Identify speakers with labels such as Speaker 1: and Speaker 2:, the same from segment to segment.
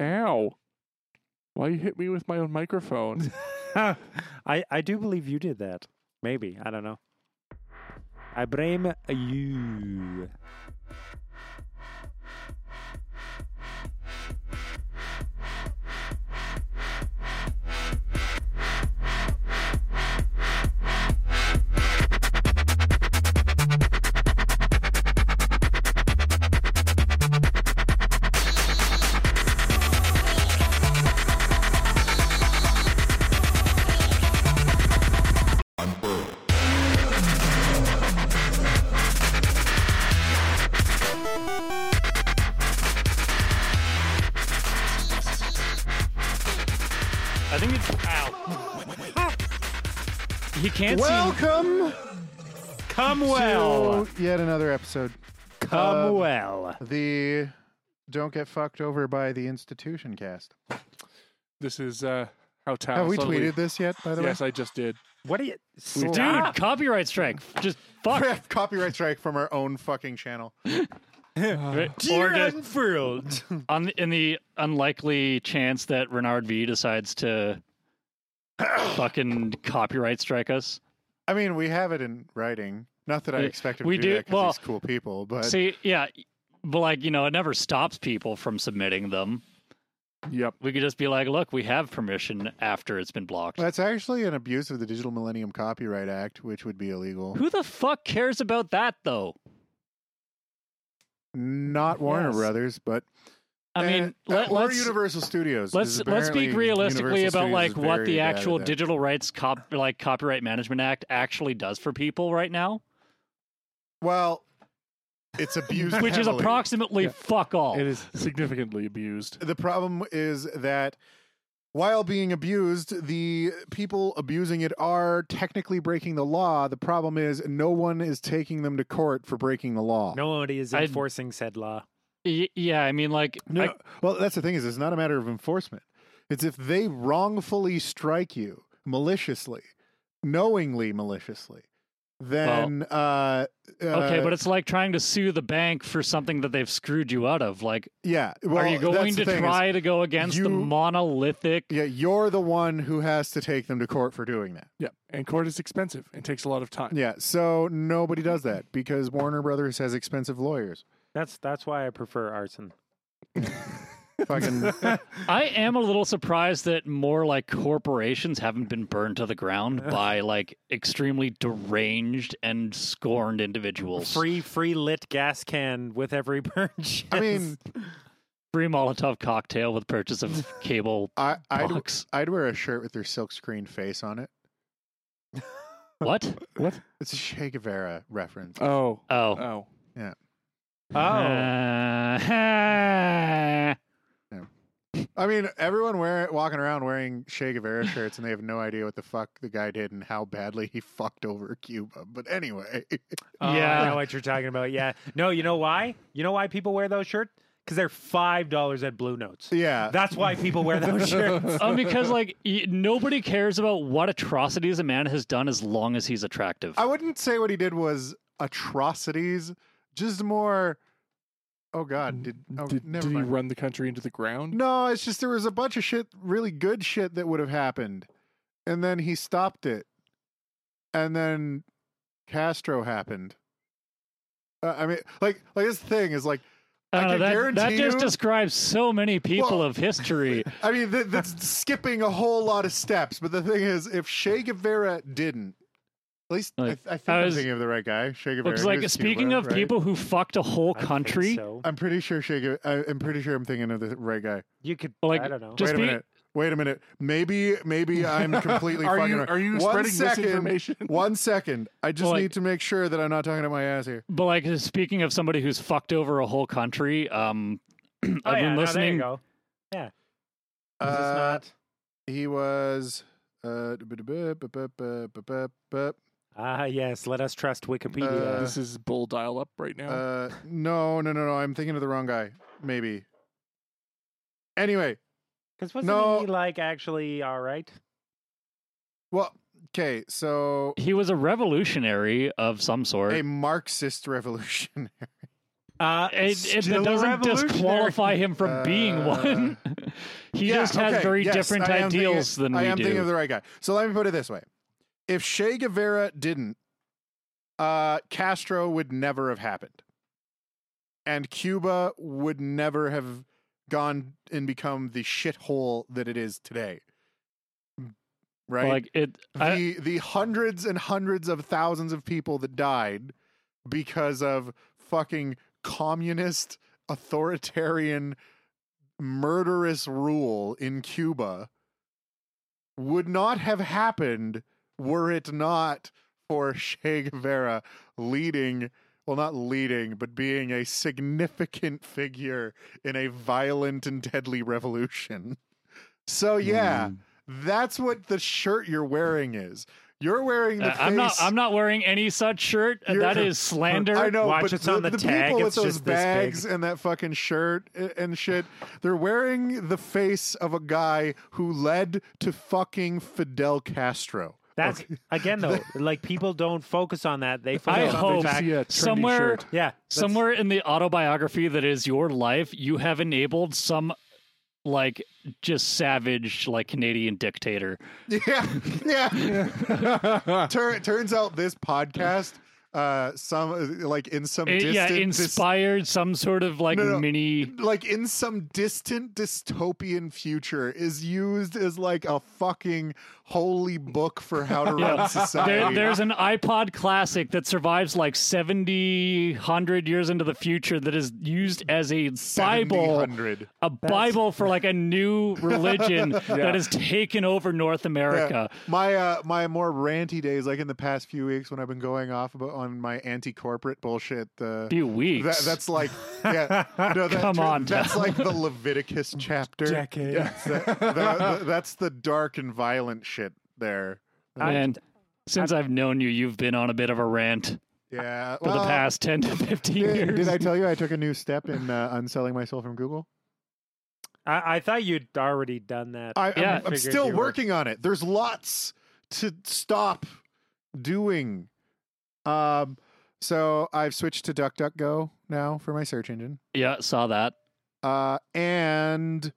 Speaker 1: Ow. Why you hit me with my own microphone?
Speaker 2: I I do believe you did that. Maybe I don't know. I blame you.
Speaker 3: I think it's. Ow. he can't see.
Speaker 4: Welcome
Speaker 2: Come well.
Speaker 4: to yet another episode.
Speaker 2: Come
Speaker 4: um,
Speaker 2: well.
Speaker 4: The Don't Get Fucked Over by the Institution cast.
Speaker 1: This is uh, how Tal.
Speaker 4: Have we
Speaker 1: slowly-
Speaker 4: tweeted this yet, by the
Speaker 1: Yes,
Speaker 4: way?
Speaker 1: I just did.
Speaker 2: What are you,
Speaker 1: We've
Speaker 2: dude?
Speaker 1: done-
Speaker 2: Copyright strike. Just fuck.
Speaker 4: Copyright strike from our own fucking channel.
Speaker 3: Or just-
Speaker 2: unfurled.
Speaker 3: on in the unlikely chance that Renard V decides to fucking copyright strike us.
Speaker 4: I mean, we have it in writing. Not that I
Speaker 3: We-
Speaker 4: expect him
Speaker 3: we
Speaker 4: to
Speaker 3: do-
Speaker 4: do, that 'cause
Speaker 3: well,
Speaker 4: he's cool people, but
Speaker 3: See, yeah, but like you know, it never stops people from submitting them.
Speaker 1: Yep.
Speaker 3: We could just be like, look, we have permission after it's been blocked.
Speaker 4: that's actually an abuse of the Digital Millennium Copyright Act, which would be illegal.
Speaker 3: Who the fuck cares about that though?
Speaker 4: Not Warner
Speaker 2: Yes.
Speaker 4: Brothers, but
Speaker 3: I mean,
Speaker 4: Uh,
Speaker 3: let,
Speaker 4: or
Speaker 3: us
Speaker 4: Universal Studios.
Speaker 3: let's
Speaker 4: because
Speaker 3: let's speak
Speaker 4: apparently
Speaker 3: realistically
Speaker 4: Universal
Speaker 3: about
Speaker 4: Studios
Speaker 3: like
Speaker 4: is
Speaker 3: what
Speaker 4: very
Speaker 3: the
Speaker 4: bad at
Speaker 3: actual
Speaker 4: that.
Speaker 3: digital rights cop like copyright management act actually does for people right now,
Speaker 4: Well, it's abused,
Speaker 3: which is
Speaker 4: heavily.
Speaker 3: approximately fuck all.
Speaker 1: It is significantly abused.
Speaker 4: The problem is that while being abused, the people abusing it are technically breaking the law. The problem is no one is taking them to court for breaking the law.
Speaker 2: Nobody is
Speaker 3: I-
Speaker 2: enforcing said law.
Speaker 3: Y- yeah, I mean, like,
Speaker 4: No,
Speaker 3: I-
Speaker 4: well, that's the thing is, it's not a matter of enforcement. It's if they wrongfully strike you maliciously, knowingly maliciously, then uh,
Speaker 3: okay,
Speaker 4: uh,
Speaker 3: but it's like trying to sue the bank for something that they've screwed you out of. Like,
Speaker 4: yeah. Well,
Speaker 3: are you going
Speaker 4: that's
Speaker 3: to
Speaker 4: the thing is-
Speaker 3: try to go against the
Speaker 4: you-
Speaker 3: monolithic?
Speaker 4: Yeah, you're the one who has to take them to court for doing that.
Speaker 1: Yep. And court is expensive and takes a lot of time.
Speaker 4: Yeah, so nobody does that because Warner Brothers has expensive lawyers.
Speaker 2: That's that's why I prefer arson.
Speaker 4: Fucking
Speaker 3: I am a little surprised that more like corporations haven't been burned to the ground by like extremely deranged and scorned individuals. Free,
Speaker 2: Free free lit gas can with every purchase.
Speaker 4: I mean,
Speaker 3: Molotov cocktail with purchase of cable
Speaker 4: I I'd,
Speaker 3: box.
Speaker 4: I'd wear a shirt with their silkscreen face on it.
Speaker 3: What?
Speaker 4: It's a Che Guevara reference.
Speaker 1: Oh.
Speaker 3: Oh.
Speaker 1: Oh.
Speaker 2: oh,
Speaker 3: Uh,
Speaker 4: I mean, everyone wear, walking around wearing Che Guevara shirts and they have no idea what the fuck the guy did and how badly he fucked over Cuba. But anyway,
Speaker 2: Oh,
Speaker 3: Yeah.
Speaker 2: I know what you're talking about. Yeah, no, you know why? You know why people wear those shirts? Because they're five dollars at Blue Notes.
Speaker 4: yeah.
Speaker 2: That's why people wear those shirts.
Speaker 3: oh, because like y- nobody cares about what atrocities a man has done as long as he's attractive.
Speaker 4: I wouldn't say what he did was atrocities, just more. Oh God! Did oh,
Speaker 1: did,
Speaker 4: never
Speaker 1: did he
Speaker 4: mind.
Speaker 1: run the country into the ground?
Speaker 4: No, it's just there was a bunch of shit, really good shit that would have happened, and then he stopped it, and then Castro happened. Uh, I mean, like, like this thing is like, I
Speaker 3: Uh,
Speaker 4: can
Speaker 3: that,
Speaker 4: guarantee
Speaker 3: that just
Speaker 4: you-
Speaker 3: describes so many people
Speaker 4: Well-
Speaker 3: of history.
Speaker 4: I mean, th- that's skipping a whole lot of steps. But the thing is, if Che Guevara didn't, at least I,
Speaker 3: Like,
Speaker 4: th- I think
Speaker 3: I
Speaker 4: I'm
Speaker 3: was-
Speaker 4: thinking of the right guy. Che Guevara.
Speaker 3: Looks
Speaker 4: he
Speaker 3: like
Speaker 4: was
Speaker 3: speaking
Speaker 4: Cuba,
Speaker 3: of
Speaker 4: right?
Speaker 3: people who fucked a whole
Speaker 2: I think
Speaker 3: country.
Speaker 2: so.
Speaker 4: I'm pretty sure Che Guevara. I- I'm pretty sure I'm thinking of the right guy.
Speaker 2: You could.
Speaker 3: Like,
Speaker 2: I don't know.
Speaker 3: just
Speaker 4: Wait a
Speaker 3: be-
Speaker 4: minute. Wait a minute. Maybe maybe I'm completely
Speaker 1: are
Speaker 4: fucking
Speaker 1: you,
Speaker 4: wrong.
Speaker 1: are you
Speaker 4: One
Speaker 1: spreading
Speaker 4: second-
Speaker 1: misinformation?
Speaker 4: One second. I just
Speaker 3: Well, like-
Speaker 4: need to make sure that I'm not talking out my ass here.
Speaker 3: But like speaking of somebody who's fucked over a whole country, um,
Speaker 2: Oh,
Speaker 3: I've
Speaker 2: yeah, no, there
Speaker 3: been
Speaker 2: you
Speaker 3: listening.
Speaker 2: go. This is
Speaker 4: Uh,
Speaker 2: not.
Speaker 4: he was. Uh, bu- bu- bu- bu- bu- bu- bu- bu- bu-
Speaker 2: Ah, yes. Let us trust Wikipedia.
Speaker 4: Uh,
Speaker 1: this is bull dial up right now.
Speaker 4: uh, no, no, no, no. I'm thinking of the wrong guy. Maybe. Anyway,
Speaker 2: Because wasn't
Speaker 4: no.
Speaker 2: he like actually all right?
Speaker 4: well, okay, so
Speaker 3: He was a revolutionary of some sort.
Speaker 4: a Marxist revolution.
Speaker 2: Uh,
Speaker 3: it, it- that doesn't disqualify him from being
Speaker 4: Uh,
Speaker 3: one. He
Speaker 4: Yeah,
Speaker 3: just has
Speaker 4: okay,
Speaker 3: very
Speaker 4: yes,
Speaker 3: different
Speaker 4: I am thinking-
Speaker 3: ideals than
Speaker 4: I
Speaker 3: we
Speaker 4: am
Speaker 3: do.
Speaker 4: thinking of the right guy. So let me put it this way: if Che Guevara didn't, uh, Castro would never have happened, and Cuba would never have gone and become the shithole that it is today. Right?
Speaker 3: Like it, I-
Speaker 4: the the hundreds and hundreds of thousands of people that died because of fucking communist authoritarian murderous rule in Cuba would not have happened were it not for Che Guevara leading well not leading but being a significant figure in a violent and deadly revolution. So yeah,
Speaker 3: Mm.
Speaker 4: that's what the shirt you're wearing is. You're wearing the
Speaker 3: Uh, I'm not.
Speaker 4: face-
Speaker 3: I'm not wearing any such shirt.
Speaker 4: You're-
Speaker 3: that is slander.
Speaker 4: I know,
Speaker 2: Watch,
Speaker 4: but
Speaker 2: it's
Speaker 4: the,
Speaker 2: on the tag,
Speaker 4: people with
Speaker 2: it's
Speaker 4: those
Speaker 2: just this big.
Speaker 4: bags and that fucking shirt a- and shit, they're wearing the face of a guy who led to fucking Fidel Castro.
Speaker 2: That's again though, like people don't focus on that. They
Speaker 3: I
Speaker 2: focus on
Speaker 3: hope
Speaker 2: the fact.
Speaker 1: See a trendy
Speaker 3: somewhere-
Speaker 1: shirt.
Speaker 2: Yeah, that's-
Speaker 3: Somewhere in the autobiography that is your life, you have enabled some like just savage like Canadian dictator.
Speaker 4: Yeah, yeah. Tur- turns out this podcast, uh, some like in some
Speaker 3: It-
Speaker 4: distant,
Speaker 3: yeah,
Speaker 4: dis-
Speaker 3: inspired some sort of like
Speaker 4: No, no.
Speaker 3: mini.
Speaker 4: like in some distant dystopian future is used as like a fucking holy book for how to
Speaker 3: Yeah.
Speaker 4: run
Speaker 3: There,
Speaker 4: society.
Speaker 3: there's an iPod classic that survives like 70, 100 years into the future that is used as a Bible
Speaker 4: 700.
Speaker 3: a Bible for like a new religion that has taken over North America.
Speaker 4: My uh, my more ranty days, like in the past few weeks, when I've been going off about on my anti corporate bullshit. The
Speaker 3: Few weeks.
Speaker 4: that, that's like yeah, no, that,
Speaker 3: Come on,
Speaker 4: that's like the Leviticus chapter.
Speaker 2: Decades.
Speaker 4: That- that- that's the dark and violent shit there.
Speaker 3: and since I've known you, you've been on a bit of a rant
Speaker 4: Yeah,
Speaker 3: for the
Speaker 4: well,
Speaker 3: past ten to fifteen
Speaker 4: Did,
Speaker 3: years.
Speaker 4: did I tell you I took a new step in uh, unselling myself from Google?
Speaker 2: I, I thought you'd already done that.
Speaker 4: I,
Speaker 3: Yeah.
Speaker 4: I'm, I'm
Speaker 2: Figured
Speaker 4: still
Speaker 2: you were.
Speaker 4: working on it. There's lots to stop doing. Um, so I've switched to DuckDuckGo now for my search engine,
Speaker 3: yeah, saw that.
Speaker 4: uh, and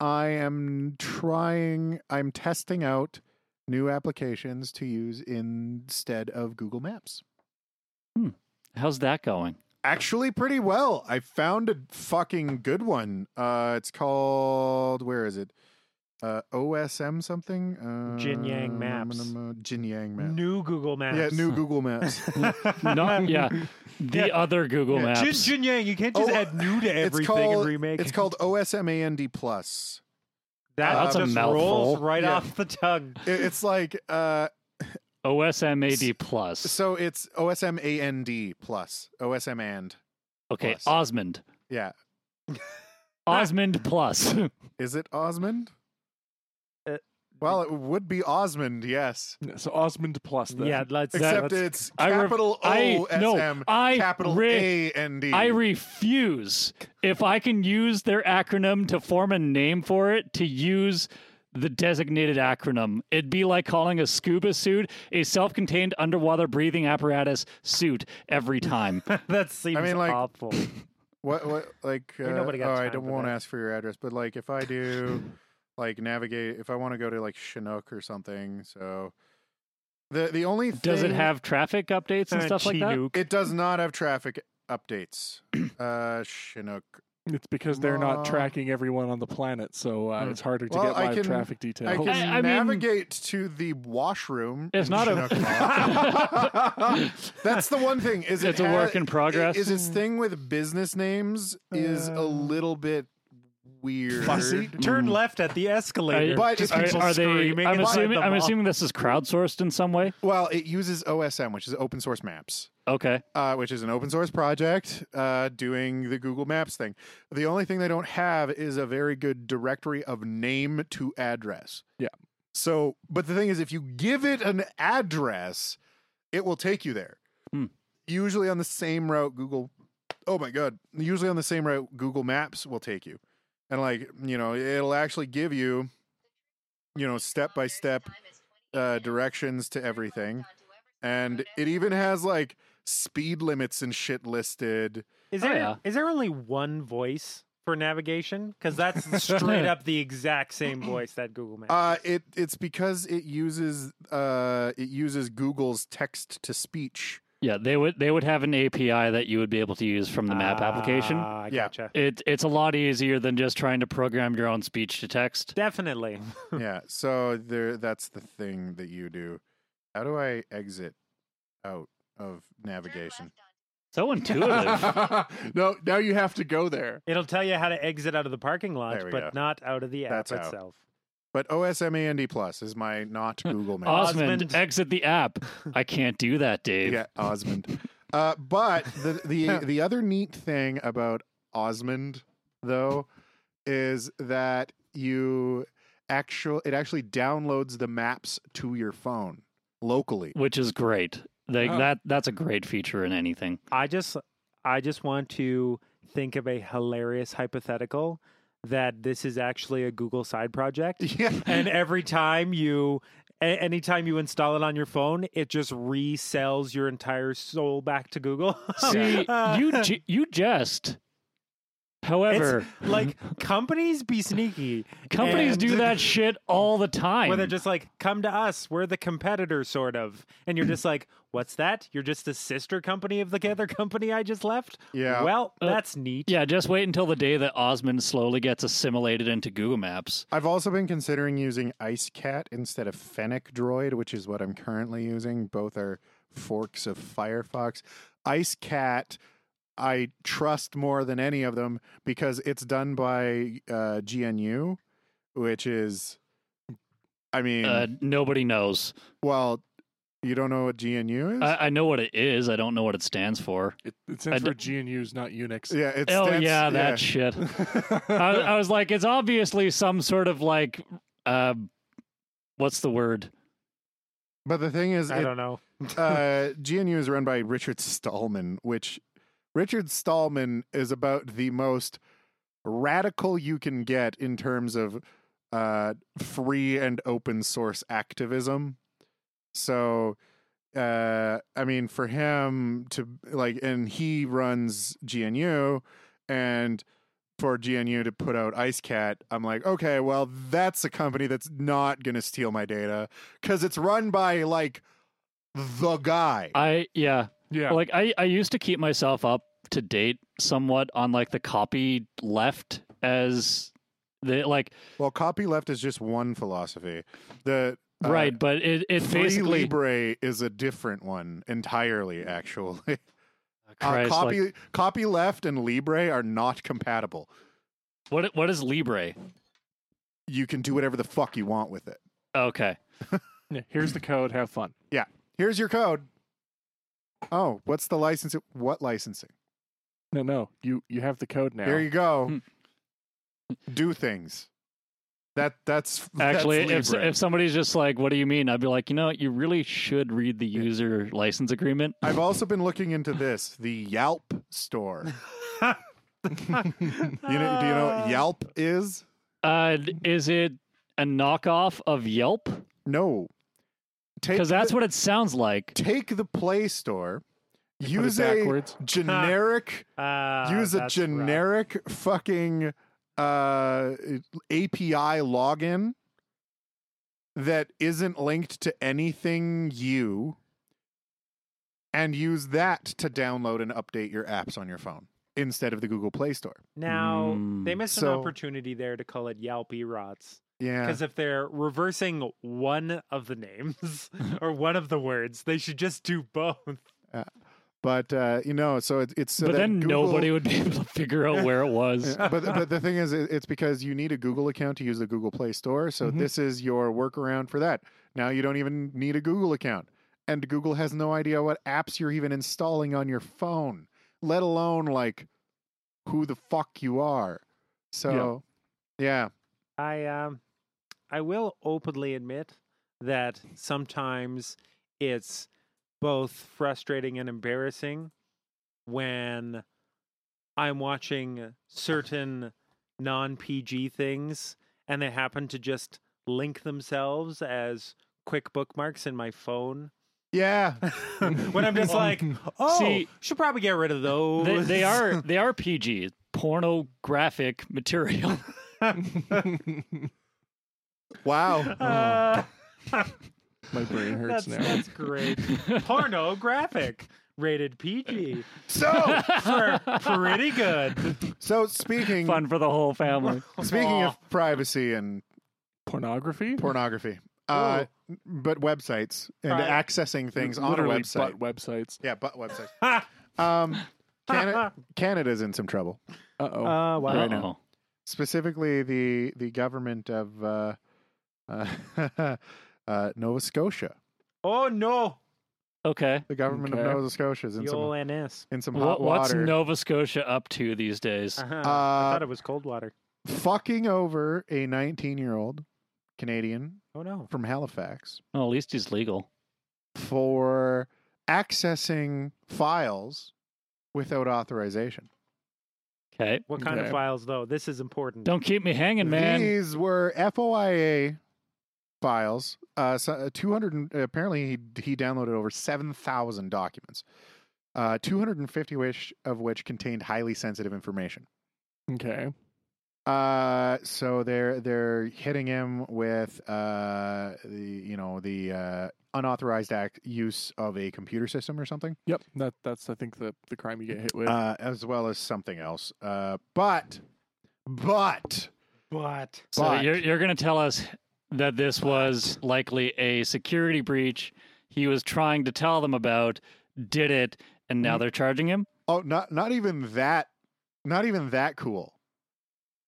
Speaker 4: I am trying. I'm testing out new applications to use instead of Google Maps.
Speaker 3: How's that going?
Speaker 4: Actually, pretty well. I found a fucking good one. Uh, it's called where is it? Uh, OSM something. Uh,
Speaker 2: Jin Yang Maps.
Speaker 4: Jin Yang Maps.
Speaker 2: new Google Maps.
Speaker 4: Yeah, new Google Maps.
Speaker 3: No, yeah, the other Google
Speaker 4: Yeah.
Speaker 2: Jin,
Speaker 3: Maps.
Speaker 2: Jin Yang. You can't just
Speaker 4: Oh,
Speaker 2: add new to everything
Speaker 4: called-
Speaker 2: and remake.
Speaker 4: it's called OSMAND plus.
Speaker 2: that.
Speaker 4: that's a
Speaker 2: just
Speaker 3: mouthful.
Speaker 2: rolls right
Speaker 4: Yeah.
Speaker 2: off the tongue.
Speaker 4: It- It's like uh,
Speaker 3: OSMAD plus.
Speaker 4: so it's OSMAND plus OSM and
Speaker 3: Okay,
Speaker 4: plus.
Speaker 3: Osmond.
Speaker 4: yeah.
Speaker 3: Osmond plus.
Speaker 4: Is it Osmond?
Speaker 2: Uh,
Speaker 4: well, it would be Osmond, yes.
Speaker 1: So Osmond Plus. Then.
Speaker 2: Yeah, let's.
Speaker 4: Except
Speaker 2: let's-
Speaker 4: it's
Speaker 3: I re-
Speaker 4: capital
Speaker 3: I-
Speaker 4: O S
Speaker 3: no,
Speaker 4: M
Speaker 3: I
Speaker 4: capital
Speaker 3: re-
Speaker 4: A N D.
Speaker 3: I refuse, if I can use their acronym to form a name for it, to use the designated acronym. It'd be like calling a scuba suit a self contained underwater breathing apparatus suit every time.
Speaker 2: that seems
Speaker 4: mean, like-
Speaker 2: awful.
Speaker 4: What what like uh,
Speaker 2: Ain't nobody got
Speaker 4: oh, I
Speaker 2: time
Speaker 4: don't
Speaker 2: for
Speaker 4: won't
Speaker 2: that.
Speaker 4: ask for your address, but like if I do like navigate if I want to go to like Chinook or something, so the the only thing
Speaker 3: Does it have traffic updates and
Speaker 2: Uh,
Speaker 3: stuff like that?
Speaker 2: Chinook.
Speaker 4: it does not have traffic updates. uh Chinook.
Speaker 1: It's because they're
Speaker 4: Ma-
Speaker 1: not tracking everyone on the planet, so uh,
Speaker 3: Hmm.
Speaker 1: it's harder to
Speaker 4: Well,
Speaker 1: get
Speaker 4: I
Speaker 1: live
Speaker 4: can-
Speaker 1: traffic
Speaker 4: I
Speaker 1: details.
Speaker 4: can
Speaker 3: I- I mean-
Speaker 4: navigate to the washroom.
Speaker 3: It's
Speaker 4: in
Speaker 3: not a-
Speaker 4: Chinook Mall. That's the one thing. Is
Speaker 3: It's
Speaker 4: it
Speaker 3: a work
Speaker 4: ha-
Speaker 3: in progress.
Speaker 4: Is its thing with business names is a
Speaker 2: Uh,
Speaker 4: little bit weird.
Speaker 1: Fussy?
Speaker 2: Turn
Speaker 1: Mm.
Speaker 2: left at the escalator.
Speaker 3: I-
Speaker 4: Mm-hmm. But
Speaker 2: just
Speaker 4: are-
Speaker 2: people
Speaker 3: Are they?
Speaker 2: screaming
Speaker 3: I'm
Speaker 2: inside
Speaker 3: assuming.
Speaker 2: the
Speaker 3: I'm
Speaker 2: mall.
Speaker 3: assuming this is crowdsourced in some way.
Speaker 4: Well, it uses OSM, which is open source maps,
Speaker 3: Okay.
Speaker 4: uh, which is an open source project uh, doing the Google Maps thing. The only thing they don't have is a very good directory of name to address.
Speaker 1: Yeah.
Speaker 4: So, but the thing is, if you give it an address, it will take you there.
Speaker 3: Hmm.
Speaker 4: Usually on the same route, Google. Oh my God. Usually on the same route, Google Maps will take you. And like, you know, it'll actually give you, you know, step by step uh, directions to everything. And it even has like speed limits and shit listed.
Speaker 2: Is
Speaker 3: Oh,
Speaker 2: there is
Speaker 3: yeah.
Speaker 2: there only one voice for navigation? Because that's straight up the exact same voice that Google Maps.
Speaker 4: Uh, it it's because it uses uh it uses Google's text to speech.
Speaker 3: Yeah, they would they would have an API that you would be able to use from the map application.
Speaker 2: Ah, I
Speaker 4: Yeah.
Speaker 2: gotcha.
Speaker 3: It it's a lot easier than just trying to program your own speech to text.
Speaker 2: Definitely.
Speaker 4: yeah, so there that's the thing that you do. How do I exit out of navigation?
Speaker 3: So intuitive.
Speaker 1: no, now you have to go there.
Speaker 2: It'll tell you how to exit out of the parking lot,
Speaker 4: There we
Speaker 2: but
Speaker 4: go.
Speaker 2: not out of the app
Speaker 4: That's out.
Speaker 2: itself.
Speaker 4: But OSMAND plus is my not Google Maps.
Speaker 3: Osmond,
Speaker 2: Osmond.
Speaker 3: exit the app. I can't do that, Dave.
Speaker 4: Yeah, Osmond. uh, but the the the other neat thing about Osmond though is that you actual it actually downloads the maps to your phone locally.
Speaker 3: Which is great. Like
Speaker 1: Oh.
Speaker 3: that that's a great feature in anything.
Speaker 2: I just I just want to think of a hilarious hypothetical that this is actually a Google side project.
Speaker 4: Yeah.
Speaker 2: and every time you a- anytime you install it on your phone, it just resells your entire soul back to Google.
Speaker 3: See,
Speaker 2: Uh,
Speaker 3: you ju- you jest. However,
Speaker 2: it's like companies be sneaky.
Speaker 3: companies
Speaker 2: and-
Speaker 3: do that shit all the time.
Speaker 2: Where they're just like, come to us, we're the competitor, sort of. And you're just like, what's that? You're just a sister company of the other company I just left?
Speaker 4: Yeah.
Speaker 2: Well,
Speaker 3: Uh,
Speaker 2: that's neat.
Speaker 3: yeah, just wait until the day that Osmond slowly gets assimilated into Google Maps.
Speaker 4: I've also been considering using IceCat instead of Fennec Droid, which is what I'm currently using. Both are forks of Firefox. IceCat I trust more than any of them because it's done by uh, GNU, which is, I mean,
Speaker 3: Uh, nobody knows.
Speaker 4: well, you don't know what GNU is?
Speaker 3: I, I know what it is. I don't know what it stands for.
Speaker 1: It, it stands
Speaker 3: I d-
Speaker 1: for GNU's, not Unix. Uh,
Speaker 4: yeah, it's
Speaker 3: oh yeah, that shit. I, I was like, it's obviously some sort of like, uh, what's the word?
Speaker 4: but the thing is,
Speaker 2: I
Speaker 4: it-
Speaker 2: don't know.
Speaker 4: uh, GNU is run by Richard Stallman, which Richard Stallman is about the most radical you can get in terms of uh, free and open source activism. So, uh, I mean, for him to like, and he runs GNU, and for GNU to put out IceCat, I'm like, okay, well, that's a company that's not going to steal my data because it's run by like the guy.
Speaker 3: I yeah,
Speaker 1: Yeah.
Speaker 3: like I I used to keep myself up to date somewhat on like the copy left as the like
Speaker 4: well, copy left is just one philosophy. The uh,
Speaker 3: right, but it it
Speaker 4: Free
Speaker 3: basically
Speaker 4: Libre is a different one entirely, actually. Uh,
Speaker 3: Christ,
Speaker 4: copy,
Speaker 3: like,
Speaker 4: copy left and Libre are not compatible.
Speaker 3: what what is Libre?
Speaker 4: You can do whatever the fuck you want with it.
Speaker 3: Okay,
Speaker 1: Yeah, Here's the code. Have fun.
Speaker 4: Here's your code. Oh, what's the licensing? What licensing?
Speaker 1: No, no. You you have the code now.
Speaker 4: There you
Speaker 1: Hmm.
Speaker 4: go.
Speaker 3: Hmm.
Speaker 4: do things. That that's
Speaker 3: actually,
Speaker 4: that's
Speaker 3: if
Speaker 4: Libre.
Speaker 3: if somebody's just like, what do you mean? I'd be like, you know, what? you really should read the user license agreement.
Speaker 4: I've also been looking into this, the Yelp store. You know, do you know what Yelp is?
Speaker 3: Uh, is it a knockoff of Yelp?
Speaker 4: No. Take
Speaker 3: Because that's
Speaker 4: the,
Speaker 3: what it sounds like.
Speaker 4: take the Play Store.
Speaker 1: Put it
Speaker 4: Use a
Speaker 1: backwards.
Speaker 4: generic
Speaker 2: Uh,
Speaker 4: use a
Speaker 2: that's rough.
Speaker 4: generic fucking uh API login that isn't linked to anything you and use that to download and update your apps on your phone instead of the Google Play Store.
Speaker 2: Now, they
Speaker 3: Mm.
Speaker 2: missed an
Speaker 4: So-
Speaker 2: opportunity there to call it Yalpy Rots.
Speaker 4: Yeah.
Speaker 2: Because if they're reversing one of the names or one of the words, they should just do both.
Speaker 4: But uh you know, so it, it's so
Speaker 3: but
Speaker 4: that
Speaker 3: then
Speaker 4: Google-
Speaker 3: nobody would be able to figure out where it was.
Speaker 4: Yeah, but but the thing is, it- it's because you need a Google account to use the Google Play Store. So
Speaker 3: Mm-hmm.
Speaker 1: Mhm.
Speaker 4: this is your workaround for that. Now you don't even need a Google account, and Google has no idea what apps you're even installing on your phone, let alone like who the fuck you are. So, yeah,
Speaker 2: I um, I will openly admit that sometimes it's both frustrating and embarrassing when I'm watching certain non PG things and they happen to just link themselves as quick bookmarks in my phone.
Speaker 4: yeah,
Speaker 2: when I'm just like, oh,
Speaker 3: See-
Speaker 2: should probably get rid of those.
Speaker 3: They, they are they are PG pornographic material.
Speaker 4: Wow.
Speaker 2: Uh,
Speaker 1: My brain hurts
Speaker 2: that's,
Speaker 1: now.
Speaker 2: that's great. Pornographic. Rated PG.
Speaker 4: So
Speaker 2: For pretty good.
Speaker 4: so speaking
Speaker 3: Fun for the whole family.
Speaker 4: speaking of privacy and
Speaker 1: Pornography?
Speaker 4: pornography. Uh, but websites and
Speaker 2: Right.
Speaker 4: accessing things on a
Speaker 1: Literally butt
Speaker 4: website.
Speaker 1: websites.
Speaker 4: yeah, but websites.
Speaker 2: uh
Speaker 4: Um, Cana- Canada's in some trouble.
Speaker 1: Uh-oh.
Speaker 2: Uh,
Speaker 3: Uh,
Speaker 2: wow.
Speaker 4: Right now. Specifically, the the government of uh, uh, uh, Nova Scotia.
Speaker 2: Oh no.
Speaker 3: Okay.
Speaker 4: The government
Speaker 1: Okay.
Speaker 4: of Nova Scotia is in
Speaker 2: The
Speaker 4: some
Speaker 2: old NS.
Speaker 4: in some hot
Speaker 3: What, what's
Speaker 4: water.
Speaker 3: Nova Scotia up to these days?
Speaker 2: Uh-huh. I
Speaker 4: uh,
Speaker 2: thought it was cold water.
Speaker 4: fucking over a 19 year old Canadian
Speaker 2: Oh no.
Speaker 4: from Halifax
Speaker 3: Well, at least he's legal.
Speaker 4: for accessing files without authorization.
Speaker 3: Okay.
Speaker 2: What kind of
Speaker 1: Okay.
Speaker 2: files though? This is important.
Speaker 3: Don't keep me hanging, man.
Speaker 4: These were FOIA files. Uh, so, uh, 200. and- Apparently, he he downloaded over 7,000 documents. Uh, 250 which of which contained highly sensitive information.
Speaker 1: okay.
Speaker 4: Uh, so they're they're hitting him with uh the you know the uh unauthorized act use of a computer system or something,
Speaker 1: Yep. That that's I think the the crime you get hit with.
Speaker 4: uh as well as something else. Uh, but but
Speaker 2: But
Speaker 3: So
Speaker 4: but-
Speaker 3: you're you're gonna tell us that this was likely a security breach he was trying to tell them about, did it, and
Speaker 4: Mm-hmm.
Speaker 3: now they're charging him?
Speaker 4: oh not not even that not even that cool.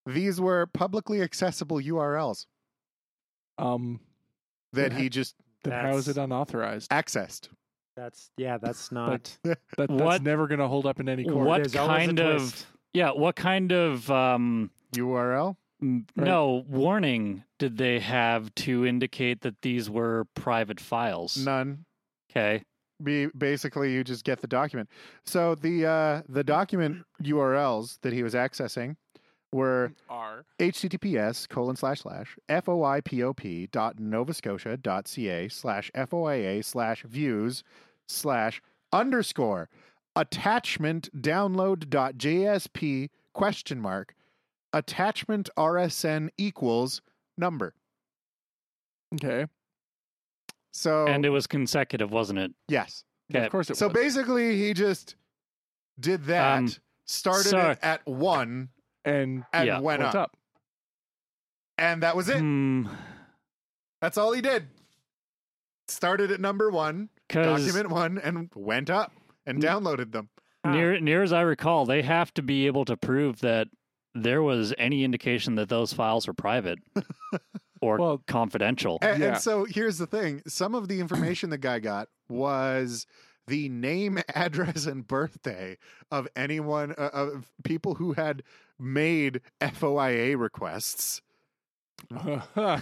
Speaker 4: These were publicly accessible URLs
Speaker 1: um
Speaker 4: that he just
Speaker 1: then how is it
Speaker 2: That's-
Speaker 1: unauthorized?
Speaker 4: accessed.
Speaker 2: that's yeah, that's not
Speaker 1: That, that's
Speaker 3: What-
Speaker 1: never gonna hold up in any court.
Speaker 3: What
Speaker 2: There's always a
Speaker 3: kind of-
Speaker 2: twist.
Speaker 3: Yeah, what kind of um
Speaker 4: URL.
Speaker 3: m-
Speaker 1: Right.
Speaker 3: no warning did they have to indicate that these were private files?
Speaker 4: None.
Speaker 3: Okay.
Speaker 4: be basically you just get the document. So the uh, the document URLs that he was accessing were
Speaker 1: are
Speaker 4: https colon slash slash foipop dot nova scotia dot ca slash foia slash views slash underscore attachment download dot jsp question mark attachment rsn equals number.
Speaker 1: Okay.
Speaker 4: So
Speaker 3: And it was consecutive, wasn't it?
Speaker 4: yes.
Speaker 3: Okay.
Speaker 1: Of course it
Speaker 4: So
Speaker 1: was.
Speaker 4: basically, he just did that,
Speaker 3: Um,
Speaker 4: started
Speaker 3: sorry.
Speaker 4: it at one,
Speaker 1: and
Speaker 4: and
Speaker 3: Yeah,
Speaker 4: went up.
Speaker 1: what's up?
Speaker 4: and that was it.
Speaker 3: Hmm.
Speaker 4: That's all he did. Started at number one,
Speaker 3: 'Cause-
Speaker 4: document one, and went up and downloaded them.
Speaker 2: Ah.
Speaker 3: Near, near as I recall, they have to be able to prove that there was any indication that those files were private or
Speaker 1: Well-
Speaker 3: confidential.
Speaker 4: A- And,
Speaker 1: Yeah.
Speaker 4: so here's the thing: some of the information the guy got was the name, address, and birthday of anyone uh, of people who had made FOIA requests.
Speaker 1: oh,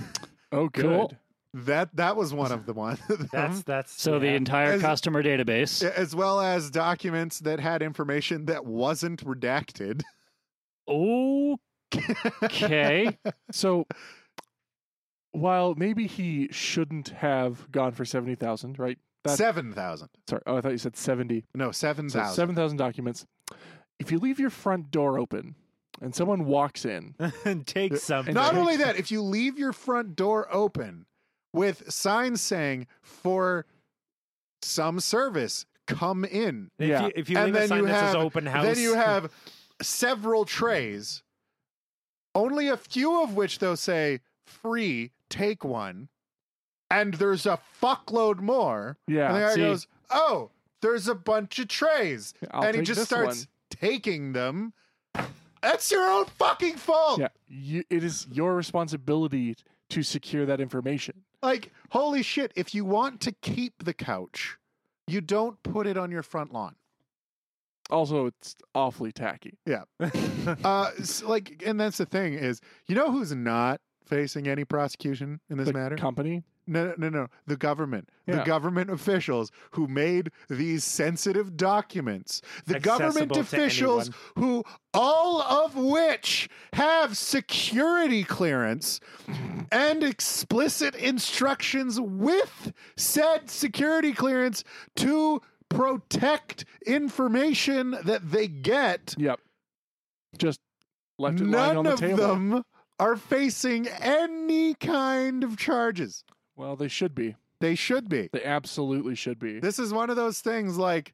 Speaker 1: good.
Speaker 3: Cool.
Speaker 4: That that was one of the ones.
Speaker 2: that's that's
Speaker 3: So the
Speaker 2: yeah.
Speaker 3: entire
Speaker 4: As-
Speaker 3: customer database.
Speaker 4: as well as documents that had information that wasn't redacted.
Speaker 3: Okay.
Speaker 1: So, while maybe he shouldn't have gone for seventy thousand, right? That's-
Speaker 4: seven thousand.
Speaker 1: Sorry. Oh, I thought you said seventy.
Speaker 4: No, seven
Speaker 1: So
Speaker 4: thousand.
Speaker 1: seven thousand documents. If you leave your front door open and someone walks in,
Speaker 2: and take something.
Speaker 4: Not only that, if you leave your front door open with signs saying for some service, come in.
Speaker 2: if
Speaker 1: Yeah.
Speaker 2: you, if you
Speaker 4: And
Speaker 2: leave a
Speaker 4: then
Speaker 2: sign
Speaker 4: you
Speaker 2: that says
Speaker 4: have-
Speaker 2: open house,
Speaker 4: Then you have several trays, only a few of which though say free, take one. And there's a fuckload more.
Speaker 1: yeah,
Speaker 4: and the guy
Speaker 3: see.
Speaker 4: goes, "Oh, there's a bunch of trays,"
Speaker 1: I'll
Speaker 4: and he
Speaker 1: take
Speaker 4: just
Speaker 1: this
Speaker 4: starts taking them. That's your own fucking fault.
Speaker 1: One. Yeah, you, it is your responsibility to secure that information.
Speaker 4: Like, holy shit! If you want to keep the couch, you don't put it on your front lawn.
Speaker 1: Also, it's awfully tacky.
Speaker 4: Uh, s- like, and that's the thing is, you know who's not facing any prosecution in this
Speaker 1: The
Speaker 4: matter?
Speaker 1: company.
Speaker 4: No, no, no. The government, the
Speaker 1: Yeah.
Speaker 4: government officials who made these sensitive documents, the government
Speaker 2: Accessible to
Speaker 4: officials who, all of which have security clearance and explicit instructions with said security clearance to protect information that they get.
Speaker 1: Yep. Just left it lying on
Speaker 4: None
Speaker 1: the
Speaker 4: of
Speaker 1: table.
Speaker 4: them are facing any kind of charges.
Speaker 1: Well, they should be.
Speaker 4: They should be.
Speaker 1: They absolutely should be.
Speaker 4: This is one of those things like,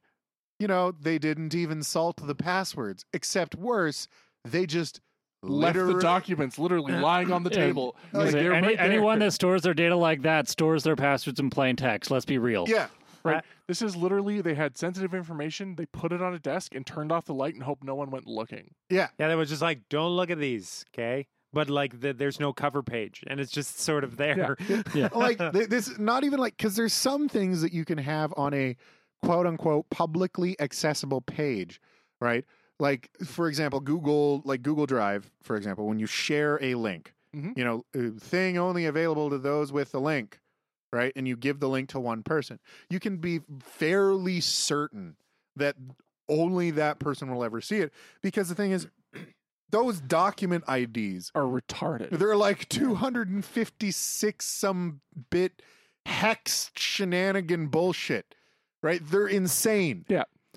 Speaker 4: you know, they didn't even salt the passwords, except worse, they just
Speaker 1: left the
Speaker 4: literally-
Speaker 1: documents literally lying on the
Speaker 3: Yeah.
Speaker 1: table.
Speaker 4: Like,
Speaker 3: Is it
Speaker 1: they're
Speaker 3: any-
Speaker 1: Oh, right there.
Speaker 3: anyone that stores their data like that stores their passwords in plain text. Let's be real.
Speaker 4: Yeah.
Speaker 1: Right. This is literally they had sensitive information. They put it on a desk and turned off the light and hoped no one went looking.
Speaker 2: Yeah, they was just like, don't look at these, okay? But like, the, there's no cover page, and it's just sort of there.
Speaker 4: like th- this not even like because there's some things that you can have on a quote unquote publicly accessible page right like for example google like google drive for example when you share a link
Speaker 1: Mhm.
Speaker 4: you know uh, thing only available to those with the link right and you give the link to one person you can be fairly certain that only that person will ever see it because the thing is those document ids
Speaker 1: Are retarded.
Speaker 4: they're like 256 some bit hex shenanigan bullshit, right? They're insane.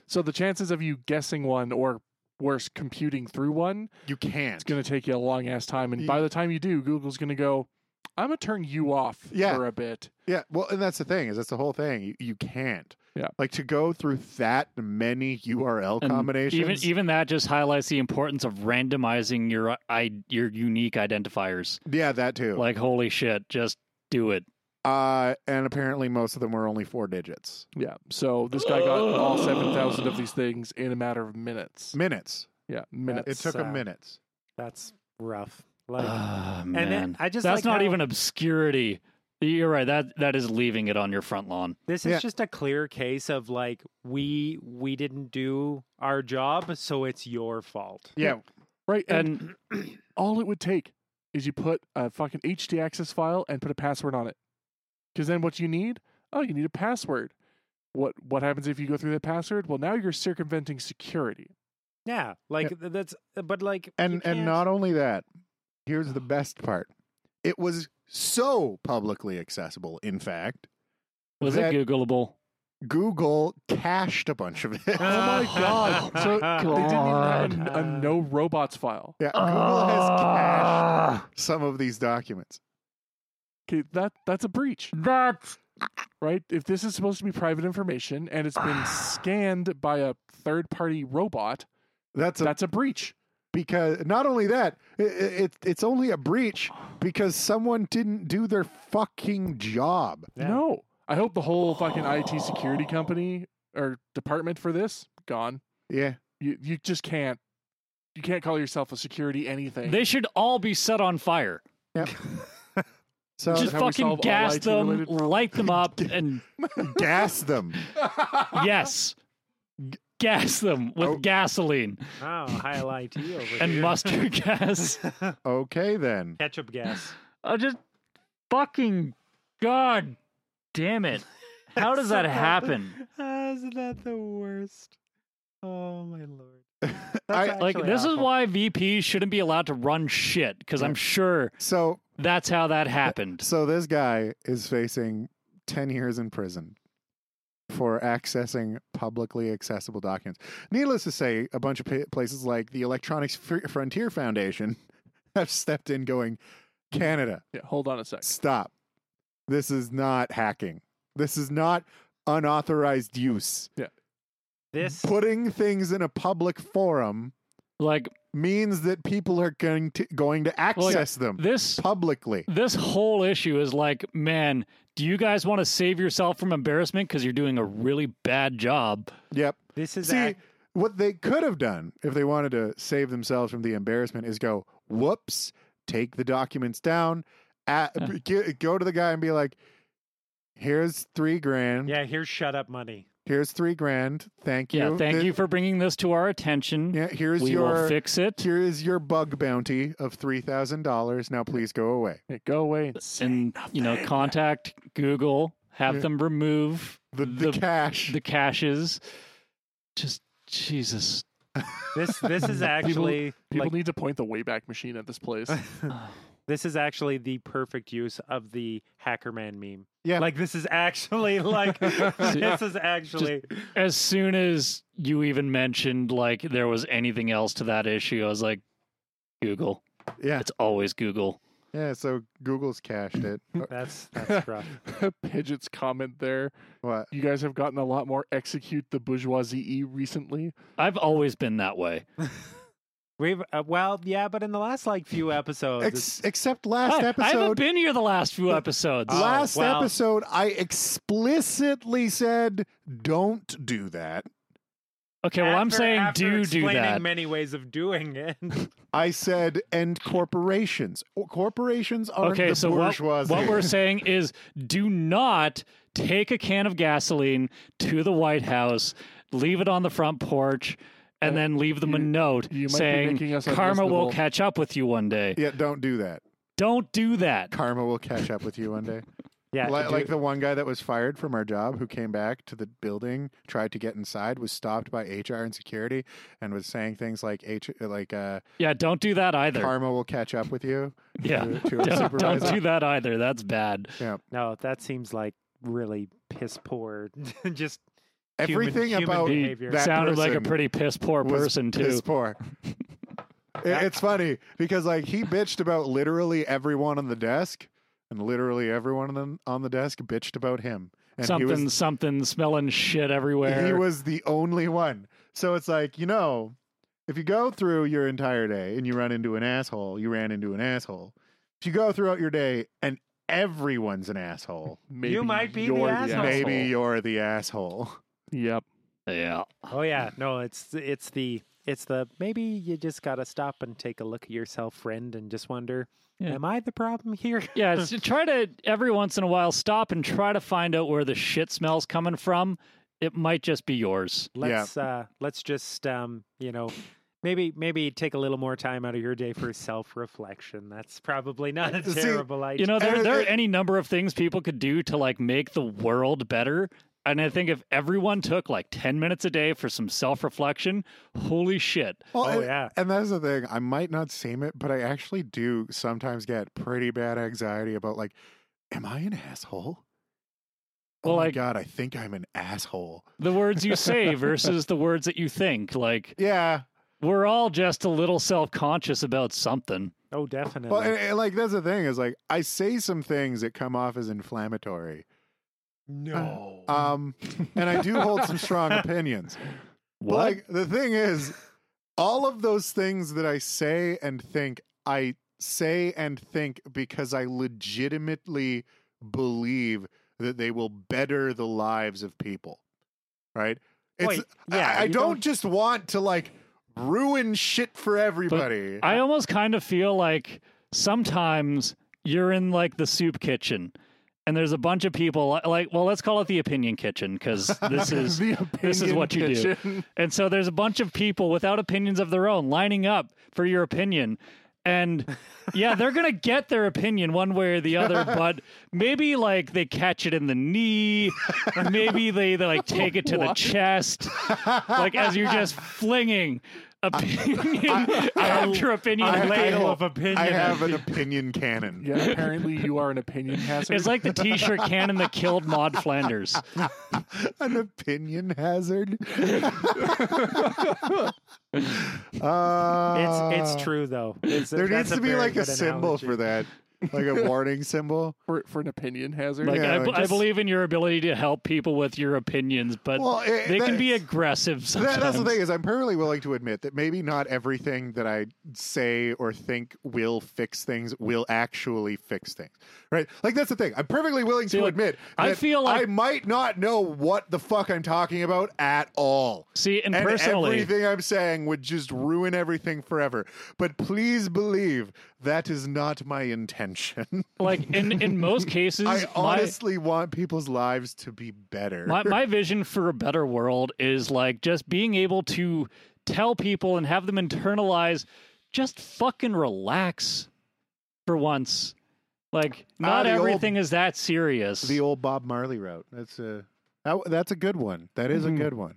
Speaker 1: So the chances of you guessing one or worse computing through one,
Speaker 4: You can't.
Speaker 1: it's going to take you a long ass time and by the time you do, Google's going to go, "I'm going to turn you off
Speaker 4: Yeah.
Speaker 1: for a bit."
Speaker 4: yeah, well, and that's the thing is that's the whole thing. You, you can't.
Speaker 1: Yeah.
Speaker 4: like to go through that many URL
Speaker 3: And
Speaker 4: combinations.
Speaker 3: Even even that just highlights the importance of randomizing your i your unique identifiers.
Speaker 4: yeah, that too.
Speaker 3: e Like holy shit, just do it.
Speaker 4: uh, and apparently most of them were only four digits,
Speaker 1: Yeah. So this guy got all 7,000 of these things in a matter of minutes.
Speaker 4: minutes.
Speaker 1: Yeah, minutes.
Speaker 4: it took
Speaker 2: uh,
Speaker 4: them minutes.
Speaker 2: That's rough. Like,
Speaker 3: Ah
Speaker 2: and
Speaker 3: man.
Speaker 2: then I just like
Speaker 3: That's not
Speaker 2: how
Speaker 3: even obscurity. You're right. That that is leaving it on your front lawn.
Speaker 2: This is
Speaker 4: Yeah.
Speaker 2: just a clear case of like we we didn't do our job, so it's your fault.
Speaker 4: Yeah,
Speaker 1: right. And,
Speaker 3: And
Speaker 1: all it would take is you put a fucking HD access file and put a password on it. Because then what you need? Oh, you need a password. What what happens if you go through that password? Well, now you're circumventing security.
Speaker 2: Yeah, like th- that's but like you
Speaker 4: and and
Speaker 2: can't-
Speaker 4: not only that. Here's the best part. It was so publicly accessible. In fact,
Speaker 3: was
Speaker 4: That-
Speaker 3: it Googleable?
Speaker 4: Google cached a bunch of it.
Speaker 1: Oh my god! So they didn't even have a,
Speaker 2: God.
Speaker 1: a no robots file.
Speaker 4: yeah, Google has cached some of these documents.
Speaker 1: Okay, that that's a breach,
Speaker 3: That's
Speaker 1: right? If this is supposed to be private information and it's been scanned by a third party robot,
Speaker 4: That's a,
Speaker 1: that's a breach.
Speaker 4: because not only that, it, it, it's only a breach because someone didn't do their fucking job.
Speaker 2: Yeah.
Speaker 1: No, I hope the whole fucking IT security company or department for this gone.
Speaker 4: Yeah,
Speaker 1: you you just can't you can't call yourself a security anything.
Speaker 3: They should all be set on fire.
Speaker 4: so
Speaker 3: just
Speaker 1: how we solve
Speaker 3: fucking
Speaker 1: all
Speaker 3: gas
Speaker 1: IT
Speaker 3: them,
Speaker 1: related-
Speaker 3: light them up, and
Speaker 4: gas them.
Speaker 3: yes, G- gas them with
Speaker 4: Oh.
Speaker 3: gasoline
Speaker 2: Oh, high IT over
Speaker 3: and
Speaker 2: here.
Speaker 3: mustard gas.
Speaker 4: Okay, then.
Speaker 2: ketchup gas.
Speaker 3: I just fucking god damn it. How does that happen?
Speaker 2: Isn't that the worst? Oh my lord!
Speaker 4: I-
Speaker 2: That's
Speaker 3: Like
Speaker 2: actually
Speaker 3: this is
Speaker 2: awful.
Speaker 3: why VPs shouldn't be allowed to run shit because I'm sure
Speaker 4: So
Speaker 3: that's how that happened.
Speaker 4: so this guy is facing ten years in prison for accessing publicly accessible documents. Needless to say, a bunch of pa- places like the Electronics Fr- Frontier Foundation have stepped in, going, Canada,
Speaker 1: Yeah, hold on a sec.
Speaker 4: stop. This is not hacking. This is not unauthorized use.
Speaker 2: this.
Speaker 4: Putting things in a public forum
Speaker 3: Like
Speaker 4: means that people are going to going to access them
Speaker 3: this
Speaker 4: publicly.
Speaker 3: this whole issue is like, man, do you guys want to save yourself from embarrassment because you're doing a really bad job?
Speaker 4: Yep.
Speaker 2: This is
Speaker 4: See,
Speaker 2: ac-
Speaker 4: what they could have done if they wanted to save themselves from the embarrassment is go, whoops, take the documents down, at, g- go to the guy and be like, here's three grand.
Speaker 2: yeah. Here's shut up money.
Speaker 4: Here's three grand. Thank you.
Speaker 3: Yeah, thank
Speaker 4: Th-
Speaker 3: you for bringing this to our attention.
Speaker 4: Yeah, here's
Speaker 3: we will
Speaker 4: your
Speaker 3: fix it.
Speaker 4: here is your bug bounty of three thousand dollars. Now please go away.
Speaker 1: Yeah, go away and, say
Speaker 3: and you know
Speaker 1: nothing.
Speaker 3: contact google have
Speaker 4: Yeah.
Speaker 3: them remove
Speaker 4: The the,
Speaker 3: The-
Speaker 4: cash.
Speaker 3: the caches just jesus
Speaker 2: This this is actually
Speaker 1: People
Speaker 2: like
Speaker 1: need to point the Wayback Machine at this place.
Speaker 2: this is actually the perfect use of the Hackerman meme.
Speaker 4: Yeah.
Speaker 2: Like this is actually like this is actually
Speaker 3: as soon as you even mentioned like there was anything else to that issue i was like Google.
Speaker 4: Yeah.
Speaker 3: It's always Google.
Speaker 4: Yeah. So Google's cached it. Uh,
Speaker 2: That's that's rough.
Speaker 1: Pidgeot's comment there.
Speaker 4: what?
Speaker 1: You guys have gotten a lot more execute the bourgeoisie recently.
Speaker 3: I've always been that way.
Speaker 2: We've uh, well, yeah, but in the last like few episodes, it's-
Speaker 4: Ex- except last
Speaker 3: I, I haven't
Speaker 4: episode.
Speaker 3: been here the last few episodes.
Speaker 2: Oh,
Speaker 4: last
Speaker 2: wow.
Speaker 4: episode, I explicitly said don't do that.
Speaker 3: okay, well, I'm
Speaker 2: after-
Speaker 3: saying
Speaker 2: after
Speaker 3: do do
Speaker 2: explaining
Speaker 3: that.
Speaker 2: Many ways of doing it.
Speaker 4: I said and corporations. O- Corporations are
Speaker 3: Okay,
Speaker 4: the
Speaker 3: so what,
Speaker 4: bourgeoisie.
Speaker 3: what we're saying is do not take a can of gasoline to the White House, leave it on the front porch, and
Speaker 1: Uh,
Speaker 3: then leave them a
Speaker 1: you-
Speaker 3: note
Speaker 1: you might be making
Speaker 3: saying
Speaker 1: us
Speaker 3: karma will
Speaker 1: unlistenable."
Speaker 3: catch up with you one day.
Speaker 4: yeah, don't do that.
Speaker 3: Don't do that.
Speaker 4: Karma will catch up with you one day.
Speaker 2: Yeah,
Speaker 4: like,
Speaker 2: do-
Speaker 4: like the one guy that was fired from our job who came back to the building tried to get inside was stopped by hr and security and was saying things like h like uh
Speaker 3: Yeah, don't do that either.
Speaker 4: karma will catch up with you
Speaker 3: yeah.
Speaker 4: to, to our
Speaker 3: Don't, don't
Speaker 4: supervisor
Speaker 3: do that either. That's bad.
Speaker 2: no, that seems like really piss poor. Just
Speaker 4: everything
Speaker 2: human
Speaker 4: about
Speaker 3: He
Speaker 2: behavior.
Speaker 4: that
Speaker 3: sounded like a
Speaker 4: person
Speaker 3: pretty piss poor
Speaker 4: was
Speaker 3: person too.
Speaker 4: piss poor It- it's funny because like he bitched about literally everyone on the desk and literally everyone on the, on the desk bitched about him and
Speaker 3: something,
Speaker 4: he was
Speaker 3: something, smelling shit everywhere.
Speaker 4: He was the only one. So it's like, you know, if you go through your entire day and you run into an asshole, you ran into an asshole. If you go throughout your day and everyone's an asshole,
Speaker 1: Maybe
Speaker 2: might be the
Speaker 1: you're
Speaker 2: asshole.
Speaker 4: maybe you're the asshole.
Speaker 1: Yep.
Speaker 3: yeah.
Speaker 2: oh yeah, no, it's it's the it's the maybe you just gotta stop and take a look at yourself, friend, and just wonder,
Speaker 3: Yeah.
Speaker 2: am I the problem here?
Speaker 3: Yeah, it's to try to every once in a while stop and try to find out where the shit smell's coming from. It might just be yours.
Speaker 2: let's uh let's just um you know maybe maybe take a little more time out of your day for self-reflection that's probably not a
Speaker 4: See,
Speaker 2: terrible idea
Speaker 3: You know, there
Speaker 4: And-
Speaker 3: there are
Speaker 4: and-
Speaker 3: any number of things people could do to like make the world better. And I think if everyone took like ten minutes a day for some self reflection, holy shit.
Speaker 4: Well,
Speaker 2: Oh,
Speaker 4: and,
Speaker 2: yeah.
Speaker 4: And that's the thing. I might not seem it, but I actually do sometimes get pretty bad anxiety about like, am I an asshole?
Speaker 3: Well,
Speaker 4: oh my
Speaker 3: like-
Speaker 4: God, I think I'm an asshole.
Speaker 3: The words you say versus the words that you think. Like
Speaker 4: Yeah.
Speaker 3: we're all just a little self conscious about something.
Speaker 2: oh definitely
Speaker 4: Well, and, and, like that's the thing is like I say some things that come off as inflammatory,
Speaker 2: no
Speaker 3: Mm.
Speaker 1: Uh,
Speaker 4: Um, and I do hold some strong opinions. But,
Speaker 3: What?
Speaker 4: Like the thing is, all of those things that I say and think, I say and think because I legitimately believe that they will better the lives of people. Right? It's
Speaker 2: Wait,
Speaker 4: I-
Speaker 2: yeah,
Speaker 4: I,
Speaker 2: you
Speaker 4: don't,
Speaker 2: don't-
Speaker 4: just want to like ruin shit for everybody.
Speaker 3: I almost kind of feel like sometimes you're in like the soup kitchen and there's a bunch of people li- like well let's call it the opinion kitchen because this is this is what you do and so there's a bunch of people without opinions of their own lining up for your opinion and yeah they're gonna get their opinion one way or the other but maybe like they catch it in the knee maybe they, they like take it to the
Speaker 1: What?
Speaker 3: chest like as you're just flinging opinion after opinion
Speaker 4: I- I
Speaker 3: later.
Speaker 2: ladle
Speaker 4: have-
Speaker 2: of opinion
Speaker 4: I have an opinion cannon.
Speaker 1: Yeah, apparently you are an opinion hazard.
Speaker 3: It's like the T-shirt cannon that killed Maud Flanders.
Speaker 4: an opinion hazard. Uh,
Speaker 2: it's it's true though it's,
Speaker 4: There
Speaker 2: that's
Speaker 4: needs to be
Speaker 2: very
Speaker 4: like a
Speaker 2: good
Speaker 4: symbol
Speaker 2: analogy.
Speaker 4: for that, like a warning symbol.
Speaker 1: for, for an opinion hazard.
Speaker 3: Like uh,
Speaker 4: Yeah,
Speaker 3: I,
Speaker 4: like
Speaker 3: b- I
Speaker 4: just-
Speaker 3: believe in your ability to help people with your opinions, but
Speaker 4: Well, it-
Speaker 3: they can
Speaker 4: that-
Speaker 3: be aggressive sometimes.
Speaker 4: That, that's the thing is, I'm perfectly willing to admit that maybe not everything that I say or think will fix things will actually fix things, right? Like that's the thing. I'm perfectly willing
Speaker 3: See,
Speaker 4: to
Speaker 3: like,
Speaker 4: admit.
Speaker 3: I
Speaker 4: that
Speaker 3: feel like-
Speaker 4: I might not know what the fuck I'm talking about at all.
Speaker 3: See, and,
Speaker 4: and
Speaker 3: personally,
Speaker 4: everything I'm saying would just ruin everything forever. But please believe that is not my intention.
Speaker 3: like in in most cases,
Speaker 4: I
Speaker 3: my,
Speaker 4: honestly want people's lives to be better.
Speaker 3: my my vision for a better world is like just being able to tell people and have them internalize, just fucking relax for once. Like not
Speaker 4: the old-
Speaker 3: everything is that serious.
Speaker 4: the old Bob Marley route. That's a that, that's a good one. That is
Speaker 1: Mhm.
Speaker 4: a good one.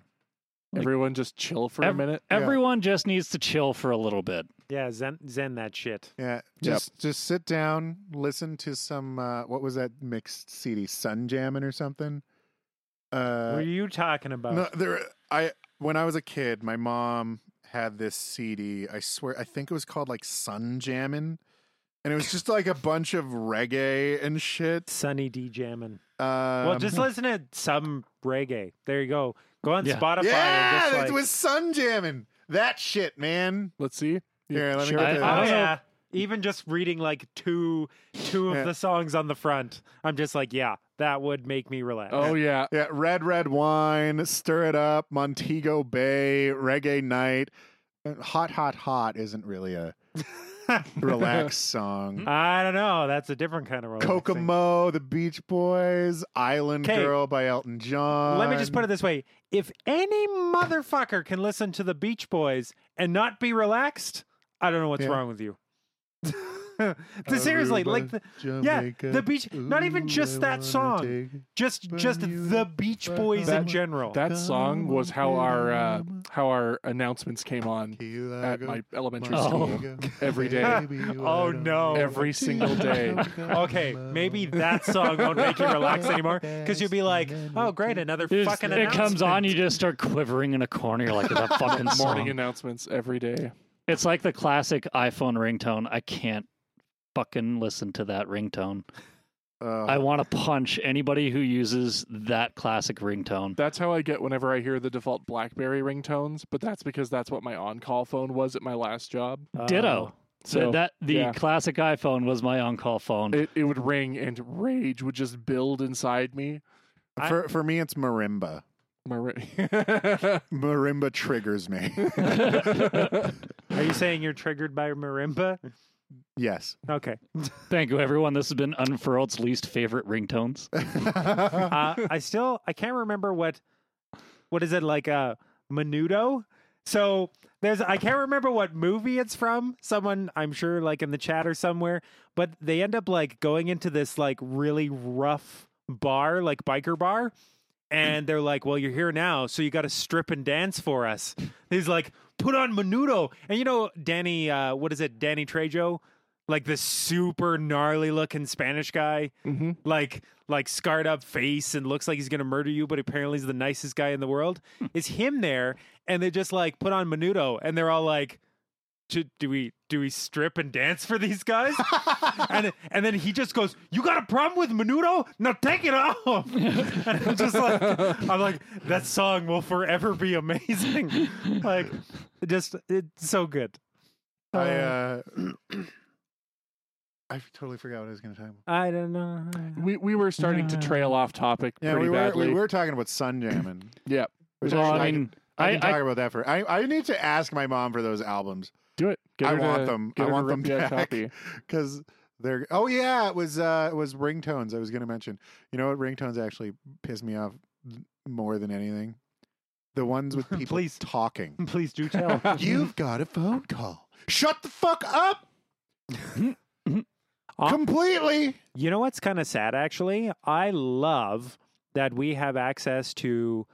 Speaker 1: Everyone just chill for a
Speaker 3: Ev-
Speaker 1: minute.
Speaker 4: yeah.
Speaker 3: Everyone just needs to chill for a little bit.
Speaker 2: yeah zen zen that shit
Speaker 4: Yeah, just just sit down, listen to some. Uh, what was that mixed CD? Sun jamming or something?
Speaker 2: what
Speaker 4: Uh,
Speaker 2: are you talking about
Speaker 4: No, there. I when I was a kid, my mom had this CD. I swear, I think it was called like Sun Jammin', and it was just like a bunch of reggae and shit.
Speaker 2: Sunny D jamming.
Speaker 4: Um,
Speaker 2: well, just listen to some reggae. There you go. Go on
Speaker 3: Yeah.
Speaker 2: Spotify.
Speaker 4: yeah,
Speaker 2: and
Speaker 4: it
Speaker 2: just like,
Speaker 4: was Sun Jammin'. That shit, man.
Speaker 1: Let's see.
Speaker 4: Here, let me
Speaker 1: sure.
Speaker 4: get
Speaker 3: I-
Speaker 4: the-
Speaker 2: oh,
Speaker 3: I don't know.
Speaker 2: yeah. Even just reading like two two of
Speaker 4: Yeah.
Speaker 2: the songs on the front, I'm just like, yeah, that would make me relax.
Speaker 1: Oh yeah.
Speaker 4: Yeah, red, red wine, stir it up, Montego Bay, reggae night. Uh, Hot, hot, hot isn't really a relax song.
Speaker 2: I don't know. That's a different kind of relaxing.
Speaker 4: Kokomo, The Beach Boys, Island
Speaker 2: 'Kay.
Speaker 4: Girl by Elton John.
Speaker 2: Let me just put it this way: if any motherfucker can listen to the Beach Boys and not be relaxed, I don't know what's
Speaker 4: Yeah.
Speaker 2: wrong with you. Seriously, like the, yeah, the beach. Not even just that song. Just just the Beach Boys in
Speaker 1: That-
Speaker 2: general.
Speaker 1: That song was how our uh, how our announcements came on at my elementary school every day,
Speaker 2: Oh, no.
Speaker 1: every single day.
Speaker 2: okay, maybe that song won't make you relax anymore because you'll be like, oh great, another
Speaker 3: It's-
Speaker 2: fucking.
Speaker 3: it comes on,
Speaker 2: announcement."
Speaker 3: you just start quivering in a corner. You're like, that fucking
Speaker 1: Morning
Speaker 3: song.
Speaker 1: announcements every day.
Speaker 3: It's like the classic iPhone ringtone. I can't fucking listen to that ringtone.
Speaker 4: Uh,
Speaker 3: I want to punch anybody who uses that classic ringtone.
Speaker 1: That's how I get whenever I hear the default BlackBerry ringtones, but that's because that's what my on-call phone was at my last job.
Speaker 2: Um,
Speaker 3: Ditto.
Speaker 1: So
Speaker 3: So that the
Speaker 1: yeah.
Speaker 3: classic iPhone was my on-call phone.
Speaker 4: Mm.
Speaker 1: it, it would ring and rage would just build inside me.
Speaker 4: for, for me, it's marimba.
Speaker 1: My ra-
Speaker 4: Marimba triggers me.
Speaker 2: Oh. Are you saying you're triggered by marimba?
Speaker 4: yes.
Speaker 2: Okay.
Speaker 3: Thank you, everyone. This has been Unfurled's least favorite ringtones.
Speaker 2: uh, I still I can't remember what what is it like uh, menudo. So there's I can't remember what movie it's from. Someone I'm sure like in the chat or somewhere, but they end up like going into this like really rough bar, like biker bar, and they're like, "Well, you're here now, so you got to strip and dance for us." He's like, "Put on menudo," and you know Danny, uh, what is it, Danny Trejo, like the super gnarly looking Spanish guy
Speaker 1: hmm
Speaker 2: like like scarred up face and looks like he's gonna murder you, but apparently he's the nicest guy in the world. Is him there? And they just like put on Menudo, and they're all like, "Do do we do we strip and dance for these guys?" and and then he just goes, "You got a problem with Menudo? Now take it off." and I'm just like, I'm like, that song will forever be amazing. like, just it's so good.
Speaker 4: I, uh, I totally forgot what I was going to talk about.
Speaker 2: I don't know.
Speaker 1: We we were starting to trail off topic
Speaker 4: Yeah,
Speaker 1: pretty
Speaker 4: we were
Speaker 1: badly.
Speaker 4: we were talking about sun jamming.
Speaker 1: Yeah,
Speaker 4: which
Speaker 3: Well,
Speaker 4: I,
Speaker 3: I
Speaker 4: I
Speaker 3: mean,
Speaker 4: I,
Speaker 3: I,
Speaker 4: can
Speaker 3: I,
Speaker 4: talk about that for. I I need to ask my mom for those albums
Speaker 1: do it. Get
Speaker 4: I
Speaker 1: her to-
Speaker 4: want them.
Speaker 1: get
Speaker 4: I
Speaker 1: her to
Speaker 4: want them
Speaker 1: rip you a
Speaker 4: back.
Speaker 1: copy.
Speaker 4: because they're. Oh yeah, it was uh it was ringtones. I was going to mention. You know what ringtones actually piss me off more than anything? The ones with people
Speaker 2: Please.
Speaker 4: talking.
Speaker 2: Please do tell.
Speaker 4: You've got a phone call. Shut the fuck up. Completely.
Speaker 2: You know what's kind of sad, actually? I love that we have access to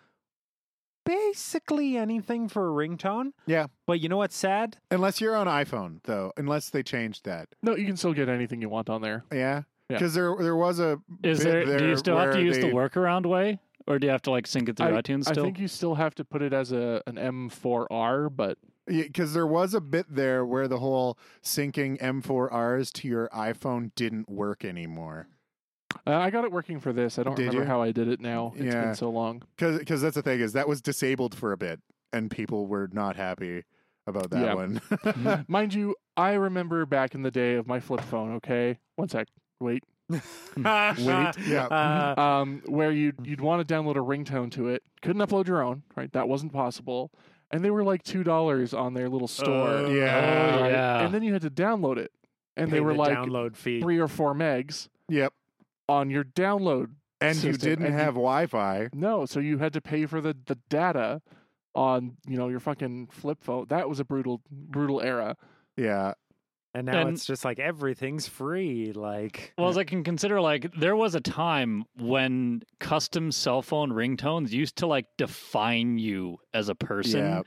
Speaker 2: basically anything for a ringtone.
Speaker 4: Yeah.
Speaker 2: But you know what's sad?
Speaker 4: Unless you're on iPhone though, unless they changed that.
Speaker 1: No, you can still get anything you want on there.
Speaker 4: Yeah.
Speaker 1: Yeah.
Speaker 4: Because there there was a
Speaker 3: is
Speaker 4: bit
Speaker 3: there, Do you still have to
Speaker 4: where
Speaker 3: use
Speaker 4: they-
Speaker 3: the workaround way, or do you have to like sync it through iTunes still?
Speaker 1: I think you still have to put it as a an M4R, but
Speaker 4: because there was a bit there where the whole syncing M4Rs to your iPhone didn't work anymore.
Speaker 1: uh, I got it working for this. I don't
Speaker 4: Did
Speaker 1: remember
Speaker 4: you?
Speaker 1: how I did it now. It's
Speaker 4: Yeah.
Speaker 1: been so long.
Speaker 4: Because that's the thing is that was disabled for a bit, and people were not happy about that
Speaker 1: Yeah.
Speaker 4: one.
Speaker 3: Mm-hmm.
Speaker 1: Mind you, I remember back in the day of my flip phone. Okay, one sec. Wait.
Speaker 2: Wait.
Speaker 4: yeah.
Speaker 2: Uh,
Speaker 1: um, where you'd you'd want to download a ringtone to it. Couldn't upload your own, right? That wasn't possible. And they were like two dollars on their little store.
Speaker 2: Oh,
Speaker 4: Uh, yeah.
Speaker 1: right?
Speaker 3: yeah.
Speaker 1: And then you had to download it. And
Speaker 2: pay
Speaker 1: they were
Speaker 2: the
Speaker 1: like
Speaker 2: download fee.
Speaker 1: three or four megs
Speaker 4: yep.
Speaker 1: on your download.
Speaker 4: And you
Speaker 1: System,
Speaker 4: didn't
Speaker 1: and you-
Speaker 4: have Wi-Fi.
Speaker 1: No, so you had to pay for the, the data on, you know, your fucking flip phone. That was a brutal brutal era.
Speaker 4: Yeah.
Speaker 2: And now
Speaker 3: and-
Speaker 2: it's just like everything's free. Like,
Speaker 3: Well, as I can consider, like there was a time when custom cell phone ringtones used to like define you as a person,
Speaker 4: Yeah.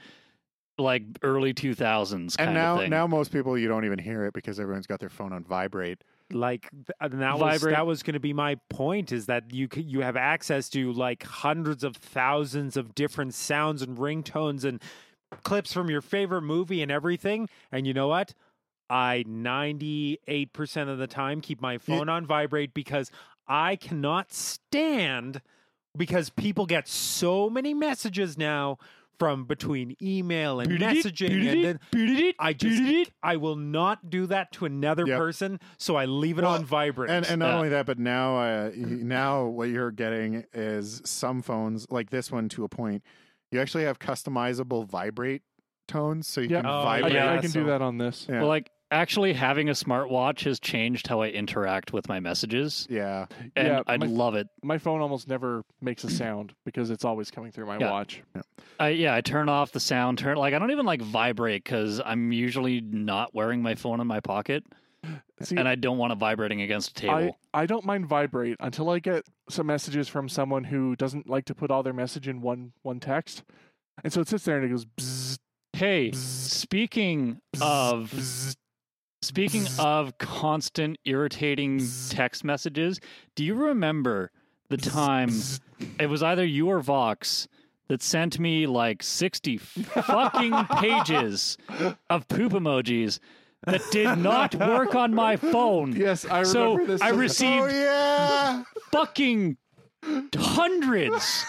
Speaker 3: like early two thousands kind
Speaker 4: And now
Speaker 3: of thing.
Speaker 4: now most people you don't even hear it because everyone's got their phone on vibrate.
Speaker 2: like th- and that was
Speaker 3: Vibrate.
Speaker 2: that was going to be my point is that you c- you have access to like hundreds of thousands of different sounds and ringtones and clips from your favorite movie and everything. And you know what? I 98% of the time keep my phone on vibrate because I cannot stand because people get so many messages now from between email and messaging and then I just I will not do that to another
Speaker 4: Yep.
Speaker 2: person, so I leave it
Speaker 4: Well,
Speaker 2: on vibrate.
Speaker 4: And and not
Speaker 3: Yeah.
Speaker 4: only that, but now uh, y- now what you're getting is some phones like this one to a point. You actually have customizable vibrate tones, so you
Speaker 1: Yeah.
Speaker 4: can
Speaker 2: Oh,
Speaker 1: I,
Speaker 4: vibrate.
Speaker 2: yeah.
Speaker 1: I can
Speaker 2: so-
Speaker 1: do that on this.
Speaker 4: Yeah.
Speaker 3: Well, like actually having a smartwatch has changed how I interact with my messages,
Speaker 4: Yeah,
Speaker 3: and
Speaker 1: Yeah,
Speaker 3: I
Speaker 1: my-
Speaker 3: love it.
Speaker 1: My phone almost never makes a sound because it's always coming through my
Speaker 3: Yeah.
Speaker 1: watch.
Speaker 3: I, yeah, I turn off the sound. Turn like I don't even like vibrate because I'm usually not wearing my phone in my pocket,
Speaker 1: See,
Speaker 3: and I don't want it vibrating against a table.
Speaker 1: I, I don't mind vibrate until I get some messages from someone who doesn't like to put all their message in one one text. And so it sits there and it goes bzzz,
Speaker 3: hey,
Speaker 1: bzzz,
Speaker 3: speaking
Speaker 1: bzzz,
Speaker 3: of
Speaker 1: bzzz.
Speaker 3: Speaking of constant irritating text messages, do you remember the time it was either you or Vox that sent me like 60 fucking pages of poop emojis that did not work on my phone?
Speaker 1: Yes, I remember
Speaker 3: so
Speaker 1: this.
Speaker 3: I received
Speaker 4: oh yeah.
Speaker 3: fucking hundreds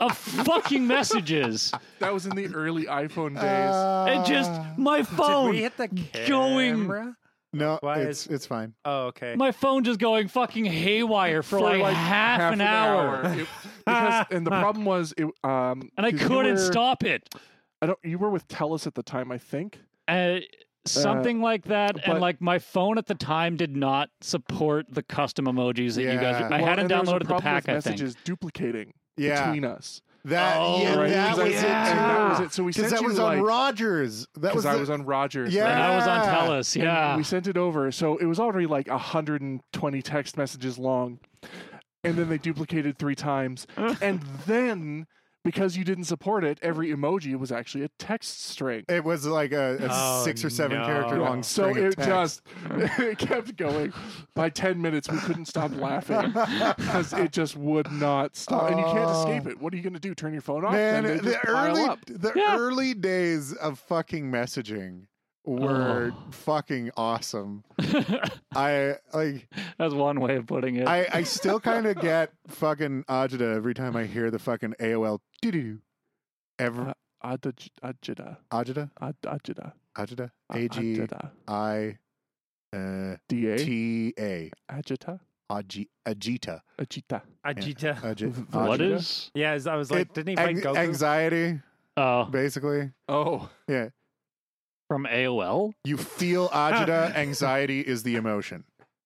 Speaker 3: of fucking messages.
Speaker 1: that was in the early iPhone days.
Speaker 3: And just
Speaker 4: Uh,
Speaker 3: my
Speaker 2: Did
Speaker 3: phone
Speaker 2: we hit the
Speaker 3: going-
Speaker 2: camera?
Speaker 4: no,
Speaker 2: Why
Speaker 4: it's
Speaker 2: is-
Speaker 4: it's fine.
Speaker 2: Oh, okay.
Speaker 3: my phone just going fucking haywire for, like, half, an, hour.
Speaker 1: It- because and the problem was it um
Speaker 3: and I
Speaker 1: 'cause you
Speaker 3: couldn't
Speaker 1: were-
Speaker 3: stop it.
Speaker 1: I don't you were with Telus at the time, I think.
Speaker 3: Uh, something like that,
Speaker 1: but-
Speaker 3: and like my phone at the time did not support the custom emojis that you guys.
Speaker 4: Yeah.
Speaker 3: I
Speaker 1: Well,
Speaker 3: hadn't
Speaker 1: and there was a
Speaker 3: downloaded the
Speaker 1: problem
Speaker 3: pack.
Speaker 1: with
Speaker 3: I think.
Speaker 1: messages duplicating
Speaker 4: Yeah,
Speaker 1: between us.
Speaker 4: that
Speaker 3: Oh,
Speaker 4: yeah,
Speaker 1: right?
Speaker 4: that
Speaker 1: 'Cause I
Speaker 4: was
Speaker 1: sent you- that was
Speaker 4: it.
Speaker 1: it. So we
Speaker 4: Because
Speaker 1: sent
Speaker 4: that
Speaker 1: you
Speaker 4: was
Speaker 1: like
Speaker 4: on Rogers. That was
Speaker 1: because I
Speaker 4: the-
Speaker 1: was on Rogers.
Speaker 4: Yeah.
Speaker 3: And I was on
Speaker 4: Yeah.
Speaker 3: Telus.
Speaker 1: And
Speaker 3: Yeah,
Speaker 1: we sent it over, so it was already like 120 text messages long, and then they duplicated three times, and then because you didn't support it, every emoji was actually a text string.
Speaker 4: It was like a, a
Speaker 2: Oh,
Speaker 4: six or seven
Speaker 2: no.
Speaker 4: character
Speaker 2: Yeah.
Speaker 4: long
Speaker 1: so
Speaker 4: string of
Speaker 1: it
Speaker 4: text.
Speaker 1: just it kept going. By 10 minutes, we couldn't stop laughing because it just would not stop, and you can't
Speaker 4: Oh.
Speaker 1: escape it. What are you going to do? Turn your phone off?
Speaker 4: Man,
Speaker 1: Then they
Speaker 4: the
Speaker 1: just pile
Speaker 4: early
Speaker 1: up.
Speaker 4: the
Speaker 3: Yeah.
Speaker 4: early days of fucking messaging were
Speaker 1: Oh.
Speaker 4: fucking awesome. I like
Speaker 3: that's one way of putting it.
Speaker 4: I I still kind of get fucking agita every time I hear the fucking AOL doo doo doo.
Speaker 1: Uh,
Speaker 4: Ever
Speaker 1: Ajda- Ajda,
Speaker 4: agita
Speaker 1: Aj- Ajda,
Speaker 4: agita
Speaker 1: uh,
Speaker 4: a g
Speaker 1: Ajda,
Speaker 4: i uh,
Speaker 1: da,
Speaker 4: t a
Speaker 1: Ajita,
Speaker 4: Agi- agita
Speaker 1: Ajita.
Speaker 2: Ajita.
Speaker 4: Agi-
Speaker 3: what
Speaker 4: agita.
Speaker 3: is?
Speaker 2: uh, Yeah, as I was like,
Speaker 4: Uh, It-
Speaker 2: didn't he fight
Speaker 4: Anx-
Speaker 2: Goku?
Speaker 4: anxiety
Speaker 3: Oh,
Speaker 4: basically
Speaker 1: Oh,
Speaker 4: yeah
Speaker 3: from AOL.
Speaker 4: you feel agita anxiety is the emotion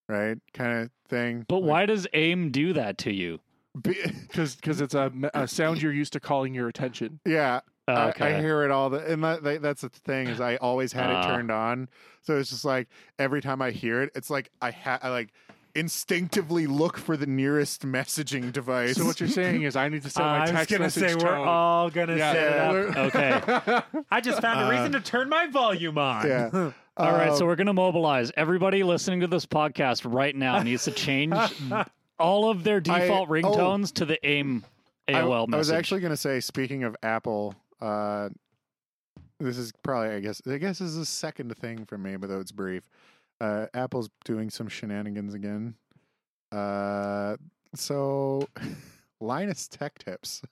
Speaker 4: right kind of thing
Speaker 3: But why does AIM do that to you?
Speaker 4: Be-
Speaker 1: because it's a, me- a sound you're used to calling your attention.
Speaker 4: yeah I-
Speaker 3: Oh, Okay.
Speaker 4: I, hear it all the and that, that- that's the thing is i always had it
Speaker 3: Ah.
Speaker 4: turned on so it's just like every time i hear it it's like i ha i like instinctively look for the nearest messaging device
Speaker 1: So what you're saying is I need to
Speaker 4: uh,
Speaker 1: set my
Speaker 2: Oh, I was
Speaker 1: text
Speaker 2: gonna
Speaker 1: message
Speaker 2: say we're
Speaker 1: tone.
Speaker 2: all gonna
Speaker 1: yeah,
Speaker 2: set it up.
Speaker 1: we're-
Speaker 3: okay.
Speaker 2: I just found a reason to turn my volume on.
Speaker 4: uh, yeah
Speaker 3: All right,
Speaker 4: Um,
Speaker 3: so we're going to mobilize. Everybody listening to this podcast right now needs to change all of their default
Speaker 4: oh.
Speaker 3: ringtones to the AIM
Speaker 4: I,
Speaker 3: AOL message.
Speaker 4: I was actually going to say, speaking of Apple, uh, this is probably, I guess, I guess this is a second thing for me, but though it's brief. Uh, Apple's doing some shenanigans again. Uh, so Linus Tech Tips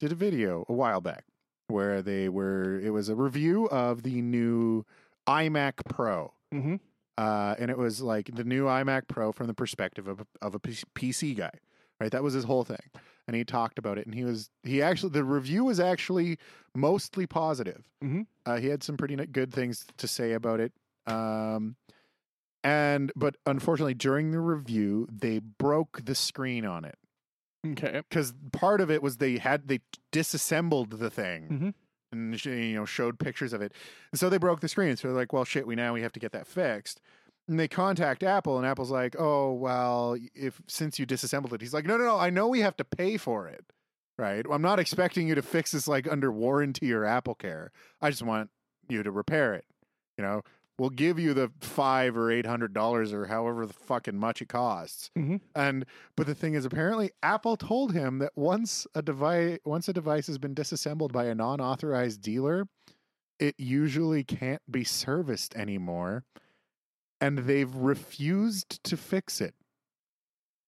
Speaker 4: did a video a while back where they were, it was a review of the new iMac Pro.
Speaker 1: Mhm.
Speaker 4: Uh, and it was like the new iMac Pro from the perspective of, of a PC guy, right? That was his whole thing and he talked about it and he was he actually the review was actually mostly positive
Speaker 1: Mhm.
Speaker 4: uh, he had some pretty n- good things to say about it um and but unfortunately during the review they broke the screen on it
Speaker 1: Okay.
Speaker 4: because part of it was they had they disassembled the thing
Speaker 1: Mhm.
Speaker 4: and sh- you know showed pictures of it and so they broke the screen so they're like well shit we now we have to get that fixed and they contact apple and apple's like oh well if since you disassembled it he's like no no no i know we have to pay for it right i'm not expecting you to fix this like under warranty or apple care i just want you to repair it you know we'll give you the five or eight hundred dollars or however the fucking much it costs.
Speaker 1: Mhm.
Speaker 4: And but the thing is, apparently Apple told him that once a device once a device has been disassembled by a non-authorized dealer, it usually can't be serviced anymore, and they've refused to fix it.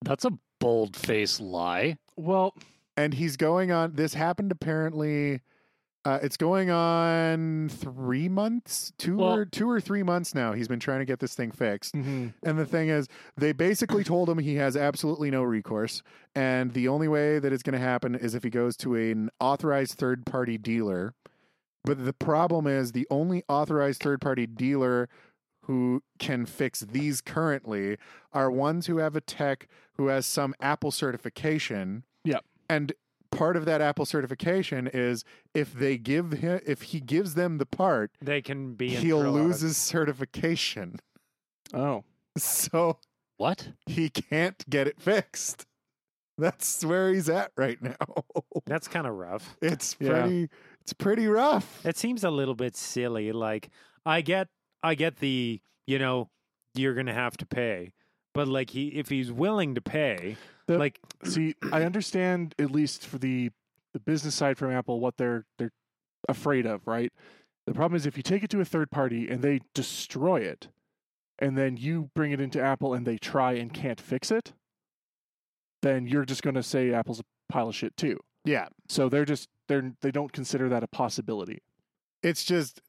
Speaker 3: That's a bold faced lie.
Speaker 1: Well,
Speaker 4: and he's going on this happened apparently uh, it's going on three months two or
Speaker 3: Well-
Speaker 4: two or three months now he's been trying to get this thing fixed
Speaker 2: Mm-hmm.
Speaker 1: mhm.
Speaker 4: and the thing is they basically told him he has absolutely no recourse and the only way that it's going to happen is if he goes to an authorized third party dealer but the problem is the only authorized third party dealer who can fix these currently are ones who have a tech who has some Apple certification.
Speaker 1: Yep.
Speaker 4: And part of that Apple certification is if they give him if he gives them the part,
Speaker 2: They can be. in
Speaker 4: he'll
Speaker 2: for a lot
Speaker 4: lose
Speaker 2: of-
Speaker 4: his certification.
Speaker 1: oh,
Speaker 4: So
Speaker 3: What?
Speaker 4: he can't get it fixed. That's where he's at right now.
Speaker 2: That's kind of rough.
Speaker 4: It's
Speaker 1: Yeah.
Speaker 4: pretty it's pretty rough.
Speaker 2: It seems a little bit silly. Like I get, I get the you know you're gonna have to pay, but like he if he's willing to pay,
Speaker 1: The-
Speaker 2: like
Speaker 1: see, I understand at least for the the business side from Apple what they're they're afraid of, right? The problem is if you take it to a third party and they destroy it, and then you bring it into Apple and they try and can't fix it, then you're just going to say Apple's a pile of shit too.
Speaker 4: Yeah.
Speaker 1: So they're just they're they don't consider that a possibility.
Speaker 4: It's just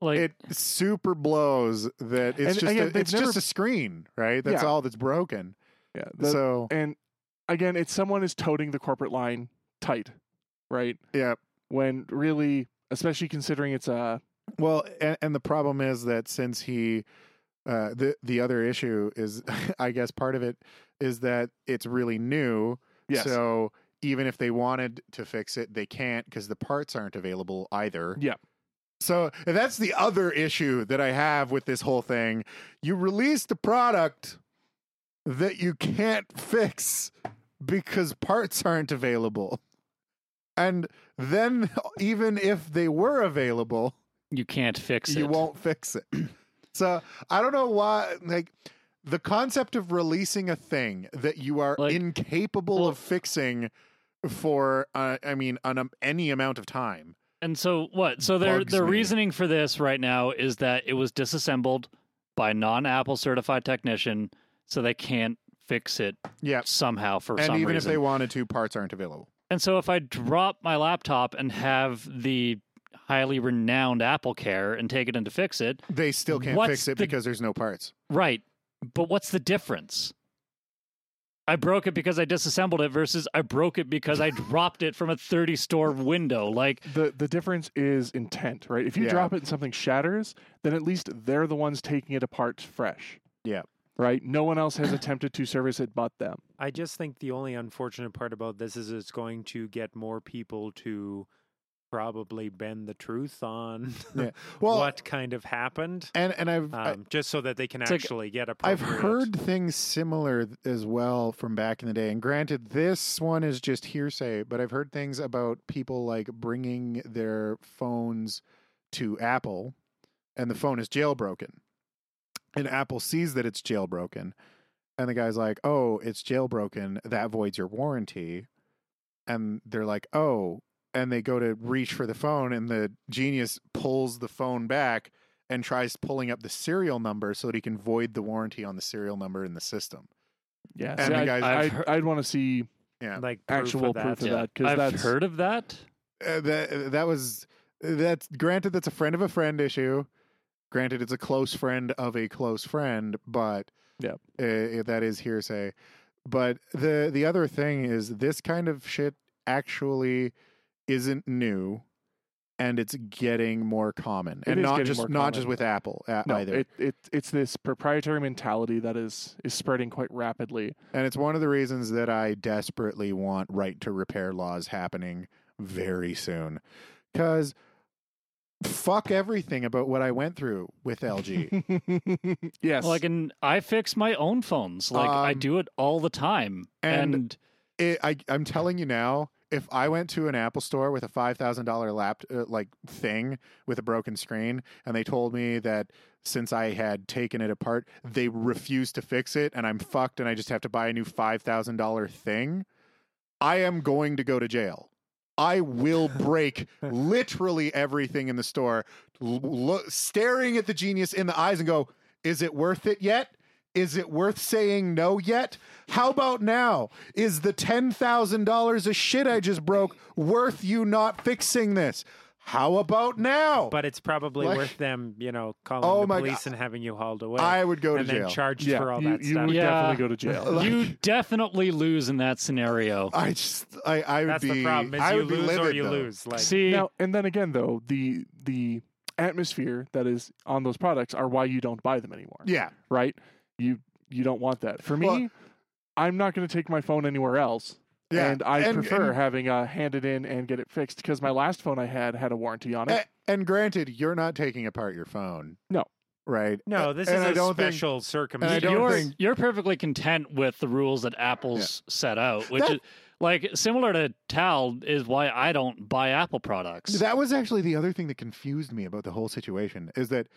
Speaker 3: Like
Speaker 4: it super blows that it's
Speaker 1: And
Speaker 4: just
Speaker 1: again,
Speaker 4: a,
Speaker 1: they've
Speaker 4: it's
Speaker 1: never-
Speaker 4: just a screen, right? That's
Speaker 1: Yeah.
Speaker 4: all that's broken.
Speaker 1: Yeah. the-
Speaker 4: so
Speaker 1: and again, it's someone is toting the corporate line tight, right?
Speaker 4: yeah,
Speaker 1: When really, especially considering it's a
Speaker 4: Well, and, and the problem is that since he, uh, the the other issue is, I guess part of it is that it's really new.
Speaker 1: yes,
Speaker 4: So even if they wanted to fix it, they can't because the parts aren't available either.
Speaker 1: Yeah.
Speaker 4: So that's the other issue that I have with this whole thing. You release the product that you can't fix because parts aren't available. And then even if they were available,
Speaker 3: you can't fix
Speaker 4: you
Speaker 3: it.
Speaker 4: won't fix it. So I don't know why. Like the concept of releasing a thing that you are
Speaker 3: Like-
Speaker 4: incapable
Speaker 3: Well-
Speaker 4: of fixing for, uh, I mean, on um, any amount of time.
Speaker 3: And so what? So their
Speaker 4: Bugs
Speaker 3: their
Speaker 4: me.
Speaker 3: reasoning for this right now is that it was disassembled by non Apple certified technician, so they can't fix it
Speaker 4: Yeah.
Speaker 3: somehow for
Speaker 4: Uh, And
Speaker 3: some
Speaker 4: even if
Speaker 3: reason.
Speaker 4: they wanted to, parts aren't available.
Speaker 3: And so if I drop my laptop and have the highly renowned Apple Care and take it in to fix it,
Speaker 4: They still can't
Speaker 3: What's
Speaker 4: fix it
Speaker 3: the-
Speaker 4: because there's no parts.
Speaker 3: right? But what's the difference? I broke it because I disassembled it versus I broke it because I dropped it from a 30 store window. Like
Speaker 1: the the difference is intent, right? If you
Speaker 4: Yeah.
Speaker 1: drop it and something shatters, then at least they're the ones taking it apart fresh.
Speaker 4: Yeah.
Speaker 1: Right. No one else has attempted to service it but them.
Speaker 2: I just think the only unfortunate part about this is it's going to get more people to probably bend the truth on
Speaker 4: Yeah. Well,
Speaker 2: what kind of happened,
Speaker 4: and and
Speaker 3: Uh,
Speaker 4: I've I-
Speaker 2: um, just so that they can
Speaker 3: It's like,
Speaker 2: actually get a.
Speaker 4: I've heard things similar th- as well from back in the day. And granted, this one is just hearsay, but I've heard things about people like bringing their phones to Apple and the phone is jailbroken. And Apple sees that it's jailbroken. And the guy's like, oh, it's jailbroken. That voids your warranty. And they're like, oh. And they go to reach for the phone, and the genius pulls the phone back and tries pulling up the serial number so that he can void the warranty on the serial number in the system.
Speaker 1: Yeah.
Speaker 4: And
Speaker 1: see,
Speaker 4: the
Speaker 1: I'd,
Speaker 4: guys-
Speaker 1: I'd,
Speaker 3: I've heard-
Speaker 1: I'd want to see
Speaker 2: like proof
Speaker 1: actual
Speaker 2: of that.
Speaker 1: proof of
Speaker 3: Yeah.
Speaker 1: that because
Speaker 3: I've
Speaker 1: that's
Speaker 3: heard of that.
Speaker 4: Uh, that that was that's granted that's a friend of a friend issue. Granted, it's a close friend of a close friend, but
Speaker 1: Yep.
Speaker 4: uh, that is hearsay. But the the other thing is this kind of shit actually isn't new, and it's getting more common,
Speaker 1: It
Speaker 4: and
Speaker 1: is
Speaker 4: not
Speaker 1: getting
Speaker 4: just
Speaker 1: more
Speaker 4: not just
Speaker 1: common.
Speaker 4: with Apple uh,
Speaker 1: no,
Speaker 4: either.
Speaker 1: it, it it's this proprietary mentality that is is spreading quite rapidly.
Speaker 4: And it's one of the reasons that I desperately want right to repair laws happening very soon. Because fuck everything about what I went through with LG.
Speaker 1: yes.
Speaker 3: Like, and I fix my own phones. Like, I
Speaker 4: Um,
Speaker 3: do it all the time.
Speaker 4: and-
Speaker 3: And,
Speaker 4: it, I, I'm telling you now, if I went to an Apple store with a five thousand dollar lap uh, like thing with a broken screen, and they told me that since I had taken it apart, they refused to fix it, and I'm fucked, and I just have to buy a new five thousand dollar thing, I am going to go to jail. I will break literally everything in the store, l- lo- staring at the genius in the eyes and go, "Is it worth it yet?" Is it worth saying no yet? How about now? Is the $10,000 of shit I just broke worth you not fixing this? How about now?
Speaker 2: But it's probably
Speaker 4: Like-
Speaker 2: worth them, you know, calling
Speaker 4: Oh
Speaker 2: the
Speaker 4: my
Speaker 2: police and having you hauled away
Speaker 4: I would go to
Speaker 2: and then
Speaker 4: jail.
Speaker 2: charged
Speaker 1: yeah,
Speaker 2: for all
Speaker 1: you,
Speaker 2: that
Speaker 1: you
Speaker 2: stuff.
Speaker 1: would
Speaker 3: Yeah.
Speaker 1: definitely go to jail.
Speaker 4: Like-
Speaker 3: you definitely lose in that
Speaker 1: Uh,
Speaker 3: scenario.
Speaker 4: I just, I, I would
Speaker 2: That's
Speaker 4: be,
Speaker 2: the problem is
Speaker 4: I
Speaker 2: you
Speaker 4: would be
Speaker 2: lose
Speaker 4: livid,
Speaker 2: or you
Speaker 4: though.
Speaker 2: lose. Like
Speaker 3: See,
Speaker 1: now, and then again, though the the atmosphere that is on those products are why you don't buy them anymore.
Speaker 4: Yeah.
Speaker 1: right? You you don't want that. For me,
Speaker 4: Well-
Speaker 1: I'm not going to take my phone anywhere else.
Speaker 4: Yeah.
Speaker 1: And I prefer
Speaker 4: and-
Speaker 1: having uh, hand it in and get it fixed because my last phone I had had a warranty on it.
Speaker 4: a- and granted, you're not taking apart your phone.
Speaker 1: No.
Speaker 4: Right.
Speaker 2: no, this
Speaker 4: and
Speaker 2: is
Speaker 4: I
Speaker 2: a
Speaker 4: don't think-
Speaker 2: special
Speaker 4: I
Speaker 2: circumstance.
Speaker 4: don't
Speaker 3: you're
Speaker 4: think-
Speaker 3: you're perfectly content with the rules that Apple's set out, which
Speaker 4: That-
Speaker 3: is like similar to Tal is why I don't buy Apple products.
Speaker 4: That was actually the other thing that confused me about the whole situation is that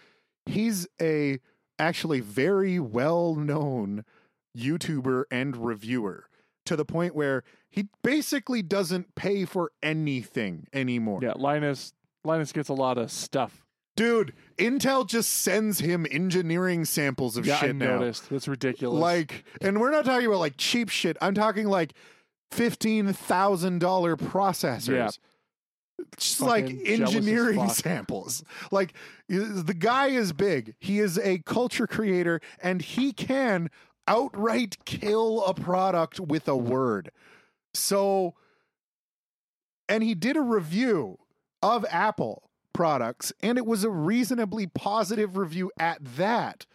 Speaker 4: he's a actually very well known YouTuber and reviewer to the point where he basically doesn't pay for anything anymore.
Speaker 1: Yeah, Linus Linus gets a lot of stuff.
Speaker 4: Dude, Intel just sends him engineering samples of
Speaker 1: yeah, I
Speaker 4: shit now.
Speaker 1: noticed. That's ridiculous.
Speaker 4: Like, and we're not talking about like cheap shit. I'm talking like fifteen thousand dollar processors.
Speaker 1: Yeah.
Speaker 4: Just
Speaker 1: Fucking
Speaker 4: like
Speaker 1: jealous as
Speaker 4: engineering
Speaker 1: fuck.
Speaker 4: samples. Like is- the guy is big. He is a culture creator, and he can outright kill a product with a word. So, and he did a review of Apple products, and it was a reasonably positive review at that.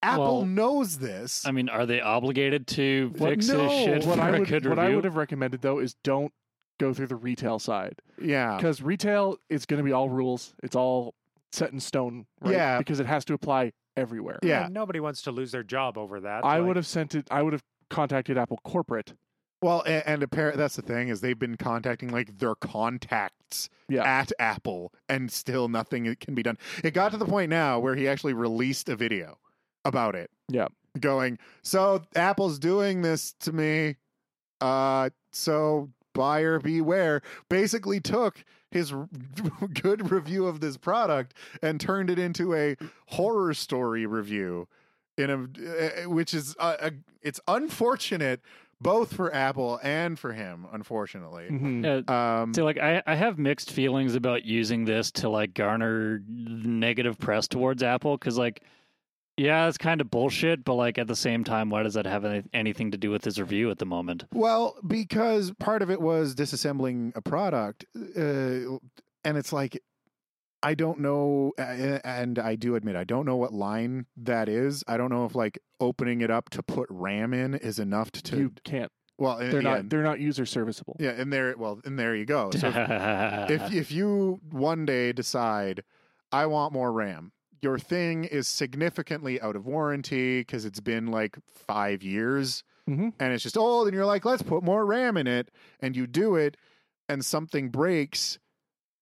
Speaker 4: Apple
Speaker 3: Well,
Speaker 4: knows this.
Speaker 3: I mean, are they obligated to
Speaker 4: What-
Speaker 3: fix
Speaker 4: no,
Speaker 3: this shit
Speaker 1: what
Speaker 3: for
Speaker 1: I
Speaker 3: a
Speaker 1: would
Speaker 3: good
Speaker 1: what I
Speaker 3: review?
Speaker 1: would have recommended though is don't go through the retail side
Speaker 4: yeah.
Speaker 1: because retail it's going to be all rules. It's all set in stone. Right?
Speaker 4: Yeah.
Speaker 1: because it has to apply everywhere.
Speaker 4: Yeah.
Speaker 2: And nobody wants to lose their job over that.
Speaker 1: I
Speaker 2: like-
Speaker 1: would have sent it. I would have contacted Apple corporate.
Speaker 4: Well, and, and apparent that's the thing is they've been contacting like their contacts
Speaker 1: Yeah.
Speaker 4: at Apple, and still nothing can be done. It got to the point now where he actually released a video about it.
Speaker 1: Yeah.
Speaker 4: going so Apple's doing this to me. Uh, so buyer beware. Basically, took his r- good review of this product and turned it into a horror story review in a uh, which is uh a, it's unfortunate both for Apple and for him, unfortunately.
Speaker 1: Mhm.
Speaker 3: Yeah,
Speaker 4: Um,
Speaker 3: See, like I, I have mixed feelings about using this to like garner negative press towards Apple because, like, yeah, it's kind of bullshit, but like at the same time, why does that have any, anything to do with his review at the moment?
Speaker 4: Well, because part of it was disassembling a product, uh, and it's like I don't know, a- a- and I do admit I don't know what line that is. I don't know if like opening it up to put RAM in is enough to.
Speaker 1: you can't.
Speaker 4: well,
Speaker 1: They're
Speaker 4: yeah,
Speaker 1: not. They're not user serviceable.
Speaker 4: yeah, and there, well, and there you go. So if
Speaker 3: if
Speaker 4: if you one day decide I want more RAM, your thing is significantly out of warranty because it's been like five years
Speaker 1: Mhm.
Speaker 4: and it's just old, and you're like, let's put more RAM in it, and you do it, and something breaks,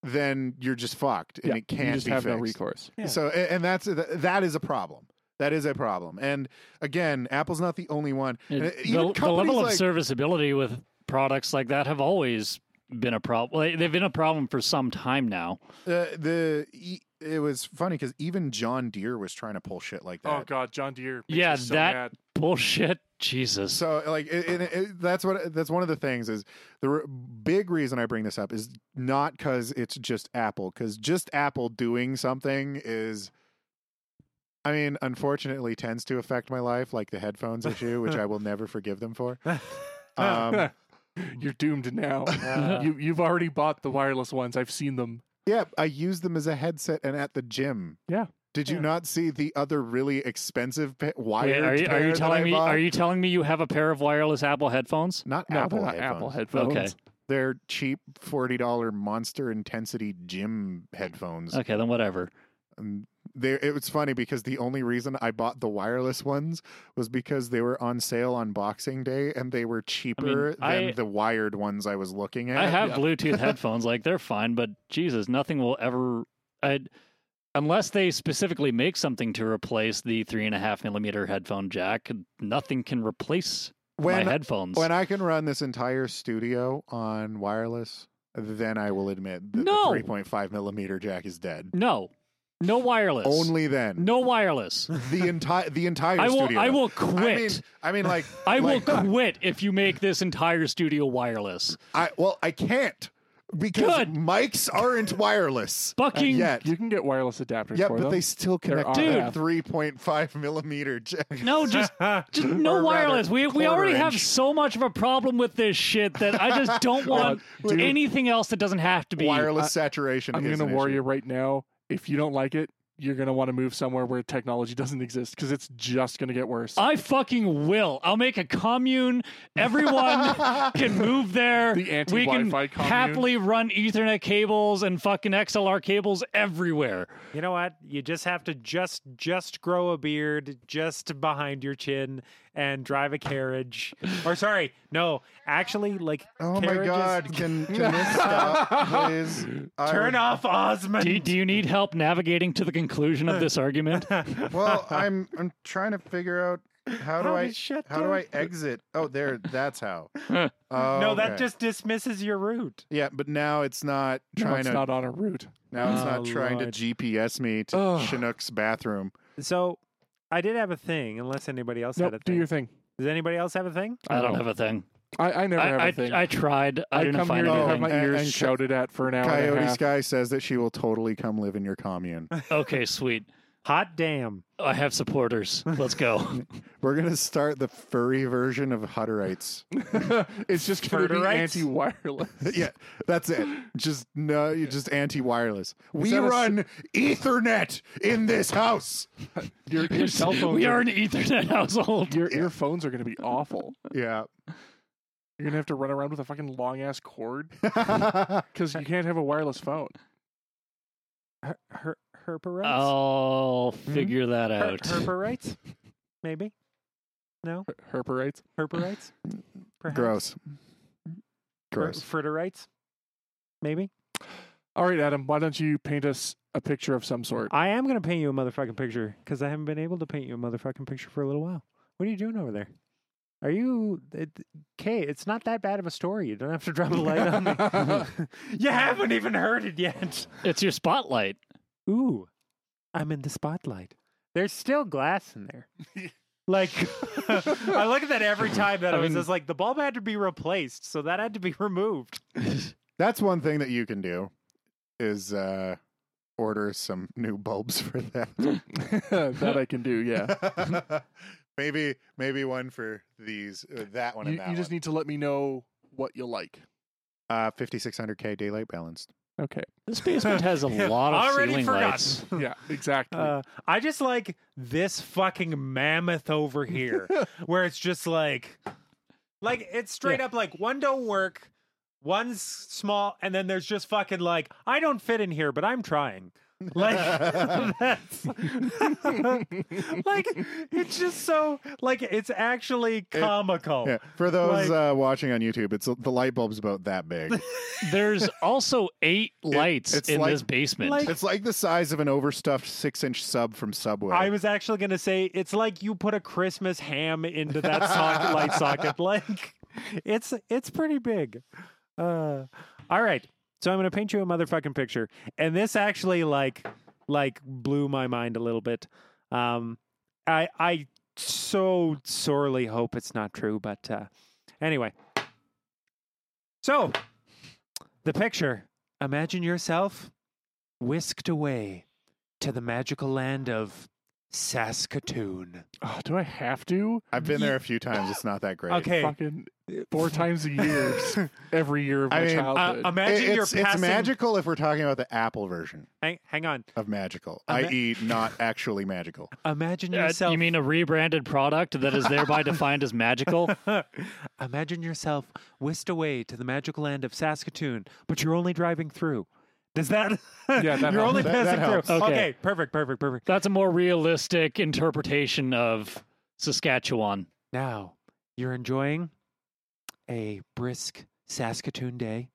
Speaker 4: then you're just fucked, and
Speaker 1: Yeah,
Speaker 4: it can't
Speaker 1: you just
Speaker 4: be
Speaker 1: have
Speaker 4: fixed.
Speaker 1: no recourse.
Speaker 2: Yeah.
Speaker 4: So, a- and that's that is a problem. That is a problem. And again, Apple's not the only one. And
Speaker 3: the,
Speaker 4: Uh, even
Speaker 3: the
Speaker 4: companies
Speaker 3: level of
Speaker 4: like-
Speaker 3: serviceability with products like that have always been a problem. Like, they've been a problem for some time now.
Speaker 4: Uh, the e- it was funny because even John Deere was trying to pull shit like that.
Speaker 1: Oh God, John Deere. makes
Speaker 3: Yeah,
Speaker 1: me so
Speaker 3: that-
Speaker 1: mad.
Speaker 3: Bullshit, Jesus.
Speaker 4: So like it, it, it- that's what that's one of the things is the r- big reason I bring this up is not cuz it's just Apple cuz just Apple doing something is I mean unfortunately tends to affect my life like the headphones issue which I will never forgive them for. Um
Speaker 1: You're doomed now.
Speaker 2: Uh,
Speaker 1: you you've already bought the wireless ones. I've seen them.
Speaker 4: yeah, I use them as a headset and at the gym.
Speaker 1: Yeah.
Speaker 4: Did you
Speaker 1: Yeah.
Speaker 4: not see the other really expensive pa-
Speaker 3: Wait,
Speaker 4: wired
Speaker 3: are you, are
Speaker 4: pair
Speaker 3: you
Speaker 4: that I
Speaker 3: telling me?
Speaker 4: bought?
Speaker 3: Are you telling me you have a pair of wireless Apple headphones?
Speaker 4: not
Speaker 1: No,
Speaker 4: Apple
Speaker 1: they're not
Speaker 4: headphones.
Speaker 1: Apple headphones.
Speaker 3: Okay.
Speaker 4: They're cheap $40 monster intensity gym headphones.
Speaker 3: Okay, then whatever.
Speaker 4: Um, they it was funny because the only reason I bought the wireless ones was because they were on sale on Boxing Day and they were cheaper than
Speaker 3: I-
Speaker 4: the wired ones I was looking at.
Speaker 3: I have
Speaker 1: Yeah.
Speaker 3: Bluetooth headphones, like they're fine, but Jesus, nothing will ever. I unless they specifically make something to replace the three and a half millimeter headphone jack, nothing can replace
Speaker 4: when
Speaker 3: my headphones.
Speaker 4: when I can run this entire studio on wireless, then I will admit that
Speaker 3: No.
Speaker 4: the three point five millimeter jack is dead.
Speaker 3: no, no wireless.
Speaker 4: Only then.
Speaker 3: no wireless.
Speaker 4: The entire the entire
Speaker 3: I will.
Speaker 4: studio.
Speaker 3: I will
Speaker 4: I
Speaker 3: quit. I,
Speaker 4: mean, I mean, like
Speaker 3: will
Speaker 4: like-
Speaker 3: quit if you make this entire studio wireless.
Speaker 4: I well, I can't because
Speaker 3: Good.
Speaker 4: mics aren't wireless
Speaker 3: Fucking
Speaker 4: yet.
Speaker 1: You can get wireless adapters
Speaker 4: Yeah,
Speaker 1: for
Speaker 4: but
Speaker 1: them.
Speaker 4: they still
Speaker 1: They're
Speaker 4: connect
Speaker 1: on
Speaker 4: to
Speaker 1: Dude.
Speaker 4: three point five millimeter jack.
Speaker 3: no, just Just
Speaker 4: Or
Speaker 3: no
Speaker 4: rather,
Speaker 3: wireless. We we
Speaker 4: quarter
Speaker 3: already have
Speaker 4: inch.
Speaker 3: so much of a problem with this shit that I just don't want
Speaker 1: dude.
Speaker 3: anything else that doesn't have to be.
Speaker 4: wireless saturation.
Speaker 1: I'm
Speaker 4: is
Speaker 1: gonna
Speaker 4: an
Speaker 1: warn you
Speaker 4: issue.
Speaker 1: right now. If you don't like it, you're gonna want to move somewhere where technology doesn't exist because it's just gonna get worse.
Speaker 3: I fucking will. I'll make a commune. Everyone can move there.
Speaker 1: The
Speaker 3: we can
Speaker 1: anti-Wi-Fi commune.
Speaker 3: happily run Ethernet cables and fucking XLR cables everywhere.
Speaker 2: You know what? You just have to just just grow a beard just behind your chin and drive a carriage. or sorry, no, actually, like
Speaker 4: Oh my
Speaker 2: carriages-
Speaker 4: God! Can, can this stop, please? I
Speaker 2: Turn
Speaker 4: would-
Speaker 2: off Osmond.
Speaker 3: Do, do you need help navigating to the conclusion of this argument?
Speaker 4: Well, I'm I'm trying to figure out how do
Speaker 2: How
Speaker 4: I
Speaker 2: to shut
Speaker 4: how do I
Speaker 2: down.
Speaker 4: exit? Oh, there. That's how. Oh,
Speaker 3: no,
Speaker 2: no, that
Speaker 4: okay.
Speaker 2: just dismisses your route.
Speaker 4: yeah. But now it's not
Speaker 1: No,
Speaker 4: trying
Speaker 1: it's
Speaker 4: to
Speaker 1: not on a route.
Speaker 4: now it's not
Speaker 2: Oh,
Speaker 4: trying
Speaker 2: Lord.
Speaker 4: to GPS me to
Speaker 1: Ugh.
Speaker 4: Chinook's bathroom.
Speaker 2: So I did have a thing, unless anybody else
Speaker 1: No,
Speaker 2: had a
Speaker 1: do
Speaker 2: thing.
Speaker 1: your thing.
Speaker 2: Does anybody else have a thing?
Speaker 3: I don't have a thing.
Speaker 1: I, I never have
Speaker 3: I,
Speaker 1: a thing.
Speaker 3: I, I tried. I,
Speaker 1: I
Speaker 3: didn't
Speaker 1: come
Speaker 3: find
Speaker 1: here to have
Speaker 3: anything.
Speaker 1: my
Speaker 4: And-
Speaker 1: ears
Speaker 4: and-
Speaker 1: shouted at for an hour and a
Speaker 4: Coyote
Speaker 1: half.
Speaker 4: Sky says that she will totally come live in your commune.
Speaker 3: Okay, sweet.
Speaker 2: Hot damn.
Speaker 3: I have supporters. Let's go.
Speaker 4: We're gonna start the furry version of Hutterites.
Speaker 1: it's just gonna be
Speaker 2: Furterites?
Speaker 1: anti-wireless.
Speaker 4: yeah, that's it. Just no, you just anti-wireless. We
Speaker 1: that a s-
Speaker 4: run Ethernet in this house.
Speaker 1: Your, your cell phones.
Speaker 3: we are
Speaker 1: are,
Speaker 3: an Ethernet household.
Speaker 1: your earphones are gonna be awful.
Speaker 4: Yeah,
Speaker 1: You're gonna have to run around with a fucking long ass cord because you can't have a wireless phone.
Speaker 2: Her, her,
Speaker 4: Oh,
Speaker 2: herperites?
Speaker 3: I'll figure that
Speaker 2: Her-
Speaker 3: out.
Speaker 2: herperites? Maybe? No?
Speaker 1: Her- Herperites.
Speaker 2: Herperites? Perhaps?
Speaker 4: gross.
Speaker 2: Fer-
Speaker 4: Gross.
Speaker 2: Ferterites? Maybe?
Speaker 1: All right, Adam. Why don't you paint us a picture of some sort?
Speaker 2: I am going to paint you a motherfucking picture because I haven't been able to paint you a motherfucking picture for a little while. What are you doing over there? Are you okay? It's not that bad of a story. You don't have to drop a light on me. you haven't even heard it yet.
Speaker 3: It's your spotlight.
Speaker 2: Ooh, I'm in the spotlight. There's still glass in there. Like, I look at that every time that I,
Speaker 3: I
Speaker 2: was
Speaker 3: mean-
Speaker 2: just like, the bulb had to be replaced, so that had to be removed.
Speaker 4: That's one thing that you can do is uh order some new bulbs for
Speaker 1: that I can do. Yeah.
Speaker 4: that. maybe maybe one for these uh, that one
Speaker 1: You,
Speaker 4: and that
Speaker 1: you just need to let me know what you like.
Speaker 4: one. uh 5600K daylight balanced.
Speaker 1: Okay.
Speaker 3: This basement has a lot of
Speaker 2: Already
Speaker 3: ceiling
Speaker 2: forgotten.
Speaker 3: lights.
Speaker 1: Yeah. Exactly.
Speaker 2: Uh, I just like this fucking mammoth over here, where it's just like, like it's straight up like one don't work, one's small, and then there's just fucking like I don't fit in here, but I'm trying. Like that's like it's just so like it's actually comical.
Speaker 1: Oh,
Speaker 4: Yeah, for those
Speaker 2: Like-
Speaker 4: uh watching on YouTube, it's the light bulb's about that big.
Speaker 3: There's also eight lights
Speaker 4: it's
Speaker 3: in
Speaker 4: like-
Speaker 3: this basement. Uh,
Speaker 2: like-
Speaker 4: it's like the size of an overstuffed 6-inch sub from Subway.
Speaker 2: I was actually gonna say it's like you put a Christmas ham into that socket, light socket. Like it's it's pretty big. Uh, all right, so I'm gonna paint you a motherfucking picture, and this actually like like blew my mind a little bit. Um, I I so sorely hope it's not true, but uh, anyway. So the picture. Imagine yourself whisked away to the magical land of Saskatoon.
Speaker 1: Oh, do I have to?
Speaker 4: I've been there a few times. It's not that great.
Speaker 2: Okay.
Speaker 1: Fucking four times a year, every year of my
Speaker 4: I mean, uh,
Speaker 1: childhood.
Speaker 2: Uh,
Speaker 4: It-
Speaker 2: imagine you're
Speaker 4: it's, it's
Speaker 2: passing.
Speaker 4: magical if we're talking about the Apple version
Speaker 2: Hang, hang on.
Speaker 4: of magical,
Speaker 2: Ima-
Speaker 4: i.e., not actually magical.
Speaker 2: Imagine
Speaker 3: Uh,
Speaker 2: yourself.
Speaker 3: you mean a rebranded product that is thereby defined as magical?
Speaker 2: imagine yourself whisked away to the magical land of Saskatoon, but you're only driving through. Does that?
Speaker 1: Yeah, that
Speaker 2: you're
Speaker 1: helps.
Speaker 2: only
Speaker 4: That- that
Speaker 2: passing
Speaker 4: helps.
Speaker 2: through.
Speaker 3: Okay.
Speaker 2: okay, perfect, perfect, perfect.
Speaker 3: That's a more realistic interpretation of Saskatchewan.
Speaker 2: Now, you're enjoying a brisk Saskatoon day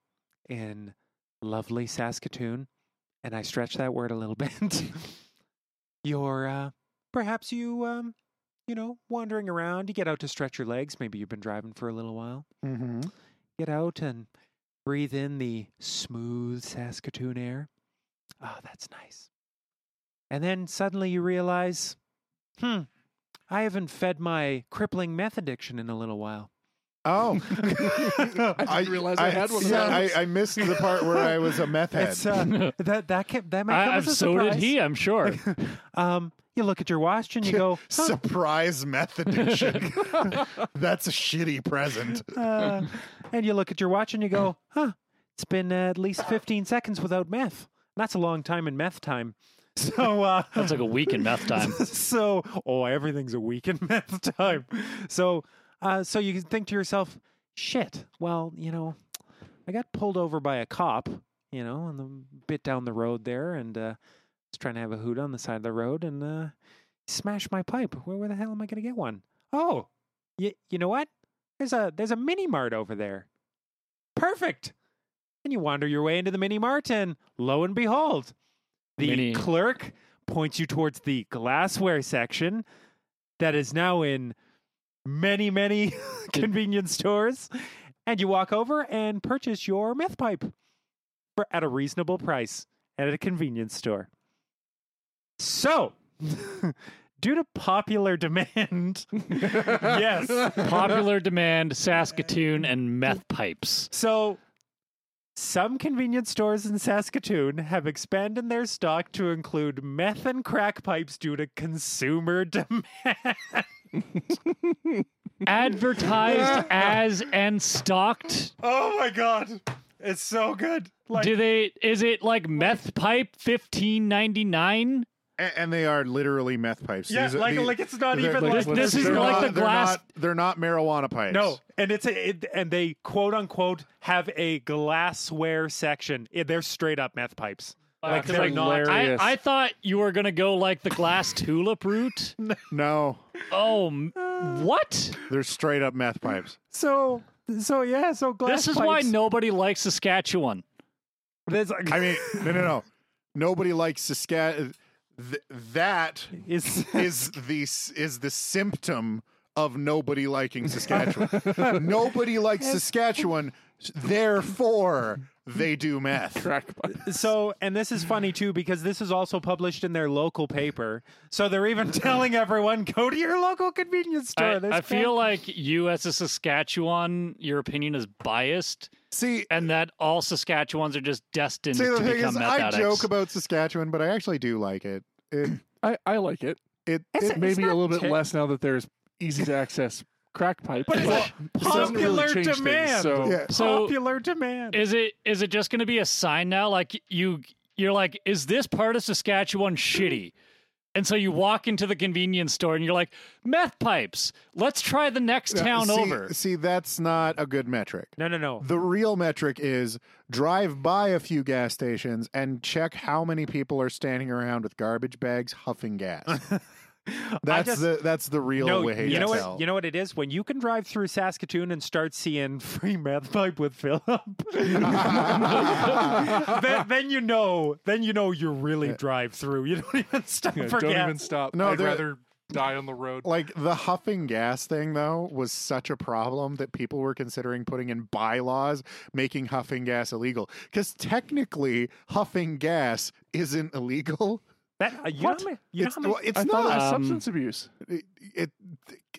Speaker 2: in lovely Saskatoon, and I stretch that word a little bit. you're uh, perhaps you um, you know, wandering around, you get out to stretch your legs, maybe you've been driving for a little while.
Speaker 4: Mm-hmm.
Speaker 2: Get out and breathe in the smooth Saskatoon air. Ah, that's nice. And then suddenly you realize, hmm, I haven't fed my crippling meth addiction in a little while.
Speaker 4: Oh,
Speaker 1: I didn't realize I had one of
Speaker 4: yeah,
Speaker 1: those.
Speaker 4: I, I missed the part where I was a meth head.
Speaker 2: It's, uh, that that can, that might come
Speaker 3: I,
Speaker 2: as a
Speaker 3: so
Speaker 2: surprise.
Speaker 3: did he, I'm sure.
Speaker 2: Um, you look at your watch and you go, huh,
Speaker 4: Surprise meth addiction. That's a shitty present.
Speaker 2: uh, and you look at your watch and you go, huh, it's been at least 15 seconds without meth. That's a long time in meth time. So uh,
Speaker 3: That's like a week in meth time.
Speaker 2: so oh everything's a week in math time so uh so you can think to yourself shit well you know i got pulled over by a cop you know on the bit down the road there and uh was trying to have a hoot on the side of the road and uh smashed my pipe where, where the hell am i gonna get one? Oh, you, you know what there's a there's a mini mart over there perfect and you wander your way into the mini mart and lo and behold the
Speaker 3: Mini-
Speaker 2: clerk points you towards the glassware section that is now in many, many convenience stores. And you walk over and purchase your meth pipe for, at a reasonable price at a convenience store. So, due to popular demand, yes,
Speaker 3: Popular demand, Saskatoon, and meth pipes.
Speaker 2: So, some convenience stores in Saskatoon have expanded their stock to include meth and crack pipes due to consumer demand.
Speaker 3: Advertised as and stocked.
Speaker 2: Oh my god, it's so good! Like,
Speaker 3: Do they is it like meth pipe fifteen ninety nine?
Speaker 4: And, and they are literally meth pipes.
Speaker 2: yeah,
Speaker 4: These are-
Speaker 2: like,
Speaker 4: the-
Speaker 2: like it's not
Speaker 4: they're-
Speaker 2: even
Speaker 1: they're
Speaker 2: like
Speaker 1: just
Speaker 2: this.
Speaker 3: This is
Speaker 4: they're
Speaker 3: like
Speaker 4: not-
Speaker 3: the
Speaker 4: they're
Speaker 3: glass
Speaker 4: not- They're not marijuana pipes.
Speaker 2: No, and it's a, it, and they quote unquote have a glassware section. Yeah, they're straight up meth pipes. Like
Speaker 1: That's
Speaker 2: they're not.
Speaker 1: hilarious.
Speaker 3: I,
Speaker 1: Yes.
Speaker 3: I thought you were gonna go like the glass tulip route.
Speaker 4: no,
Speaker 3: Oh, m- what?
Speaker 4: they're straight up meth pipes.
Speaker 2: So so yeah. So glass.
Speaker 3: This is why
Speaker 2: pipes-
Speaker 3: nobody likes Saskatchewan.
Speaker 2: There's, like,
Speaker 4: I mean, no, no, no. Nobody likes Saskatchewan. Th- that
Speaker 2: is
Speaker 4: is the s- is the symptom of nobody liking Saskatchewan. nobody likes Saskatchewan, therefore they do meth.
Speaker 1: Crack pipe.
Speaker 2: So, and this is funny too because this is also published in their local paper. So they're even telling everyone go to your local convenience store.
Speaker 3: I,
Speaker 2: There's
Speaker 3: I feel
Speaker 2: crack-
Speaker 3: like you, as a Saskatchewan, your opinion is biased,
Speaker 4: See,
Speaker 3: and that all Saskatchewans are just destined
Speaker 4: see,
Speaker 3: to
Speaker 4: the
Speaker 3: become
Speaker 4: thing is,
Speaker 3: meth
Speaker 4: I
Speaker 3: addicts.
Speaker 4: joke about Saskatchewan, but I actually do like it. It
Speaker 1: I, I like it.
Speaker 4: it,
Speaker 2: It's
Speaker 4: it
Speaker 2: a-
Speaker 1: Maybe a
Speaker 2: not
Speaker 1: little bit
Speaker 2: ter-
Speaker 1: less now that there's easy to access crack pipe.
Speaker 2: But it's
Speaker 1: it doesn't really
Speaker 2: popular
Speaker 1: change things,
Speaker 2: demand.
Speaker 1: so
Speaker 4: yeah.
Speaker 3: so
Speaker 2: popular demand.
Speaker 3: is it is it just going to be a sign now? Like you, you're like, is this part of Saskatchewan shitty? And so you walk into the convenience store and you're like, meth pipes. Let's try the next town
Speaker 4: see,
Speaker 3: over.
Speaker 4: See, that's not a good metric.
Speaker 2: no, no, no.
Speaker 4: The real metric is drive by a few gas stations and check how many people are standing around with garbage bags huffing gas. that's
Speaker 2: just-
Speaker 4: the that's the real
Speaker 2: No,
Speaker 4: way
Speaker 2: you
Speaker 4: to
Speaker 2: know
Speaker 4: tell.
Speaker 2: what? You know what it is when you can drive through Saskatoon and start seeing free meth pipe with Philip. then, then you know. Then you know you really drive through. You don't even stop
Speaker 1: Yeah,
Speaker 2: for
Speaker 1: don't
Speaker 2: gas.
Speaker 1: even stop.
Speaker 4: No,
Speaker 1: I'd
Speaker 4: they're-
Speaker 1: rather die on the road.
Speaker 4: like the huffing gas thing though was such a problem that people were considering putting in bylaws making huffing gas illegal because technically huffing gas isn't illegal
Speaker 2: That, uh, you
Speaker 1: What?
Speaker 2: Know, how many- you know
Speaker 4: it's,
Speaker 2: how many-
Speaker 4: well, it's
Speaker 1: I thought it
Speaker 4: not
Speaker 1: was
Speaker 3: Um,
Speaker 1: substance abuse.
Speaker 4: it, it-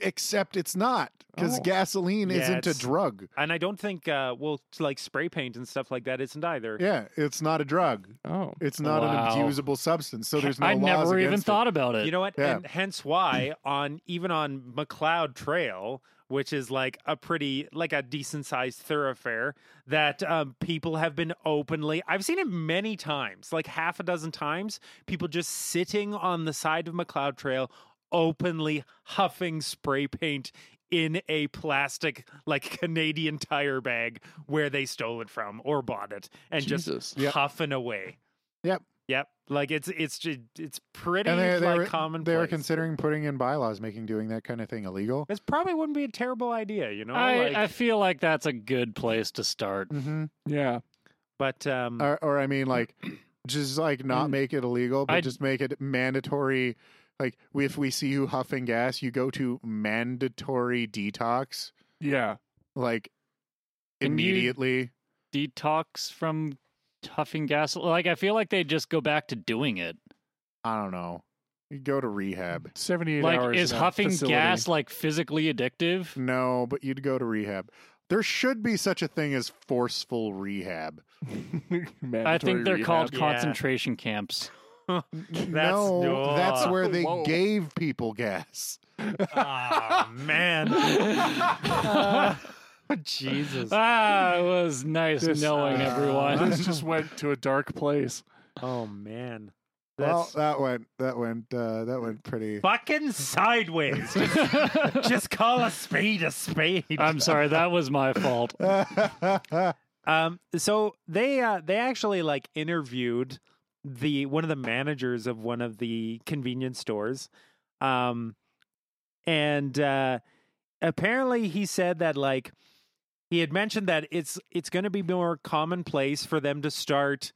Speaker 4: except it's not because
Speaker 1: Oh.
Speaker 4: gasoline
Speaker 2: Yeah,
Speaker 4: isn't a
Speaker 2: it's-
Speaker 4: drug
Speaker 2: And I don't think uh well like spray paint and stuff like that isn't either.
Speaker 4: yeah it's not a drug
Speaker 1: Oh,
Speaker 4: it's not
Speaker 3: Wow.
Speaker 4: an abusable substance so there's no
Speaker 3: I
Speaker 4: laws
Speaker 3: never even
Speaker 4: against it.
Speaker 3: thought about it.
Speaker 2: You know what?
Speaker 4: Yeah.
Speaker 2: And hence why on even on McLeod Trail, which is like a pretty like a decent sized thoroughfare that um, people have been openly I've seen it many times, like half a dozen times, people just sitting on the side of McLeod Trail openly huffing spray paint in a plastic like Canadian tire bag where they stole it from or bought it and
Speaker 1: Jesus.
Speaker 2: just
Speaker 4: Yep.
Speaker 2: huffing away.
Speaker 4: Yep.
Speaker 2: Yep. Like it's it's ju- it's pretty
Speaker 4: And they, they
Speaker 2: like
Speaker 4: were,
Speaker 2: common.
Speaker 4: they were considering putting in bylaws making doing that kind of thing illegal.
Speaker 2: It probably wouldn't be a terrible idea, you know.
Speaker 3: I,
Speaker 2: like,
Speaker 3: I feel like that's a good place to start.
Speaker 4: Mm-hmm.
Speaker 1: Yeah.
Speaker 2: but um,
Speaker 4: Or, or I mean, like, just like not make it illegal, but
Speaker 3: Mm. I-
Speaker 4: just make it mandatory. Like, if we see you huffing gas, you go to mandatory detox,
Speaker 1: Yeah.
Speaker 4: like
Speaker 3: Can you-
Speaker 4: immediately.
Speaker 3: Detox from huffing gas. Like I feel like they just go back to doing it.
Speaker 4: I don't know. You go to rehab.
Speaker 1: 78
Speaker 3: Like
Speaker 1: hours.
Speaker 3: is
Speaker 1: in a
Speaker 3: huffing
Speaker 1: facility.
Speaker 3: gas like physically addictive?
Speaker 4: No, but you'd go to rehab. There should be such a thing as forceful rehab.
Speaker 3: I
Speaker 1: Mandatory
Speaker 3: think they're
Speaker 1: rehab.
Speaker 3: called
Speaker 2: Yeah.
Speaker 3: concentration camps.
Speaker 4: That's,
Speaker 2: no.
Speaker 4: no, that's where they
Speaker 1: Whoa.
Speaker 4: gave people gas.
Speaker 2: oh man, Uh, Jesus.
Speaker 3: Ah, it was nice
Speaker 1: This-
Speaker 3: knowing
Speaker 2: uh,
Speaker 3: everyone.
Speaker 1: This just went to a dark place.
Speaker 2: Oh man,
Speaker 4: Well, uh,
Speaker 2: that's
Speaker 4: that went that went uh, that went pretty.
Speaker 2: fucking sideways. Just, just call a spade a spade.
Speaker 3: I'm sorry, that was my fault.
Speaker 2: Um, so they uh, they actually like interviewed the one of the managers of one of the convenience stores, um, and uh, apparently he said that like he had mentioned that it's it's going to be more commonplace for them to start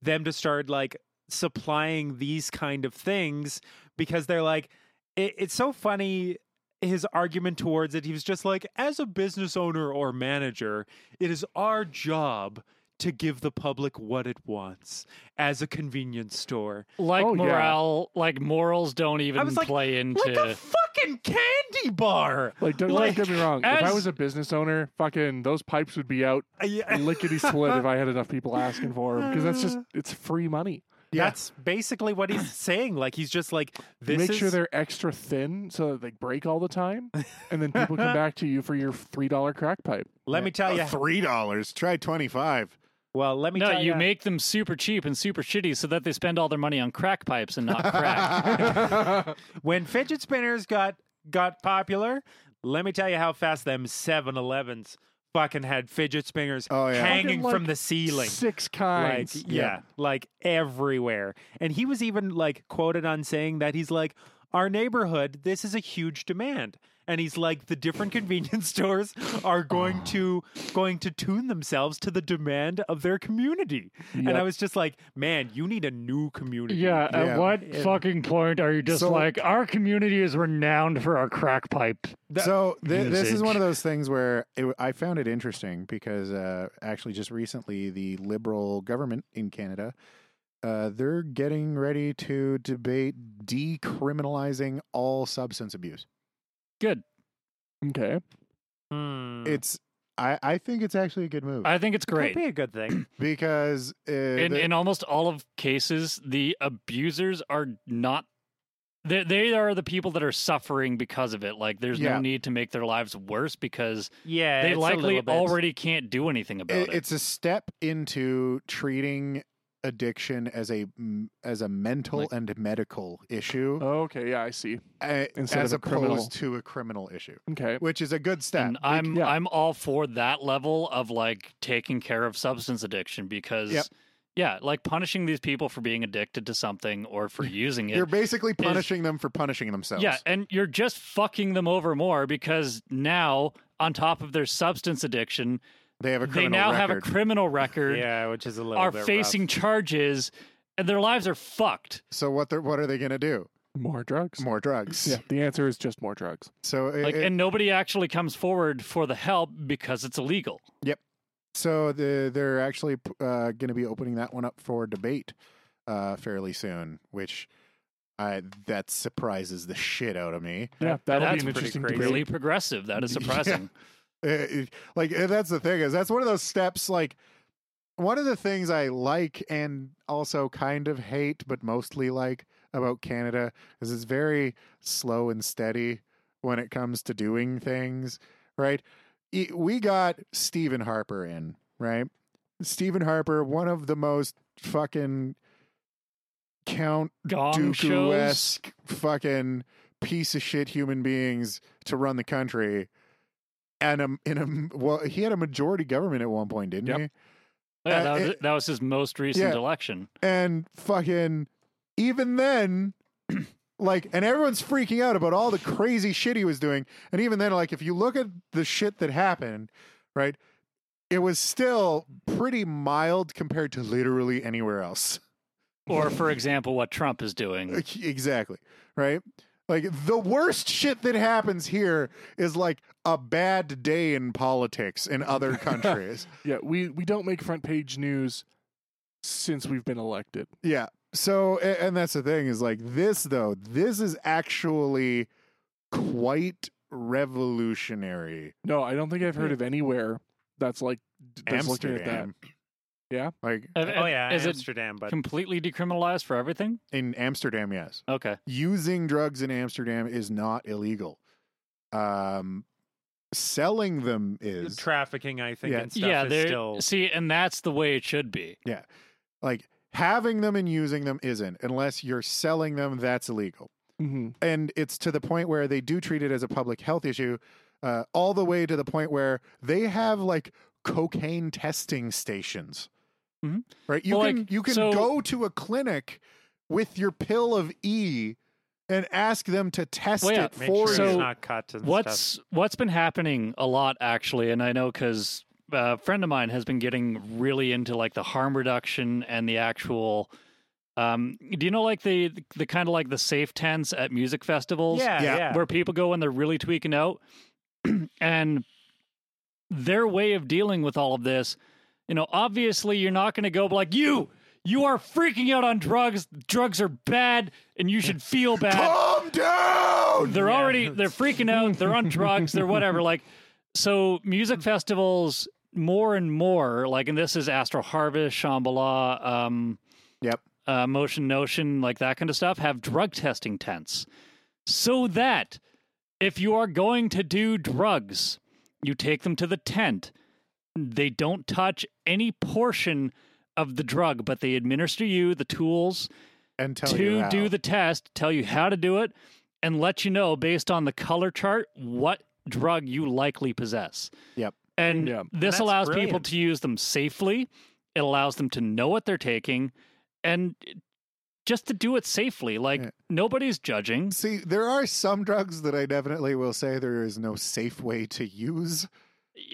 Speaker 2: them to start like supplying these kind of things because they're like it, it's so funny his argument towards it he was just like as a business owner or manager it is our job to give the public what it wants as a convenience store
Speaker 3: Like
Speaker 1: Oh, yeah.
Speaker 3: morale, like morals don't even
Speaker 2: was like,
Speaker 3: play into.
Speaker 2: like a fucking candy bar
Speaker 1: Like, don't,
Speaker 2: Like,
Speaker 1: don't get me wrong. if I
Speaker 3: as-
Speaker 1: was a business owner, fucking those pipes would be out lickety split if I had enough people asking for them because that's just it's free money.
Speaker 2: that's basically what he's saying like he's just like this
Speaker 1: Make sure
Speaker 2: is-
Speaker 1: they're extra thin so that they break all the time, and then people come back to you for your three dollar crack pipe.
Speaker 2: let me tell you
Speaker 4: three dollars. Try twenty five.
Speaker 2: well let me
Speaker 3: no,
Speaker 2: tell
Speaker 3: you
Speaker 2: ya-
Speaker 3: make them super cheap and super shitty so that they spend all their money on crack pipes and not crack.
Speaker 2: when fidget spinners got got popular, let me tell you how fast them 7-Elevens fucking had fidget spinners
Speaker 4: Oh, yeah.
Speaker 2: hanging
Speaker 1: Fucking, like,
Speaker 2: from the ceiling.
Speaker 1: Six
Speaker 2: Like
Speaker 1: kinds.
Speaker 2: yeah, like everywhere. And he was even like quoted on saying that he's like our neighborhood, this is a huge demand. And he's like the different convenience stores are going to going to tune themselves to the demand of their community. And I
Speaker 1: Yep.
Speaker 2: was just like, man, you need a new community.
Speaker 3: Yeah, uh,
Speaker 4: Yeah.
Speaker 3: at what
Speaker 2: Yeah.
Speaker 3: fucking point are you just
Speaker 4: So-
Speaker 3: like our community is renowned for our crack pipe?
Speaker 2: That-
Speaker 4: so th- this is
Speaker 3: Music.
Speaker 4: one of those things where it, w- I found it interesting because uh, actually just recently the Liberal government in Canada uh, they're getting ready to debate decriminalizing all substance abuse.
Speaker 3: Good.
Speaker 1: Okay.
Speaker 2: Hmm.
Speaker 4: It's I, I think it's actually a good move
Speaker 3: Mm-hmm. I think it's great.
Speaker 2: Could be a good thing.
Speaker 4: because uh,
Speaker 3: In
Speaker 4: the-
Speaker 3: in almost all of cases, the abusers are not. They, they are the people that are suffering because of it. Like, there's
Speaker 4: Yeah.
Speaker 3: no need to make their lives worse because
Speaker 2: Yeah,
Speaker 3: they
Speaker 2: it's a
Speaker 3: likely
Speaker 2: little bit.
Speaker 3: already can't do anything about it.
Speaker 4: it- it's a step into treating addiction as a m- as a mental
Speaker 3: Like- Oh,
Speaker 4: and medical issue
Speaker 1: Okay. Yeah, I see.
Speaker 4: a-
Speaker 1: instead of
Speaker 4: as
Speaker 1: a
Speaker 4: opposed
Speaker 1: criminal.
Speaker 4: to a criminal issue
Speaker 1: Okay.
Speaker 4: which is a good step
Speaker 3: and I'm
Speaker 1: yeah.
Speaker 3: I'm all for that level of like taking care of substance addiction because
Speaker 4: Yep.
Speaker 3: yeah, like punishing these people for being addicted to something or for using
Speaker 4: you're
Speaker 3: it.
Speaker 4: basically punishing them for punishing themselves
Speaker 3: Yeah, and you're just fucking them over more because now on top of their substance addiction,
Speaker 4: they have a
Speaker 3: they
Speaker 4: criminal
Speaker 3: now have a
Speaker 4: record
Speaker 3: criminal record,
Speaker 2: Yeah, which is a little
Speaker 3: are
Speaker 2: bit rough.
Speaker 3: facing charges, and their lives are fucked.
Speaker 4: so what they're what are they going to do
Speaker 1: More drugs.
Speaker 4: more drugs
Speaker 1: Yeah. The answer is just more drugs.
Speaker 4: so it,
Speaker 3: Like
Speaker 4: it-
Speaker 3: and nobody actually comes forward for the help because it's illegal.
Speaker 4: so the, they're actually uh, going to be opening that one up for debate uh, fairly soon which I, that surprises the shit out of me
Speaker 1: Yeah, that'll
Speaker 3: That's
Speaker 1: be an
Speaker 3: pretty
Speaker 1: interesting
Speaker 2: crazy.
Speaker 1: debate.
Speaker 3: Really progressive. That is
Speaker 4: Yeah.
Speaker 3: surprising.
Speaker 4: Uh, it- like uh, that's the thing is that's one of those steps like one of the things i like and also kind of hate but mostly like about canada is it's very slow and steady when it comes to doing things right E- we got stephen harper in right stephen harper one of the most fucking count
Speaker 3: Gong shows.
Speaker 4: Dooku-esque fucking piece of shit human beings to run the country. And um, in a well, he had a majority government at one point, didn't
Speaker 1: Yep.
Speaker 4: he?
Speaker 3: Yeah, that,
Speaker 4: Uh,
Speaker 3: was,
Speaker 4: it-
Speaker 3: that was his most recent
Speaker 4: Yeah.
Speaker 3: election.
Speaker 4: And fucking even then, like, and everyone's freaking out about all the crazy shit he was doing. And even then, like, if you look at the shit that happened, right, it was still pretty mild compared to literally anywhere else.
Speaker 3: Or, for example, what Trump is doing.
Speaker 4: Exactly. Right? Like the worst shit that happens here is like a bad day in politics in other countries.
Speaker 1: Yeah, we we don't make front page news since we've been elected.
Speaker 4: yeah. So a- and that's the thing is like this though, this is actually quite revolutionary.
Speaker 1: No, I don't think I've heard of anywhere that's like that's looking at that.
Speaker 4: Amsterdam.
Speaker 1: Yeah?
Speaker 4: Like
Speaker 2: oh yeah,
Speaker 3: Is it
Speaker 2: Amsterdam, but
Speaker 3: completely decriminalized for everything?
Speaker 4: in Amsterdam, yes.
Speaker 3: Okay.
Speaker 4: Using drugs in Amsterdam is not illegal. Um selling them is
Speaker 2: trafficking, I think,
Speaker 4: Yeah.
Speaker 2: and stuff
Speaker 3: yeah,
Speaker 2: is
Speaker 3: there-
Speaker 2: still
Speaker 3: see, and that's the way it should be.
Speaker 4: like having them and using them isn't unless you're selling them that's illegal
Speaker 1: Mm-hmm.
Speaker 4: and it's to the point where they do treat it as a public health issue uh, all the way to the point where they have like cocaine testing stations
Speaker 3: Mhm.
Speaker 4: right you
Speaker 3: Well,
Speaker 4: can
Speaker 3: like,
Speaker 4: you can
Speaker 3: so-
Speaker 4: go to a clinic with your pill of e and ask them to test
Speaker 3: Well, yeah,
Speaker 4: it
Speaker 2: make
Speaker 4: for
Speaker 2: sure
Speaker 4: you
Speaker 3: So-
Speaker 2: it's not cut and stuff.
Speaker 3: What's what's been happening a lot actually, and I know because a friend of mine has been getting really into like the harm reduction and the actual. Um, do you know like the the kind of like the safe tents at music festivals?
Speaker 2: Yeah,
Speaker 4: Yeah.
Speaker 2: yeah.
Speaker 3: where people go and they're really tweaking out. and their way of dealing with all of this, you know, obviously you're not going to go like you. You are freaking out on drugs. Drugs are bad, and you should feel bad.
Speaker 4: calm down
Speaker 3: They're
Speaker 2: Yeah.
Speaker 3: already they're freaking out. They're on drugs. They're whatever. Like so, music festivals more and more like, and this is Astro Harvest, Shambhala, um,
Speaker 4: Yep.
Speaker 3: uh, Motion Notion, like that kind of stuff, have drug testing tents, so that if you are going to do drugs, you take them to the tent. They don't touch any portion of the drug, but they administer you the tools
Speaker 4: and tell
Speaker 3: to
Speaker 4: you how.
Speaker 3: do the test, tell you how to do it, and let you know based on the color chart what drug you likely possess.
Speaker 4: Yep.
Speaker 3: And
Speaker 1: Yeah.
Speaker 3: this
Speaker 2: That's
Speaker 3: allows people
Speaker 2: brilliant.
Speaker 3: to use them safely. It allows them to know what they're taking and just to do it safely. Like
Speaker 4: Yeah.
Speaker 3: nobody's judging.
Speaker 4: see there are some drugs that i definitely will say there is no safe way to use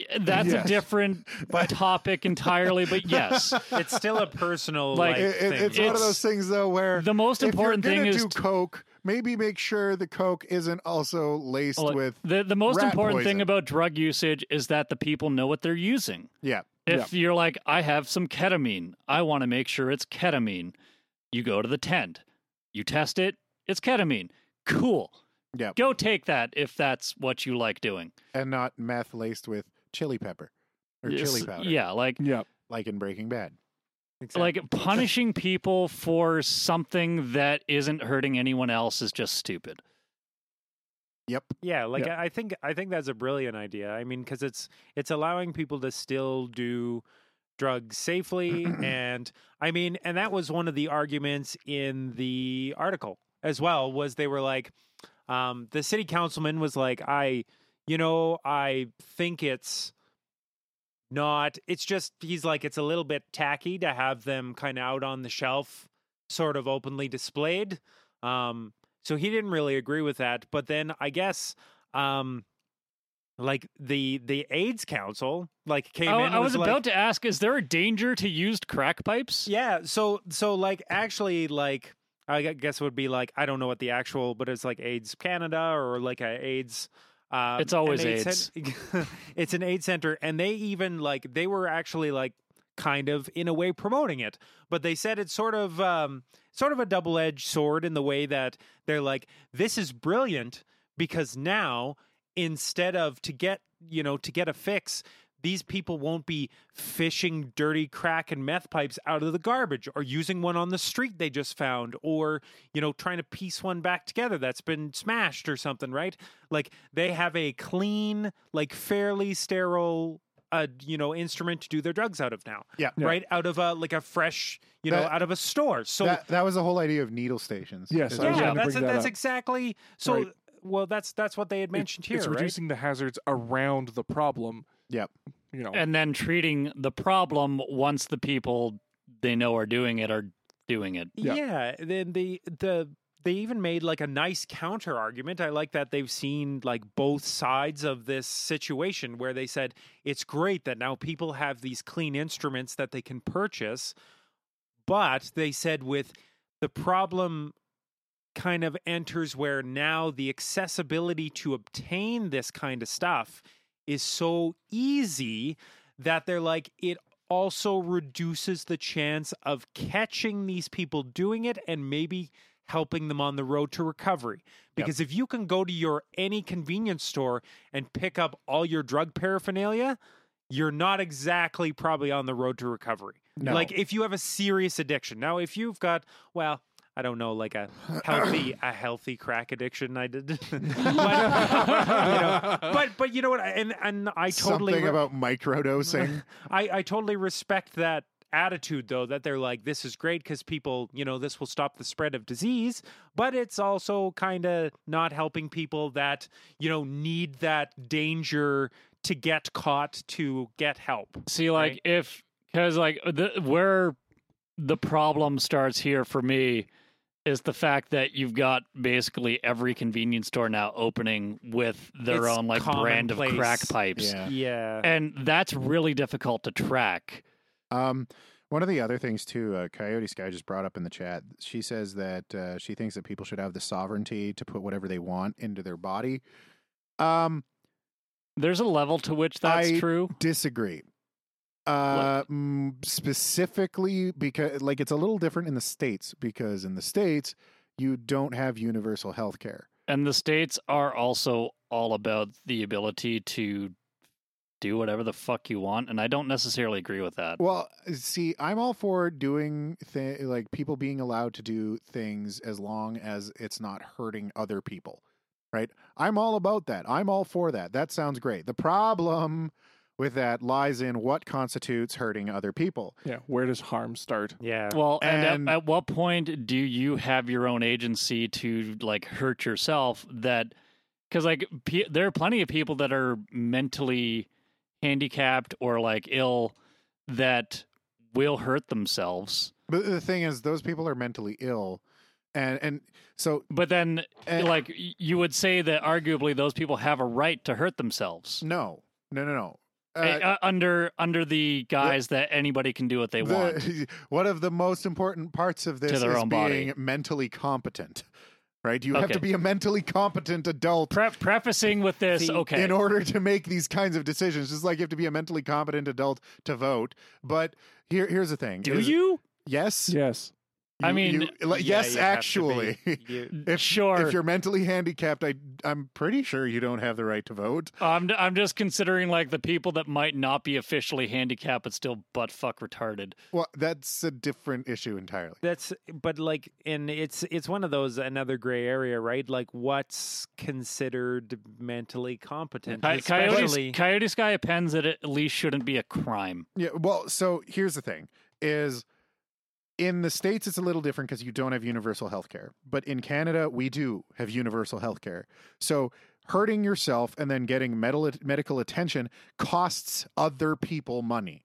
Speaker 3: Eh, That's
Speaker 1: Yes.
Speaker 3: a different
Speaker 4: But-
Speaker 3: topic entirely, but yes.
Speaker 2: it's still a personal
Speaker 3: Like,
Speaker 2: like,
Speaker 4: It- it-
Speaker 2: thing.
Speaker 4: it's one of
Speaker 3: It's-
Speaker 4: those things though where
Speaker 3: The most important
Speaker 4: if you're
Speaker 3: thing
Speaker 4: gonna
Speaker 3: is
Speaker 4: do
Speaker 3: to-
Speaker 4: coke. Maybe make sure the coke isn't also laced
Speaker 3: Well,
Speaker 4: with
Speaker 3: the the most
Speaker 4: rat
Speaker 3: important
Speaker 4: poison.
Speaker 3: thing about drug usage is that the people know what they're using.
Speaker 4: yeah.
Speaker 3: If you're like, I have some ketamine, I want to make sure it's ketamine. You go to the tent, you test it, it's ketamine. Cool.
Speaker 4: Yep.
Speaker 3: Go take that if that's what you like doing.
Speaker 4: and not meth laced with chili pepper or chili
Speaker 3: Yes,
Speaker 4: powder,
Speaker 3: Yeah, like
Speaker 1: Yeah.
Speaker 4: like in Breaking Bad.
Speaker 3: like punishing people for something that isn't hurting anyone else is just stupid.
Speaker 4: Yep,
Speaker 2: Yeah, like I I think I think that's a brilliant idea. I mean, because it's it's allowing people to still do drugs safely, and I mean, and that was one of the arguments in the article as well. Was they were like, um, the city councilman was like, I, you know, I think it's not. It's just he's like, it's a little bit tacky to have them kind of out on the shelf, sort of openly displayed. Um, so he didn't really agree with that. But then I guess, um, like the the AIDS Council, like came
Speaker 3: I,
Speaker 2: in.
Speaker 3: Oh, I
Speaker 2: and
Speaker 3: was
Speaker 2: like,
Speaker 3: about to ask, is there a danger to used crack pipes?
Speaker 2: yeah. So so like actually like I gu- guess it would be like I don't know what the actual, but it's like AIDS Canada or like a AIDS. Uh,
Speaker 3: It's always
Speaker 2: an cen- it's an AIDS center, and they even like they were actually like kind of in a way promoting it, but they said it's sort of um, sort of a double edged sword in the way that they're like this is brilliant because now instead of to get you know to get a fix these people won't be fishing dirty crack and meth pipes out of the garbage or using one on the street they just found or you know trying to piece one back together that's been smashed or something right like they have a clean like fairly sterile a you know instrument to do their drugs out of now.
Speaker 4: Yeah.
Speaker 1: Yeah.
Speaker 2: Right out of a like a fresh you know
Speaker 4: That-
Speaker 2: out of a store. So
Speaker 4: that, that was the whole idea of needle stations.
Speaker 1: Yes,
Speaker 4: is
Speaker 1: I was
Speaker 2: yeah,
Speaker 1: gonna
Speaker 2: that's
Speaker 1: bring that
Speaker 2: that's
Speaker 1: up.
Speaker 2: exactly so.
Speaker 1: Right.
Speaker 2: Well, that's that's what they had
Speaker 1: It-
Speaker 2: mentioned here,
Speaker 1: It's
Speaker 2: right?
Speaker 1: reducing the hazards around the problem.
Speaker 4: Yep.
Speaker 1: You know,
Speaker 3: and then treating the problem once the people they know are doing it are doing it.
Speaker 1: Yeah.
Speaker 2: Yeah. Then the the they even made like a nice counter argument. I like that they've seen like both sides of this situation where they said it's great that now people have these clean instruments that they can purchase, but they said with the problem kind of enters where now the accessibility to obtain this kind of stuff is so easy that they're like it also reduces the chance of catching these people doing it and maybe helping them on the road to recovery because if you can go to your any convenience store and pick up all your drug paraphernalia you're not exactly probably on the road to recovery
Speaker 4: No.
Speaker 2: like if you have a serious addiction now if you've got well I don't know, like a healthy a healthy crack addiction. I did, but, you know, but but you know what? And and I totally
Speaker 4: Something
Speaker 2: re-
Speaker 4: about microdosing.
Speaker 2: I I totally respect that attitude though that they're like this is great because people you know this will stop the spread of disease but it's also kind of not helping people that you know need that danger to get caught to get help
Speaker 3: See, like
Speaker 2: Right.
Speaker 3: if because like the where the problem starts here for me is the fact that you've got basically every convenience store now opening with their
Speaker 2: It's
Speaker 3: own like brand of crack
Speaker 2: commonplace.
Speaker 3: pipes,
Speaker 4: yeah.
Speaker 2: yeah
Speaker 3: and that's really difficult to track.
Speaker 4: Um, one of the other things too, uh, Coyote Sky just brought up in the chat. She says that uh, she thinks that people should have the sovereignty to put whatever they want into their body. Um,
Speaker 3: There's a level to which that's
Speaker 4: I-
Speaker 3: true.
Speaker 4: disagree. Uh, mm, specifically because like it's a little different in the states because in the states you don't have universal health care.
Speaker 3: And the states are also all about the ability to do whatever the fuck you want, and I don't necessarily agree with that.
Speaker 4: Well, uh, see, I'm all for doing th- like people being allowed to do things as long as it's not hurting other people, right? I'm all about that. I'm all for that. That sounds great. The problem with that lies in what constitutes hurting other people.
Speaker 1: yeah. Where does harm start?
Speaker 2: yeah
Speaker 3: Well, and, at-
Speaker 4: And-
Speaker 3: at, what point do you have your own agency to like hurt yourself? That because like pe- there are plenty of people that are mentally handicapped or like ill that will hurt themselves.
Speaker 4: But the thing is, those people are mentally ill, and and so eh,
Speaker 3: But then,
Speaker 4: and,
Speaker 3: like y- you would say that arguably those people have a right to hurt themselves
Speaker 4: no, no, no, no. Uh,
Speaker 3: Uh, uh, under under the guise that anybody can do what they want.
Speaker 4: the- one of the most important parts of this
Speaker 3: To their
Speaker 4: is
Speaker 3: own body.
Speaker 4: being mentally competent, right? You have to
Speaker 3: Okay.
Speaker 4: be a mentally competent adult
Speaker 3: Pre- prefacing with this,
Speaker 2: See,
Speaker 3: okay,
Speaker 4: in order to make these kinds of decisions. Just like you have to be a mentally competent adult to vote. But here, here's the thing:
Speaker 3: do
Speaker 4: is-
Speaker 3: you?
Speaker 4: Yes.
Speaker 1: Yes.
Speaker 3: I
Speaker 4: You-
Speaker 3: mean,
Speaker 4: you- like,
Speaker 2: Yeah,
Speaker 4: yes,
Speaker 2: you have to
Speaker 4: actually.
Speaker 2: be- you-
Speaker 4: If,
Speaker 3: sure.
Speaker 4: if you're mentally handicapped, I I'm pretty sure you don't have the right to vote.
Speaker 3: I'm I'm just considering like the people that might not be officially handicapped but still butt fuck retarded.
Speaker 4: Well, that's a different issue entirely.
Speaker 2: That's but like and it's it's one of those another gray area, right? Like what's considered mentally competent,
Speaker 3: Coy-
Speaker 2: especially
Speaker 3: Coyote, Coyote Sky appends that it at least shouldn't be a crime.
Speaker 4: Yeah. Well, so here's the thing: is in the states it's a little different because you don't have universal health care, but in Canada we do have universal health care. So hurting yourself and then getting medical medical attention costs other people money,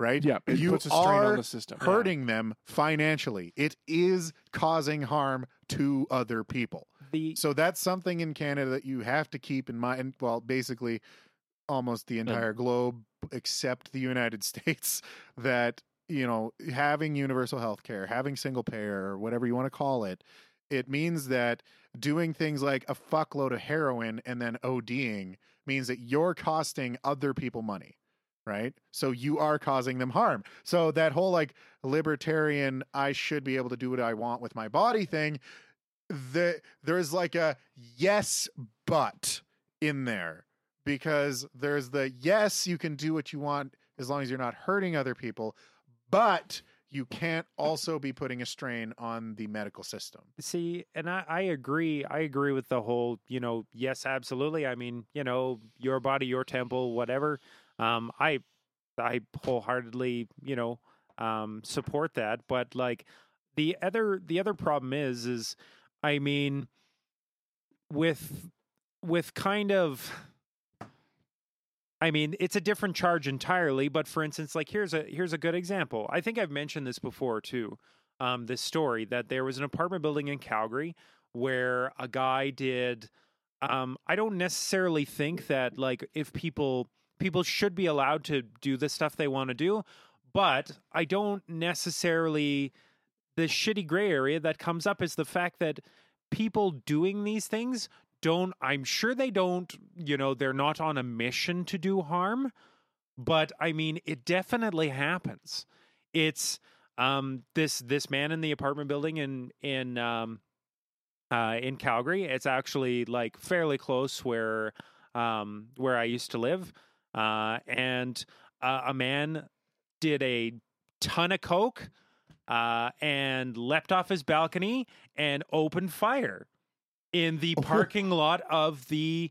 Speaker 4: right?
Speaker 1: Yeah. It
Speaker 4: you
Speaker 1: puts a strain
Speaker 4: are
Speaker 1: on the system.
Speaker 4: hurting them financially. It is causing harm to other people.
Speaker 2: the
Speaker 4: So that's something in Canada that you have to keep in mind. Well, basically, almost the entire globe except the United States. That you know, having universal health care, having single payer, or whatever you want to call it, it means that doing things like a fuckload of heroin and then ODing means that you're costing other people money. Right. So you are causing them harm. So that whole like libertarian, I should be able to do what I want with my body thing the there's like a yes but in there because there's the yes you can do what you want as long as you're not hurting other people but you can't also be putting a strain on the medical system
Speaker 2: see, and I, I agree I agree with the whole, you know, yes, absolutely. I mean, you know, your body, your temple, whatever. Um, I I wholeheartedly, you know, um, support that. But like the other the other problem is is I mean with with kind of I mean, it's a different charge entirely, but for instance, like here's a here's a good example. I think I've mentioned this before too. Um, this story that there was an apartment building in Calgary where a guy did um I don't necessarily think that like if people people should be allowed to do the stuff they want to do, but I don't necessarily the shitty gray area that comes up is the fact that people doing these things don't I'm sure they don't, you know, they're not on a mission to do harm, but I mean it definitely happens. It's um this this man in the apartment building in in um uh in Calgary. It's actually like fairly close where um where I used to live. Uh and uh, a man did a ton of coke uh, and leapt off his balcony and opened fire in the parking lot of the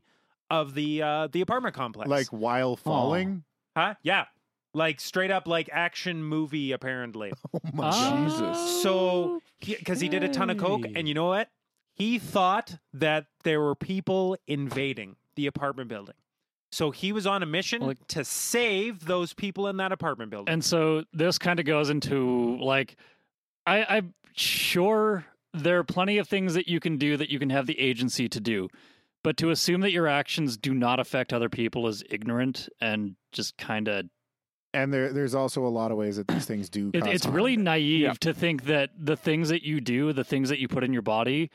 Speaker 2: of the uh, the apartment complex.
Speaker 4: Like while falling.
Speaker 2: huh? Yeah, like straight up like action movie apparently.
Speaker 4: Oh, my
Speaker 1: Ah.
Speaker 4: God.
Speaker 1: Jesus.
Speaker 2: So because he, did a ton of coke,
Speaker 3: Okay.
Speaker 2: and you know what? He thought that there were people invading the apartment building. So he was on a mission
Speaker 3: Like-
Speaker 2: to save those people in that apartment building.
Speaker 3: And so this kind of goes into like, I, I'm sure there are plenty of things that you can do that you can have the agency to do, but to assume that your actions do not affect other people is ignorant and just kind of
Speaker 4: And there, there's also a lot of ways that these things do.
Speaker 3: it,
Speaker 4: cause
Speaker 3: it's
Speaker 4: harm.
Speaker 3: really naive
Speaker 1: Yeah.
Speaker 3: to think that the things that you do, the things that you put in your body,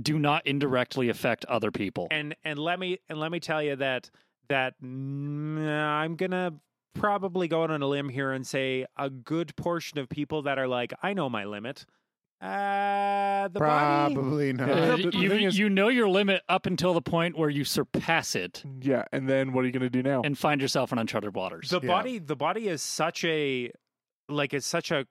Speaker 3: do not indirectly affect other people.
Speaker 2: and and let me and let me tell you that that mm, I'm gonna probably go out on a limb here and say a good portion of people that are like I know my limit. Uh, the body.
Speaker 4: probably not.
Speaker 1: Yeah.
Speaker 3: Uh,
Speaker 1: the- the
Speaker 3: you,
Speaker 1: thing is-
Speaker 3: you know your limit up until the point where you surpass it
Speaker 1: Yeah, and then what are you going to do now?
Speaker 3: and find yourself in uncharted waters.
Speaker 2: The
Speaker 4: Yeah.
Speaker 2: body. The body is such a like it's such a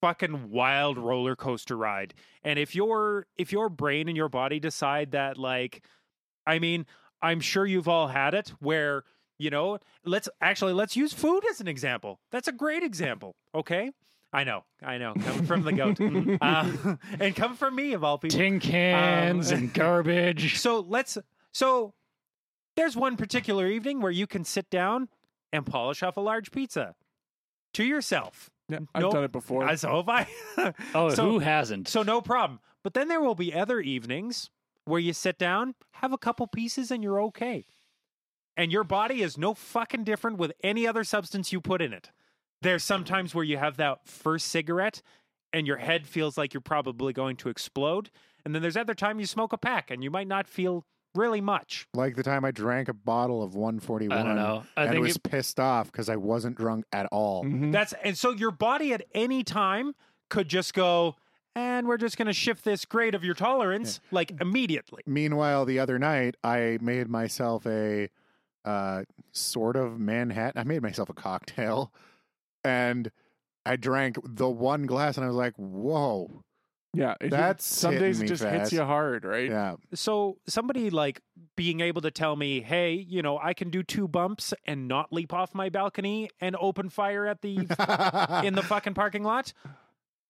Speaker 2: fucking wild roller coaster ride. And if your if your brain and your body decide that like I mean, I'm sure you've all had it where, you know, let's actually let's use food as an example. That's a great example, okay? I know. I know. Coming from the goat. Uh, and come from me of all people.
Speaker 3: Tin cans
Speaker 2: Um,
Speaker 3: and garbage.
Speaker 2: So let's. So there's one particular evening where you can sit down and polish off a large pizza to yourself.
Speaker 1: Yeah, I've
Speaker 2: Nope.
Speaker 1: done it before.
Speaker 2: Uh, So have I.
Speaker 3: Oh,
Speaker 2: so,
Speaker 3: who hasn't?
Speaker 2: So no problem. But then there will be other evenings where you sit down, have a couple pieces, and you're okay. And your body is no fucking different with any other substance you put in it. There's sometimes where you have that first cigarette and your head feels like you're probably going to explode. And then there's other time you smoke a pack and you might not feel really much.
Speaker 4: Like the time I drank a bottle of 141.
Speaker 3: I don't know. I
Speaker 4: and
Speaker 3: think
Speaker 4: was
Speaker 3: it-
Speaker 4: pissed off because I wasn't drunk at all.
Speaker 1: Mhm.
Speaker 2: That's and so your body at any time could just go, and we're just gonna shift this grade of your tolerance like immediately.
Speaker 4: Meanwhile, the other night I made myself a uh, sort of Manhattan. I made myself a cocktail, and I drank the one glass, and I was like, "Whoa,
Speaker 1: yeah, it-
Speaker 4: that's
Speaker 1: some
Speaker 4: hitting
Speaker 1: days it
Speaker 4: me
Speaker 1: just hits
Speaker 4: fast.
Speaker 1: you hard, right?
Speaker 4: yeah."
Speaker 2: so somebody like being able to tell me, hey, you know, I can do two bumps and not leap off my balcony and open fire at the in the fucking parcking lot.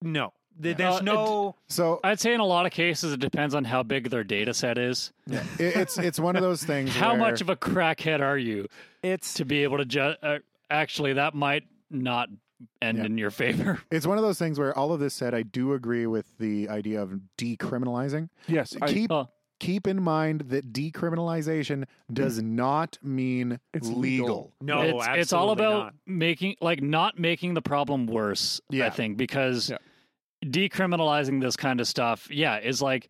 Speaker 2: No, Th-
Speaker 3: Yeah.
Speaker 2: there's
Speaker 3: Uh, it-
Speaker 2: no.
Speaker 4: so
Speaker 3: I'd say in a lot of cases, it depends on how big their data set is.
Speaker 4: it, it's it's one of those things.
Speaker 3: How
Speaker 4: where-
Speaker 3: much of a crackhead are you
Speaker 2: It's
Speaker 3: to be able to judge? Uh, actually, that might not end
Speaker 4: Yeah.
Speaker 3: in your favor.
Speaker 4: It's one of those things where all of this said, I do agree with the idea of decriminalizing.
Speaker 1: Yes, I-
Speaker 4: keep
Speaker 3: Oh.
Speaker 4: keep in mind that decriminalization does not mean
Speaker 1: It's legal.
Speaker 4: legal.
Speaker 2: no.
Speaker 3: it's,
Speaker 2: absolutely
Speaker 3: it's all about
Speaker 2: not.
Speaker 3: making like not making the problem worse i
Speaker 4: Yeah.
Speaker 3: think because
Speaker 1: Yeah.
Speaker 3: decriminalizing this kind of stuff yeah is like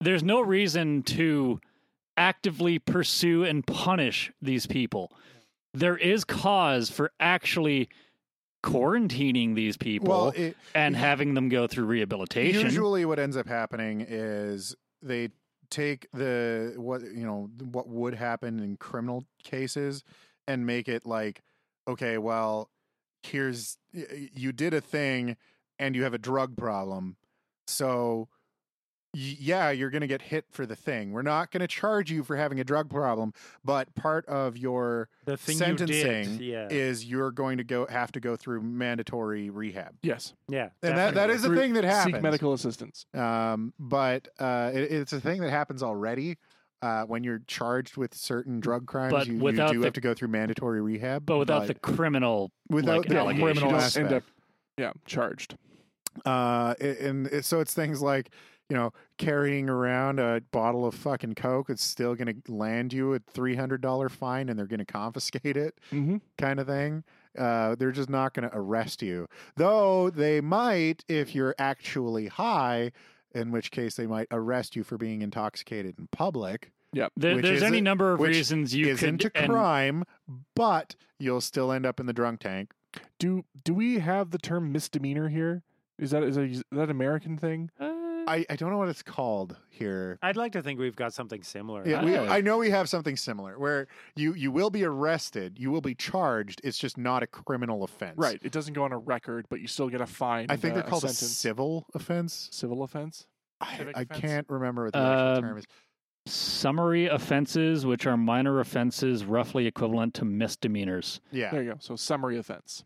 Speaker 3: there's no reason to actively pursue and punish these people there is cause for actually quarantining these people
Speaker 4: Well, it,
Speaker 3: and having them go through rehabilitation
Speaker 4: usually what ends up happening is they take the what you know what would happen in criminal cases and make it like okay well here's y- you did a thing and you have a drug problem so yeah, you're going to get hit for the thing. We're not going to charge you for having a drug problem, but part of your
Speaker 2: The thing
Speaker 4: Sentencing
Speaker 2: you did. Yeah.
Speaker 4: is you're going to go have to go through mandatory rehab.
Speaker 1: Yes.
Speaker 2: yeah.
Speaker 4: And that, that
Speaker 2: definitely.
Speaker 4: is a
Speaker 1: Through-
Speaker 4: thing that happens.
Speaker 1: Seek medical assistance.
Speaker 4: um, but uh, it, it's a thing that happens already. Uh, when you're charged with certain drug crimes,
Speaker 3: But
Speaker 4: you, you
Speaker 3: without
Speaker 4: do
Speaker 3: the-
Speaker 4: have to go through mandatory rehab.
Speaker 3: but without the criminal
Speaker 4: without
Speaker 3: like,
Speaker 4: the
Speaker 3: allegations.
Speaker 4: criminal
Speaker 1: You
Speaker 4: aspect,
Speaker 1: don't end up, yeah, charged.
Speaker 4: uh, it- and it, so it's things like you know carrying around a bottle of fucking coke. It's still going to land you a three hundred dollar fine, and they're going to confiscate it.
Speaker 1: Mm-hmm.
Speaker 4: kind of thing. Uh, they're just not going to arrest you, though they might if you're actually high, in which case they might arrest you for being intoxicated in public,
Speaker 3: There,
Speaker 4: Which
Speaker 3: there's any
Speaker 4: isn't-
Speaker 3: number of
Speaker 4: which
Speaker 3: reasons you
Speaker 4: is
Speaker 3: could
Speaker 4: into
Speaker 3: and-
Speaker 4: crime, but you'll still end up in the drunk tank.
Speaker 1: Do do we have the term misdemeanor here? Is that is, that- is that an American thing?
Speaker 3: Uh,
Speaker 4: I, I don't know what it's called here.
Speaker 2: I'd like to think we've got something similar.
Speaker 4: Yeah, we,
Speaker 3: Oh.
Speaker 4: I know we have something similar where you you will be arrested, you will be charged. It's just not a criminal offense,
Speaker 1: Right. It doesn't go on a record, but you still get a fine.
Speaker 4: I
Speaker 1: and,
Speaker 4: think
Speaker 1: uh,
Speaker 4: they're called
Speaker 1: a
Speaker 4: a,
Speaker 1: sentence.
Speaker 4: civil offense.
Speaker 1: civil offense.
Speaker 4: I,
Speaker 1: Civic
Speaker 4: I
Speaker 1: offense?
Speaker 4: can't remember what the actual
Speaker 3: Um,
Speaker 4: term is.
Speaker 3: summary offenses, which are minor offenses, roughly equivalent to misdemeanors.
Speaker 4: Yeah,
Speaker 1: There you go. So summary offense.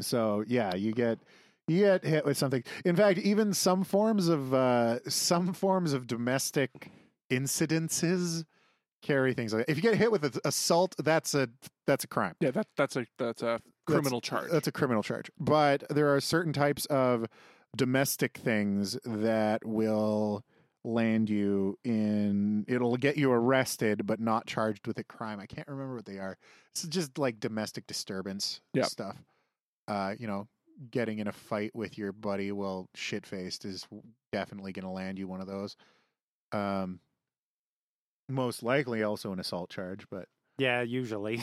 Speaker 4: So yeah, you get you get hit with something. In fact, even some forms of uh, some forms of domestic incidences carry things like that. If you get hit with a- assault, that's a that's a crime.
Speaker 1: Yeah, that that's a that's a criminal charge.
Speaker 4: That's a criminal charge. But there are certain types of domestic things that will land you in it'll get you arrested but not charged with a crime. I can't remember what they are. It's just like domestic disturbance
Speaker 1: Yeah.
Speaker 4: stuff. Uh, you know, getting in a fight with your buddy while shit faced is definitely gonna land you one of those. Um most likely also an assault charge, but
Speaker 2: Yeah, usually.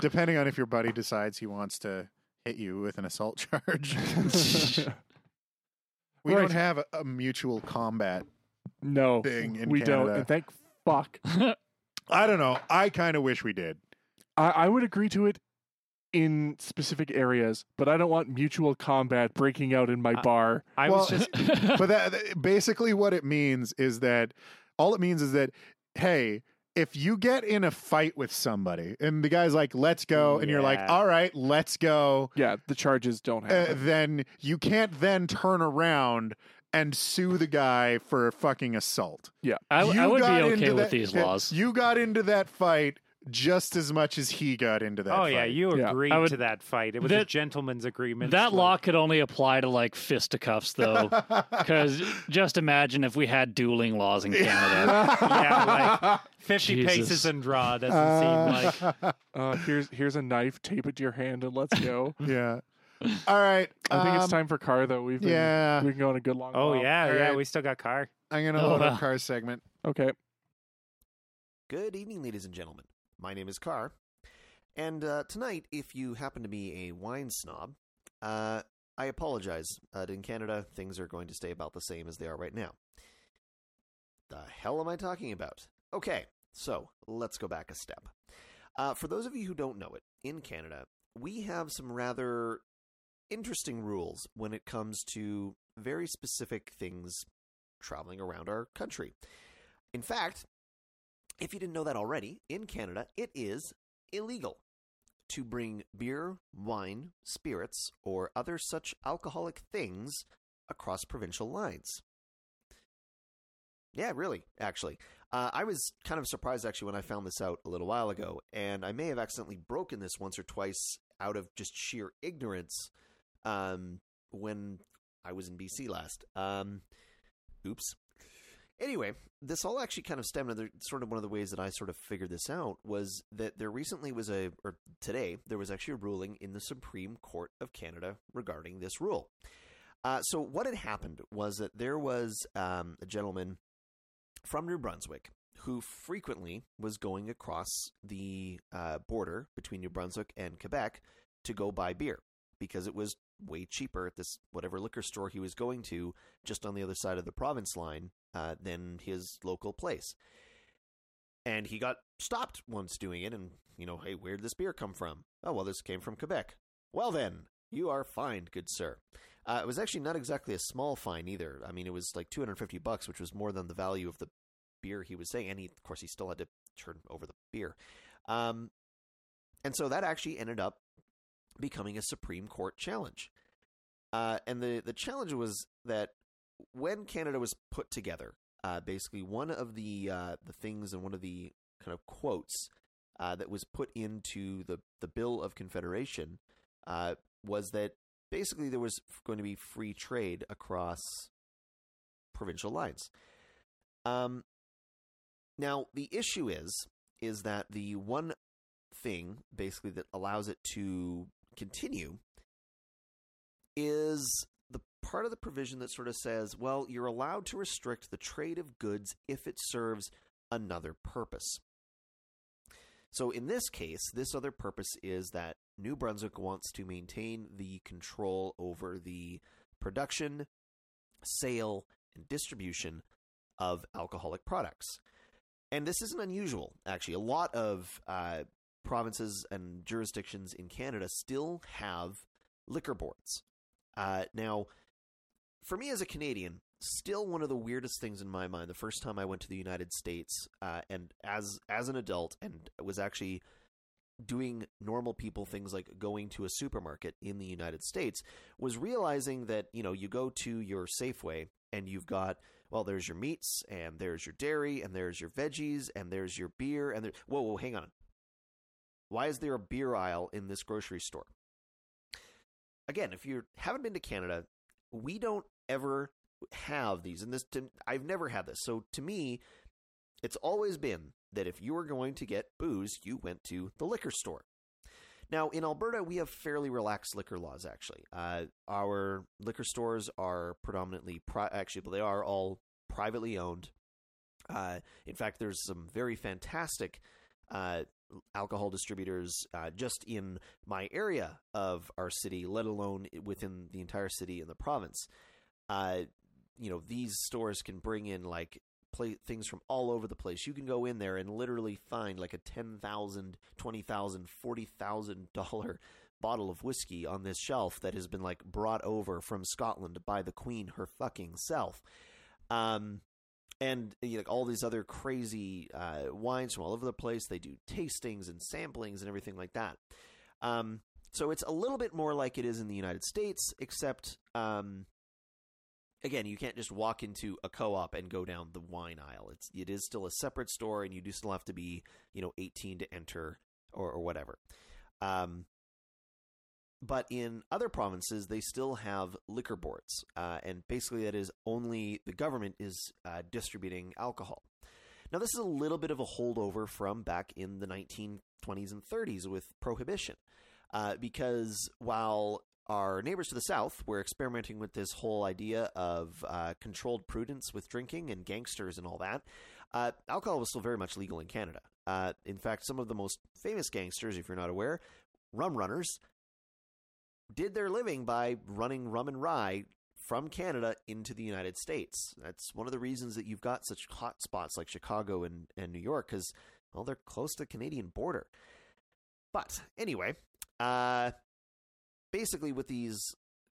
Speaker 4: depending on if your buddy decides he wants to hit you with an assault charge. we
Speaker 1: Right.
Speaker 4: don't have a, a mutual combat
Speaker 1: no,
Speaker 4: thing in
Speaker 1: we don't.
Speaker 4: Canada.
Speaker 1: And thank fuck.
Speaker 4: I don't know. I kind of wish we did.
Speaker 1: I, I would agree to it in specific areas, but I don't want mutual combat breaking out in my
Speaker 2: Uh,
Speaker 1: bar.
Speaker 2: I was
Speaker 4: Well,
Speaker 2: just
Speaker 4: but that that- basically what it means is that all it means is that hey, if you get in a fight with somebody and the guy's like, "Let's go," and you're like,
Speaker 2: Yeah.
Speaker 4: "All right, let's go."
Speaker 1: Yeah, the charges don't
Speaker 4: uh,
Speaker 1: happen.
Speaker 4: then you can't then turn around and sue the guy for fucking assault.
Speaker 3: I,
Speaker 4: You
Speaker 3: I would be
Speaker 4: got into
Speaker 3: okay with
Speaker 4: that-
Speaker 3: these laws.
Speaker 4: You got into that fight just as much as he got into that.
Speaker 2: Oh yeah,
Speaker 4: fight.
Speaker 2: you
Speaker 1: Yeah.
Speaker 2: agreed
Speaker 3: I would-
Speaker 2: to that fight. It was a
Speaker 3: That-
Speaker 2: gentleman's agreement.
Speaker 3: That
Speaker 2: Like,
Speaker 3: law could only apply to like fisticuffs, though, because just imagine if we had dueling laws in Canada.
Speaker 2: Yeah, fifty paces
Speaker 3: Jesus.
Speaker 2: and draw doesn't seem like.
Speaker 4: Uh,
Speaker 1: Uh, here's here's a knife. Tape it to your hand and let's go.
Speaker 4: yeah. All right.
Speaker 1: I think
Speaker 4: um,
Speaker 1: it's time for car though. We've been,
Speaker 4: Yeah,
Speaker 1: we can go on a good long.
Speaker 2: Oh
Speaker 1: while.
Speaker 2: yeah,
Speaker 4: all
Speaker 2: yeah.
Speaker 4: right.
Speaker 2: We still got car.
Speaker 4: I'm gonna
Speaker 3: Oh,
Speaker 4: load
Speaker 3: wow.
Speaker 4: up car segment.
Speaker 1: Okay.
Speaker 5: Good evening, ladies and gentlemen. My name is Carr. And uh, tonight, if you happen to be a wine snob, uh, I apologize. Uh, in Canada, things are going to stay about the same as they are right now. The hell am I talking about? Okay, so let's go back a step. Uh, for those of you who don't know it, in Canada, we have some rather interesting rules when it comes to very specific things traveling around our country. In fact, if you didn't know that already, in Canada, it is illegal to bring beer, wine, spirits, or other such alcoholic things across provincial lines. Yeah, really, actually. Uh, I was kind of surprised actually when I found this out a little while ago, and I may have accidentally broken this once or twice out of just sheer ignorance um, when I was in BC last. Um, oops. Anyway, this all actually kind of stemmed another sort of one of the ways that I sort of figured this out was that there recently was a or today there was actually a ruling in the Supreme Court of Canada regarding this rule. Uh, so what had happened was that there was um, a gentleman from New Brunswick who frequently was going across the uh, border between New Brunswick and Quebec to go buy beer because it was way cheaper at this whatever liquor store he was going to just on the other side of the province line uh, than his local place. And he got stopped once doing it, and, you know, hey, where'd this beer come from? Oh, well, this came from Quebec. Well, then, you are fined, good sir. Uh, it was actually not exactly a small fine either. I mean, it was like 250 bucks, which was more than the value of the beer he was saying. And he, of course, he still had to turn over the beer. Um, and so that actually ended up becoming a Supreme Court challenge. Uh, and the, the challenge was that when Canada was put together, uh, basically one of the uh, the things and one of the kind of quotes uh, that was put into the the Bill of Confederation uh, was that basically there was f- going to be free trade across provincial lines. Um, now the issue is is that the one thing basically that allows it to continue is the part of the provision that sort of says, well, you're allowed to restrict the trade of goods if it serves another purpose. So in this case, this other purpose is that New Brunswick wants to maintain the control over the production, sale, and distribution of alcoholic products. And this isn't unusual, actually. A lot of uh, provinces and jurisdictions in Canada still have liquor boards. Uh, now, for me as a Canadian, still one of the weirdest things in my mind. The first time I went to the United States, uh, and as as an adult, and was actually doing normal people things like going to a supermarket in the United States, was realizing that you know you go to your Safeway and you've got well, there's your meats and there's your dairy and there's your veggies and there's your beer and there. Whoa, whoa, hang on. Why is there a beer aisle in this grocery store? Again, if you haven't been to Canada, we don't ever have these and this to, I've never had this. So to me, it's always been that if you were going to get booze, you went to the liquor store. Now, in Alberta, we have fairly relaxed liquor laws, actually. Uh, our liquor stores are predominantly, pri- actually, but they are all privately owned. Uh, in fact, there's some very fantastic uh, alcohol distributors uh, just in my area of our city, let alone within the entire city and the province. Uh, you know, these stores can bring in like play, things from all over the place. You can go in there and literally find like a ten thousand, twenty thousand, forty thousand dollar bottle of whiskey on this shelf that has been like brought over from Scotland by the Queen her fucking self. Um, and you know, all these other crazy uh, wines from all over the place. They do tastings and samplings and everything like that. Um, so it's a little bit more like it is in the United States, except um, again, you can't just walk into a co-op and go down the wine aisle. It's it is still a separate store, and you do still have to be you know 18 to enter or, or whatever. Um, but in other provinces, they still have liquor boards, uh, and basically that is only the government is uh, distributing alcohol. Now, this is a little bit of a holdover from back in the 1920s and 30s with prohibition, uh, because while our neighbors to the south were experimenting with this whole idea of uh, controlled prudence with drinking and gangsters and all that, uh, alcohol was still very much legal in Canada. Uh, in fact, some of the most famous gangsters, if you're not aware, rum runners, did their living by running rum and rye from Canada into the United States. That's one of the reasons that you've got such hot spots like Chicago and, and New York, because, well, they're close to the Canadian border. But anyway, uh, basically with these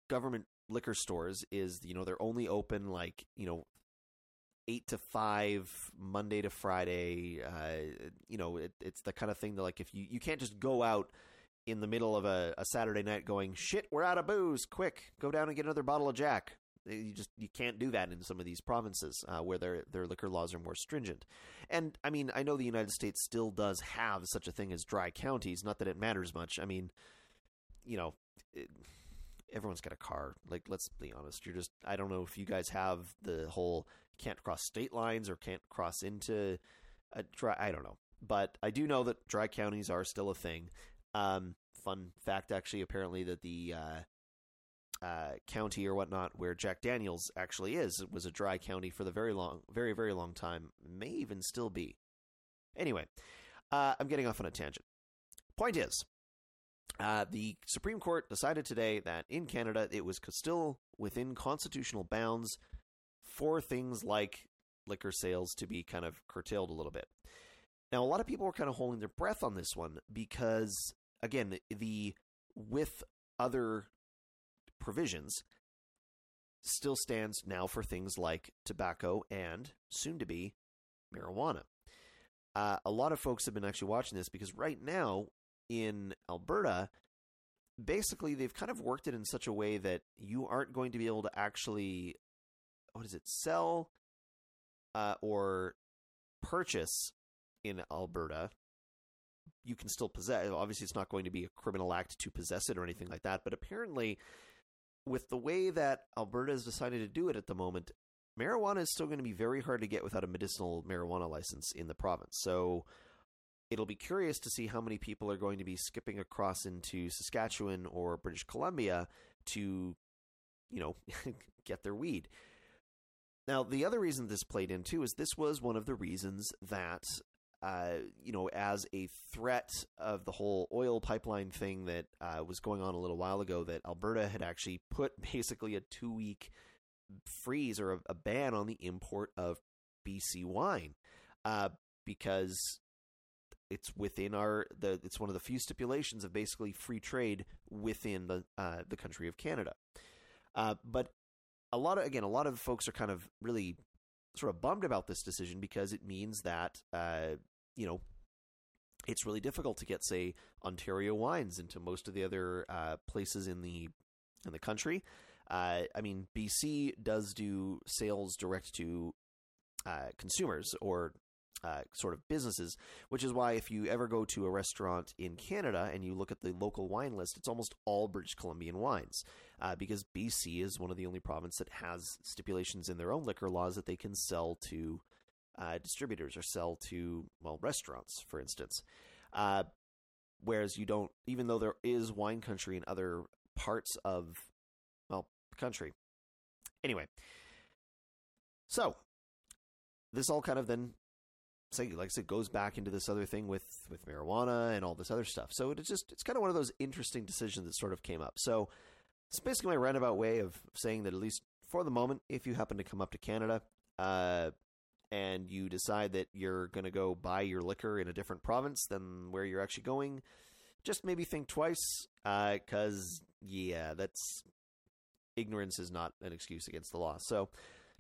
Speaker 5: government liquor stores is you know they're only open like you know eight to five monday to friday uh you know it, it's the kind of thing that like if you you can't just go out in the middle of a, a saturday night going shit we're out of booze quick go down and get another bottle of jack Eh, you just you can't do that in some of these provinces uh, where their their liquor laws are more stringent. And I mean, I know the United States still does have such a thing as dry counties. Not that it matters much. I mean, you know, it, everyone's got a car. Like, let's be honest. You're just, I don't know if you guys have the whole can't cross state lines or can't cross into a dry, I don't know. But I do know that dry counties are still a thing. Um, fun fact, actually, apparently, that the uh, uh, county or whatnot where Jack Daniels actually is it was a dry county for the very long, very, very long time, may even still be. Anyway, uh, I'm getting off on a tangent. Point is, uh, the Supreme Court decided today that in Canada it was co- still within constitutional bounds for things like liquor sales to be kind of curtailed a little bit. Now, a lot of people were kind of holding their breath on this one because, again, the with other provisions, still stands now for things like tobacco and soon to be marijuana. Uh, a lot of folks have been actually watching this because right now in Alberta, basically they've kind of worked it in such a way that you aren't going to be able to actually, what is it, sell uh, or purchase in Alberta. You can still possess. Obviously, it's not going to be a criminal act to possess it or anything like that. But apparently, with the way that Alberta has decided to do it at the moment, marijuana is still going to be very hard to get without a medicinal marijuana license in the province. So it'll be curious to see how many people are going to be skipping across into Saskatchewan or British Columbia to, you know, get their weed. Now, the other reason this played into is this was one of the reasons that, uh, you know, as a threat of the whole oil pipeline thing that uh, was going on a little while ago, that Alberta had actually put basically a two week freeze or a, a ban on the import of BC wine uh, because it's within our the it's one of the few stipulations of basically free trade within the uh, the country of Canada. Uh, but a lot of again, a lot of folks are kind of really sort of bummed about this decision because it means that uh, you know it's really difficult to get say Ontario wines into most of the other uh, places in the in the country. Uh, I mean, BC does do sales direct to uh, consumers or uh, sort of businesses, which is why if you ever go to a restaurant in Canada and you look at the local wine list, it's almost all British Columbian wines uh, because BC is one of the only province that has stipulations in their own liquor laws that they can sell to uh, distributors or sell to well restaurants, for instance. Uh, whereas you don't, even though there is wine country in other parts of well the country. Anyway, so this all kind of then say, like I said, goes back into this other thing with with marijuana and all this other stuff. So it's just it's kind of one of those interesting decisions that sort of came up. So it's basically my roundabout way of saying that at least for the moment, if you happen to come up to Canada uh, and you decide that you're going to go buy your liquor in a different province than where you're actually going, just maybe think twice because yeah, that's ignorance is not an excuse against the law. So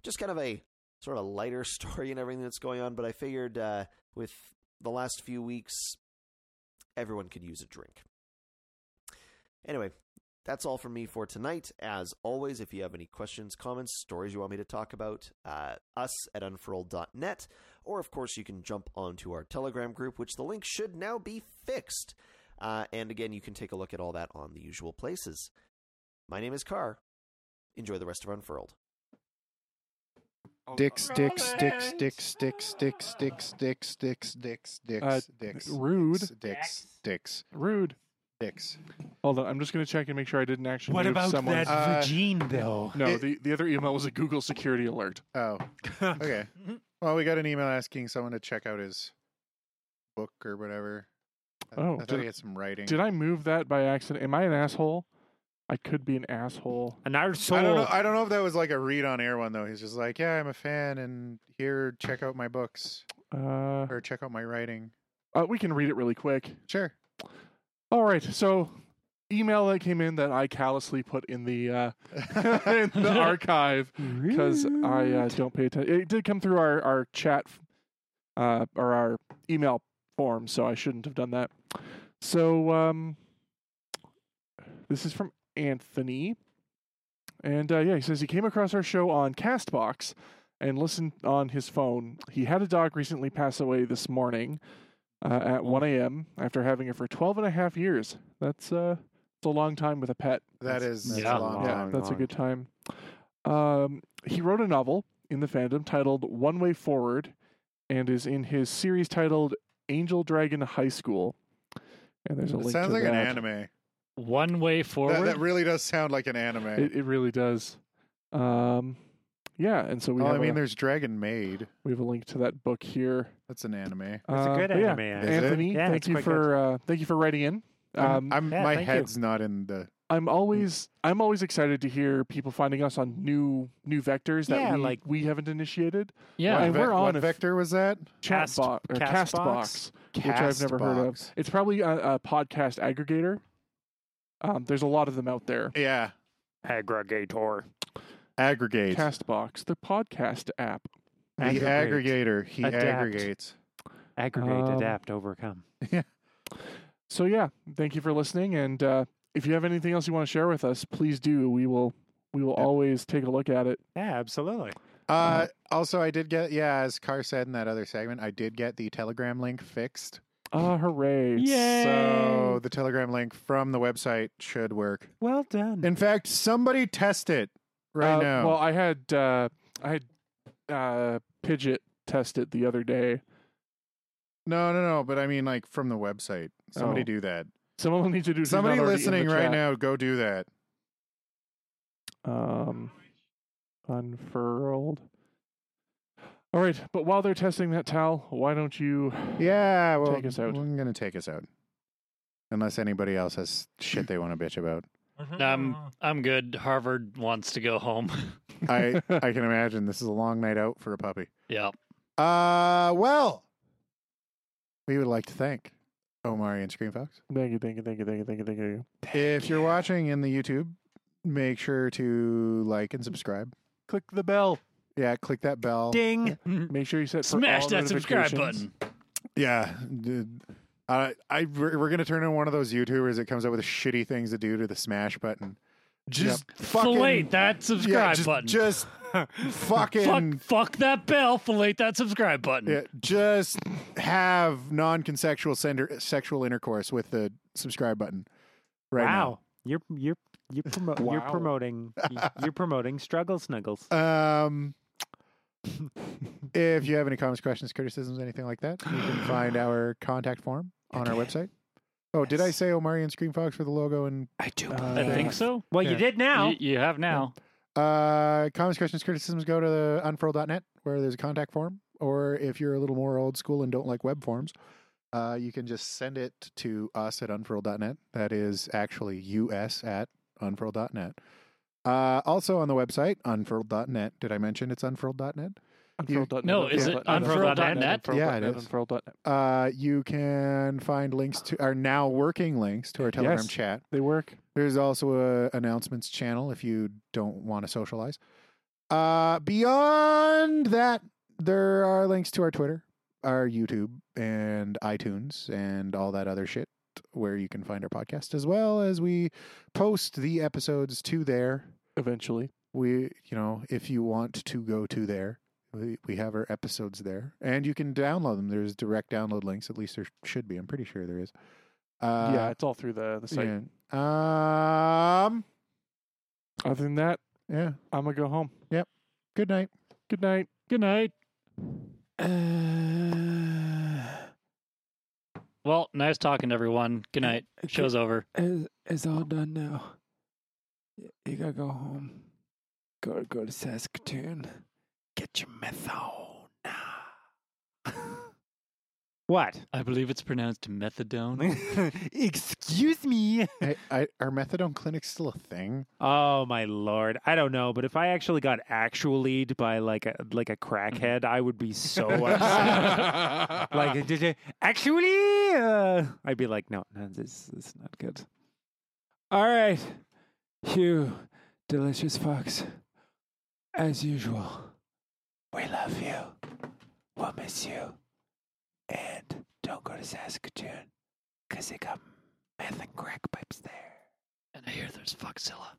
Speaker 5: just kind of a sort of lighter story and everything that's going on, but I figured uh, with the last few weeks, everyone could use a drink. Anyway, that's all from me for tonight. As always, if you have any questions, comments, stories you want me to talk about, uh, us at unfurled.net, or of course, you can jump onto our Telegram group, which the link should now be fixed. Uh, and again, you can take a look at all that on the usual places. My name is Carr. Enjoy the rest of Unfurled.
Speaker 4: Dicks, dicks, dicks, dicks, dicks, dicks, dicks, dicks, dicks, dicks,
Speaker 1: Uh,
Speaker 4: dicks, dicks.
Speaker 1: rude.
Speaker 4: dicks, Dicks, dicks,
Speaker 1: Rude.
Speaker 4: dicks.
Speaker 1: Hold on, I'm just gonna check and make sure I didn't actually.
Speaker 2: What
Speaker 1: move
Speaker 2: about
Speaker 1: someone.
Speaker 2: that
Speaker 4: Uh,
Speaker 2: Virgin though?
Speaker 1: No,
Speaker 4: It-
Speaker 1: the, the other email was a Google security alert.
Speaker 4: Oh, okay. Well, we got an email asking someone to check out his book or whatever. I-
Speaker 1: Oh,
Speaker 4: I thought
Speaker 1: did-
Speaker 4: he had some writing.
Speaker 1: Did I move that by accident? Am I an asshole? I could be an asshole.
Speaker 2: An our soul.
Speaker 4: I don't know. I don't know if that was like a read on air one though. He's just like, yeah, I'm a fan, and here, check out my books
Speaker 1: Uh,
Speaker 4: or check out my writing.
Speaker 1: uh, we can read it really quick.
Speaker 4: Sure.
Speaker 1: All right, so email that came in that I callously put in the uh, in the archive because I uh, don't pay attention. It did come through our our chat uh, or our email form, so I shouldn't have done that. So um, this is from Anthony, and uh, yeah, he says he came across our show on Castbox and listened on his phone. He had a dog recently pass away this morning uh, at 1 a.m. after having it for 12 and a half years. That's uh, it's a long time with a pet.
Speaker 4: That is
Speaker 3: Yeah.
Speaker 4: a long
Speaker 1: Yeah,
Speaker 4: time.
Speaker 1: that's a good time. Um, he wrote a novel in the fandom titled One Way Forward and is in his series titled Angel Dragon High School. And there's a
Speaker 4: It
Speaker 1: link
Speaker 4: sounds
Speaker 1: to
Speaker 4: like
Speaker 1: that.
Speaker 4: an anime.
Speaker 3: One way
Speaker 4: That,
Speaker 3: forward.
Speaker 4: that really does sound like an anime.
Speaker 1: It, it really does. Um, yeah, and so we,
Speaker 4: well,
Speaker 1: have
Speaker 4: Oh, I mean,
Speaker 1: a,
Speaker 4: there's Dragon Maid.
Speaker 1: we have a link to that book here.
Speaker 4: That's an anime.
Speaker 2: It's a
Speaker 1: Uh,
Speaker 2: good
Speaker 1: but yeah,
Speaker 2: anime.
Speaker 4: Is
Speaker 2: actually.
Speaker 4: it?
Speaker 1: Anthony,
Speaker 2: Yeah,
Speaker 1: thank
Speaker 2: it's
Speaker 1: you
Speaker 2: quite
Speaker 1: for uh, thank you for writing in. Um,
Speaker 4: I'm,
Speaker 2: Yeah,
Speaker 4: my
Speaker 2: thank you.
Speaker 4: head's not in the.
Speaker 1: I'm always I'm always excited to hear people finding us on new new vectors that
Speaker 2: Yeah,
Speaker 1: we,
Speaker 2: like-
Speaker 1: we haven't initiated.
Speaker 3: yeah.
Speaker 1: Well,
Speaker 4: what
Speaker 1: and we're
Speaker 4: vec-
Speaker 1: on
Speaker 4: what
Speaker 1: a f-
Speaker 4: vector was that?
Speaker 1: Chat
Speaker 2: Cast-
Speaker 1: bo- or
Speaker 2: Castbox?
Speaker 1: Castbox, which I've never heard of.
Speaker 4: Castbox.
Speaker 1: It's probably a, a podcast aggregator. Um, there's a lot of them out there.
Speaker 4: Yeah,
Speaker 2: Aggregator.
Speaker 4: Aggregate.
Speaker 1: Castbox, the podcast app.
Speaker 4: the
Speaker 2: Aggregate.
Speaker 4: aggregator. He
Speaker 2: Adapt.
Speaker 4: aggregates.
Speaker 2: Aggregate,
Speaker 1: Um,
Speaker 2: adapt, overcome.
Speaker 1: So yeah, thank you for listening. And uh, if you have anything else you want to share with us, please do. We will we will
Speaker 4: Yeah.
Speaker 1: always take a look at it.
Speaker 2: Yeah, absolutely.
Speaker 1: Uh-huh.
Speaker 4: Uh, also, I did get yeah, as Carr said in that other segment, I did get the Telegram link fixed.
Speaker 1: Ah, hooray!
Speaker 3: Yay!
Speaker 4: So the Telegram link from the website should work.
Speaker 2: Well done.
Speaker 4: In fact, somebody test it right
Speaker 1: Uh,
Speaker 4: now.
Speaker 1: Well, I had uh, I had uh, Pidget test it the other day.
Speaker 4: no, no, no. But I mean, like from the website. Somebody
Speaker 1: Oh.
Speaker 4: do that.
Speaker 1: Someone will need to do. if you're not
Speaker 4: Somebody
Speaker 1: already in the
Speaker 4: listening right
Speaker 1: chat.
Speaker 4: now, go do that.
Speaker 1: Um, unfurled. All right, but while they're testing that towel, why don't you?
Speaker 4: Yeah. Well,
Speaker 1: Take us out.
Speaker 4: I'm gonna take us out. Unless anybody else has shit they want to bitch about.
Speaker 3: I'm
Speaker 2: Uh-huh. Um,
Speaker 3: I'm good. Harvard wants to go home.
Speaker 4: I I can imagine this is a long night out for a puppy.
Speaker 3: yeah.
Speaker 4: Uh, well, we would like to thank Omari and Screen Fox.
Speaker 1: Thank you, thank you, thank you, thank you, thank you, thank you.
Speaker 4: If you're watching in the YouTube, make sure to like and subscribe.
Speaker 1: Click the bell.
Speaker 4: Yeah, click that bell.
Speaker 2: Ding.
Speaker 1: Make sure you set for
Speaker 3: Smash
Speaker 1: all
Speaker 3: that subscribe
Speaker 1: notifications.
Speaker 3: button.
Speaker 4: Yeah. dude. Uh, I we're, we're gonna turn into one of those YouTubers that comes up with shitty things to do to the smash button.
Speaker 3: Just
Speaker 4: Fucking-
Speaker 3: fillet that
Speaker 4: yeah,
Speaker 3: subscribe
Speaker 4: just,
Speaker 3: button.
Speaker 4: Just fucking.
Speaker 3: fuck, fuck that bell. Fillet that subscribe button.
Speaker 4: Yeah, just have non-consensual sender, sexual intercourse with the subscribe button. Right now.
Speaker 2: wow. You're you're you're, promo- you're
Speaker 1: Wow.
Speaker 2: promoting you're promoting struggle snuggles.
Speaker 4: Um, if you have any comments, questions, criticisms, anything like that, you can find our contact form on our website. Oh, did I say Omari and Screen Fox for the logo and
Speaker 2: I do.
Speaker 3: I
Speaker 1: Uh,
Speaker 3: think so.
Speaker 2: well,
Speaker 4: yeah.
Speaker 2: you did now.
Speaker 3: You, you have now.
Speaker 4: uh, comments, questions, criticisms? Go to the unfurl.net where there's a contact form, or if you're a little more old school and don't like web forms, uh, you can just send it to us at unfurl.net. That is actually us at unfurl.net. Uh, also on the website, unfurl.net. Did I mention it's unfurl.net?
Speaker 1: Unfurled.net,
Speaker 3: No, is it
Speaker 1: unfurled.net,
Speaker 3: unfurled.net?
Speaker 1: unfurled.net,
Speaker 4: Yeah, it
Speaker 1: unfurled.net,
Speaker 4: is.
Speaker 1: unfurled.net.
Speaker 4: Uh, you can find links to our now working links to our Telegram
Speaker 1: Yes.
Speaker 4: chat.
Speaker 1: They work.
Speaker 4: There's also a announcements channel if you don't want to socialize. Uh, beyond that, there are links to our Twitter, our YouTube, and iTunes, and all that other shit where you can find our podcast as well as we post the episodes to there.
Speaker 1: Eventually,
Speaker 4: We, you know, if you want to go to there, we, we have our episodes there, and you can download them. There's direct download links. At least there should be. I'm pretty sure there is. Uh,
Speaker 1: yeah, it's all through the the site.
Speaker 4: yeah. Um.
Speaker 1: Other than that,
Speaker 4: Yeah.
Speaker 1: I'm gonna go home.
Speaker 4: Good night.
Speaker 1: Good night.
Speaker 3: Good night. Well, nice talking to everyone. Good night. Show's over.
Speaker 6: It's, it's all done now. Y- You gotta go home. Go to go to Saskatoon. Get your Ah. methone.
Speaker 2: What?
Speaker 3: I believe it's pronounced methadone.
Speaker 2: Excuse me.
Speaker 4: Hey, I, are methadone clinics still a thing?
Speaker 2: Oh my lord. I don't know, but if I actually got actuallyed by like a like a
Speaker 6: Mm-hmm.
Speaker 2: crackhead, I would be so upset.
Speaker 3: uh,
Speaker 2: like did you, actually uh, I'd be like, no, no, this this is not good.
Speaker 6: All right, you delicious fox. As usual, we love you. We'll miss you. And don't go to Saskatoon, 'cause they got meth and crack pipes there.
Speaker 3: and I hear there's Foxzilla.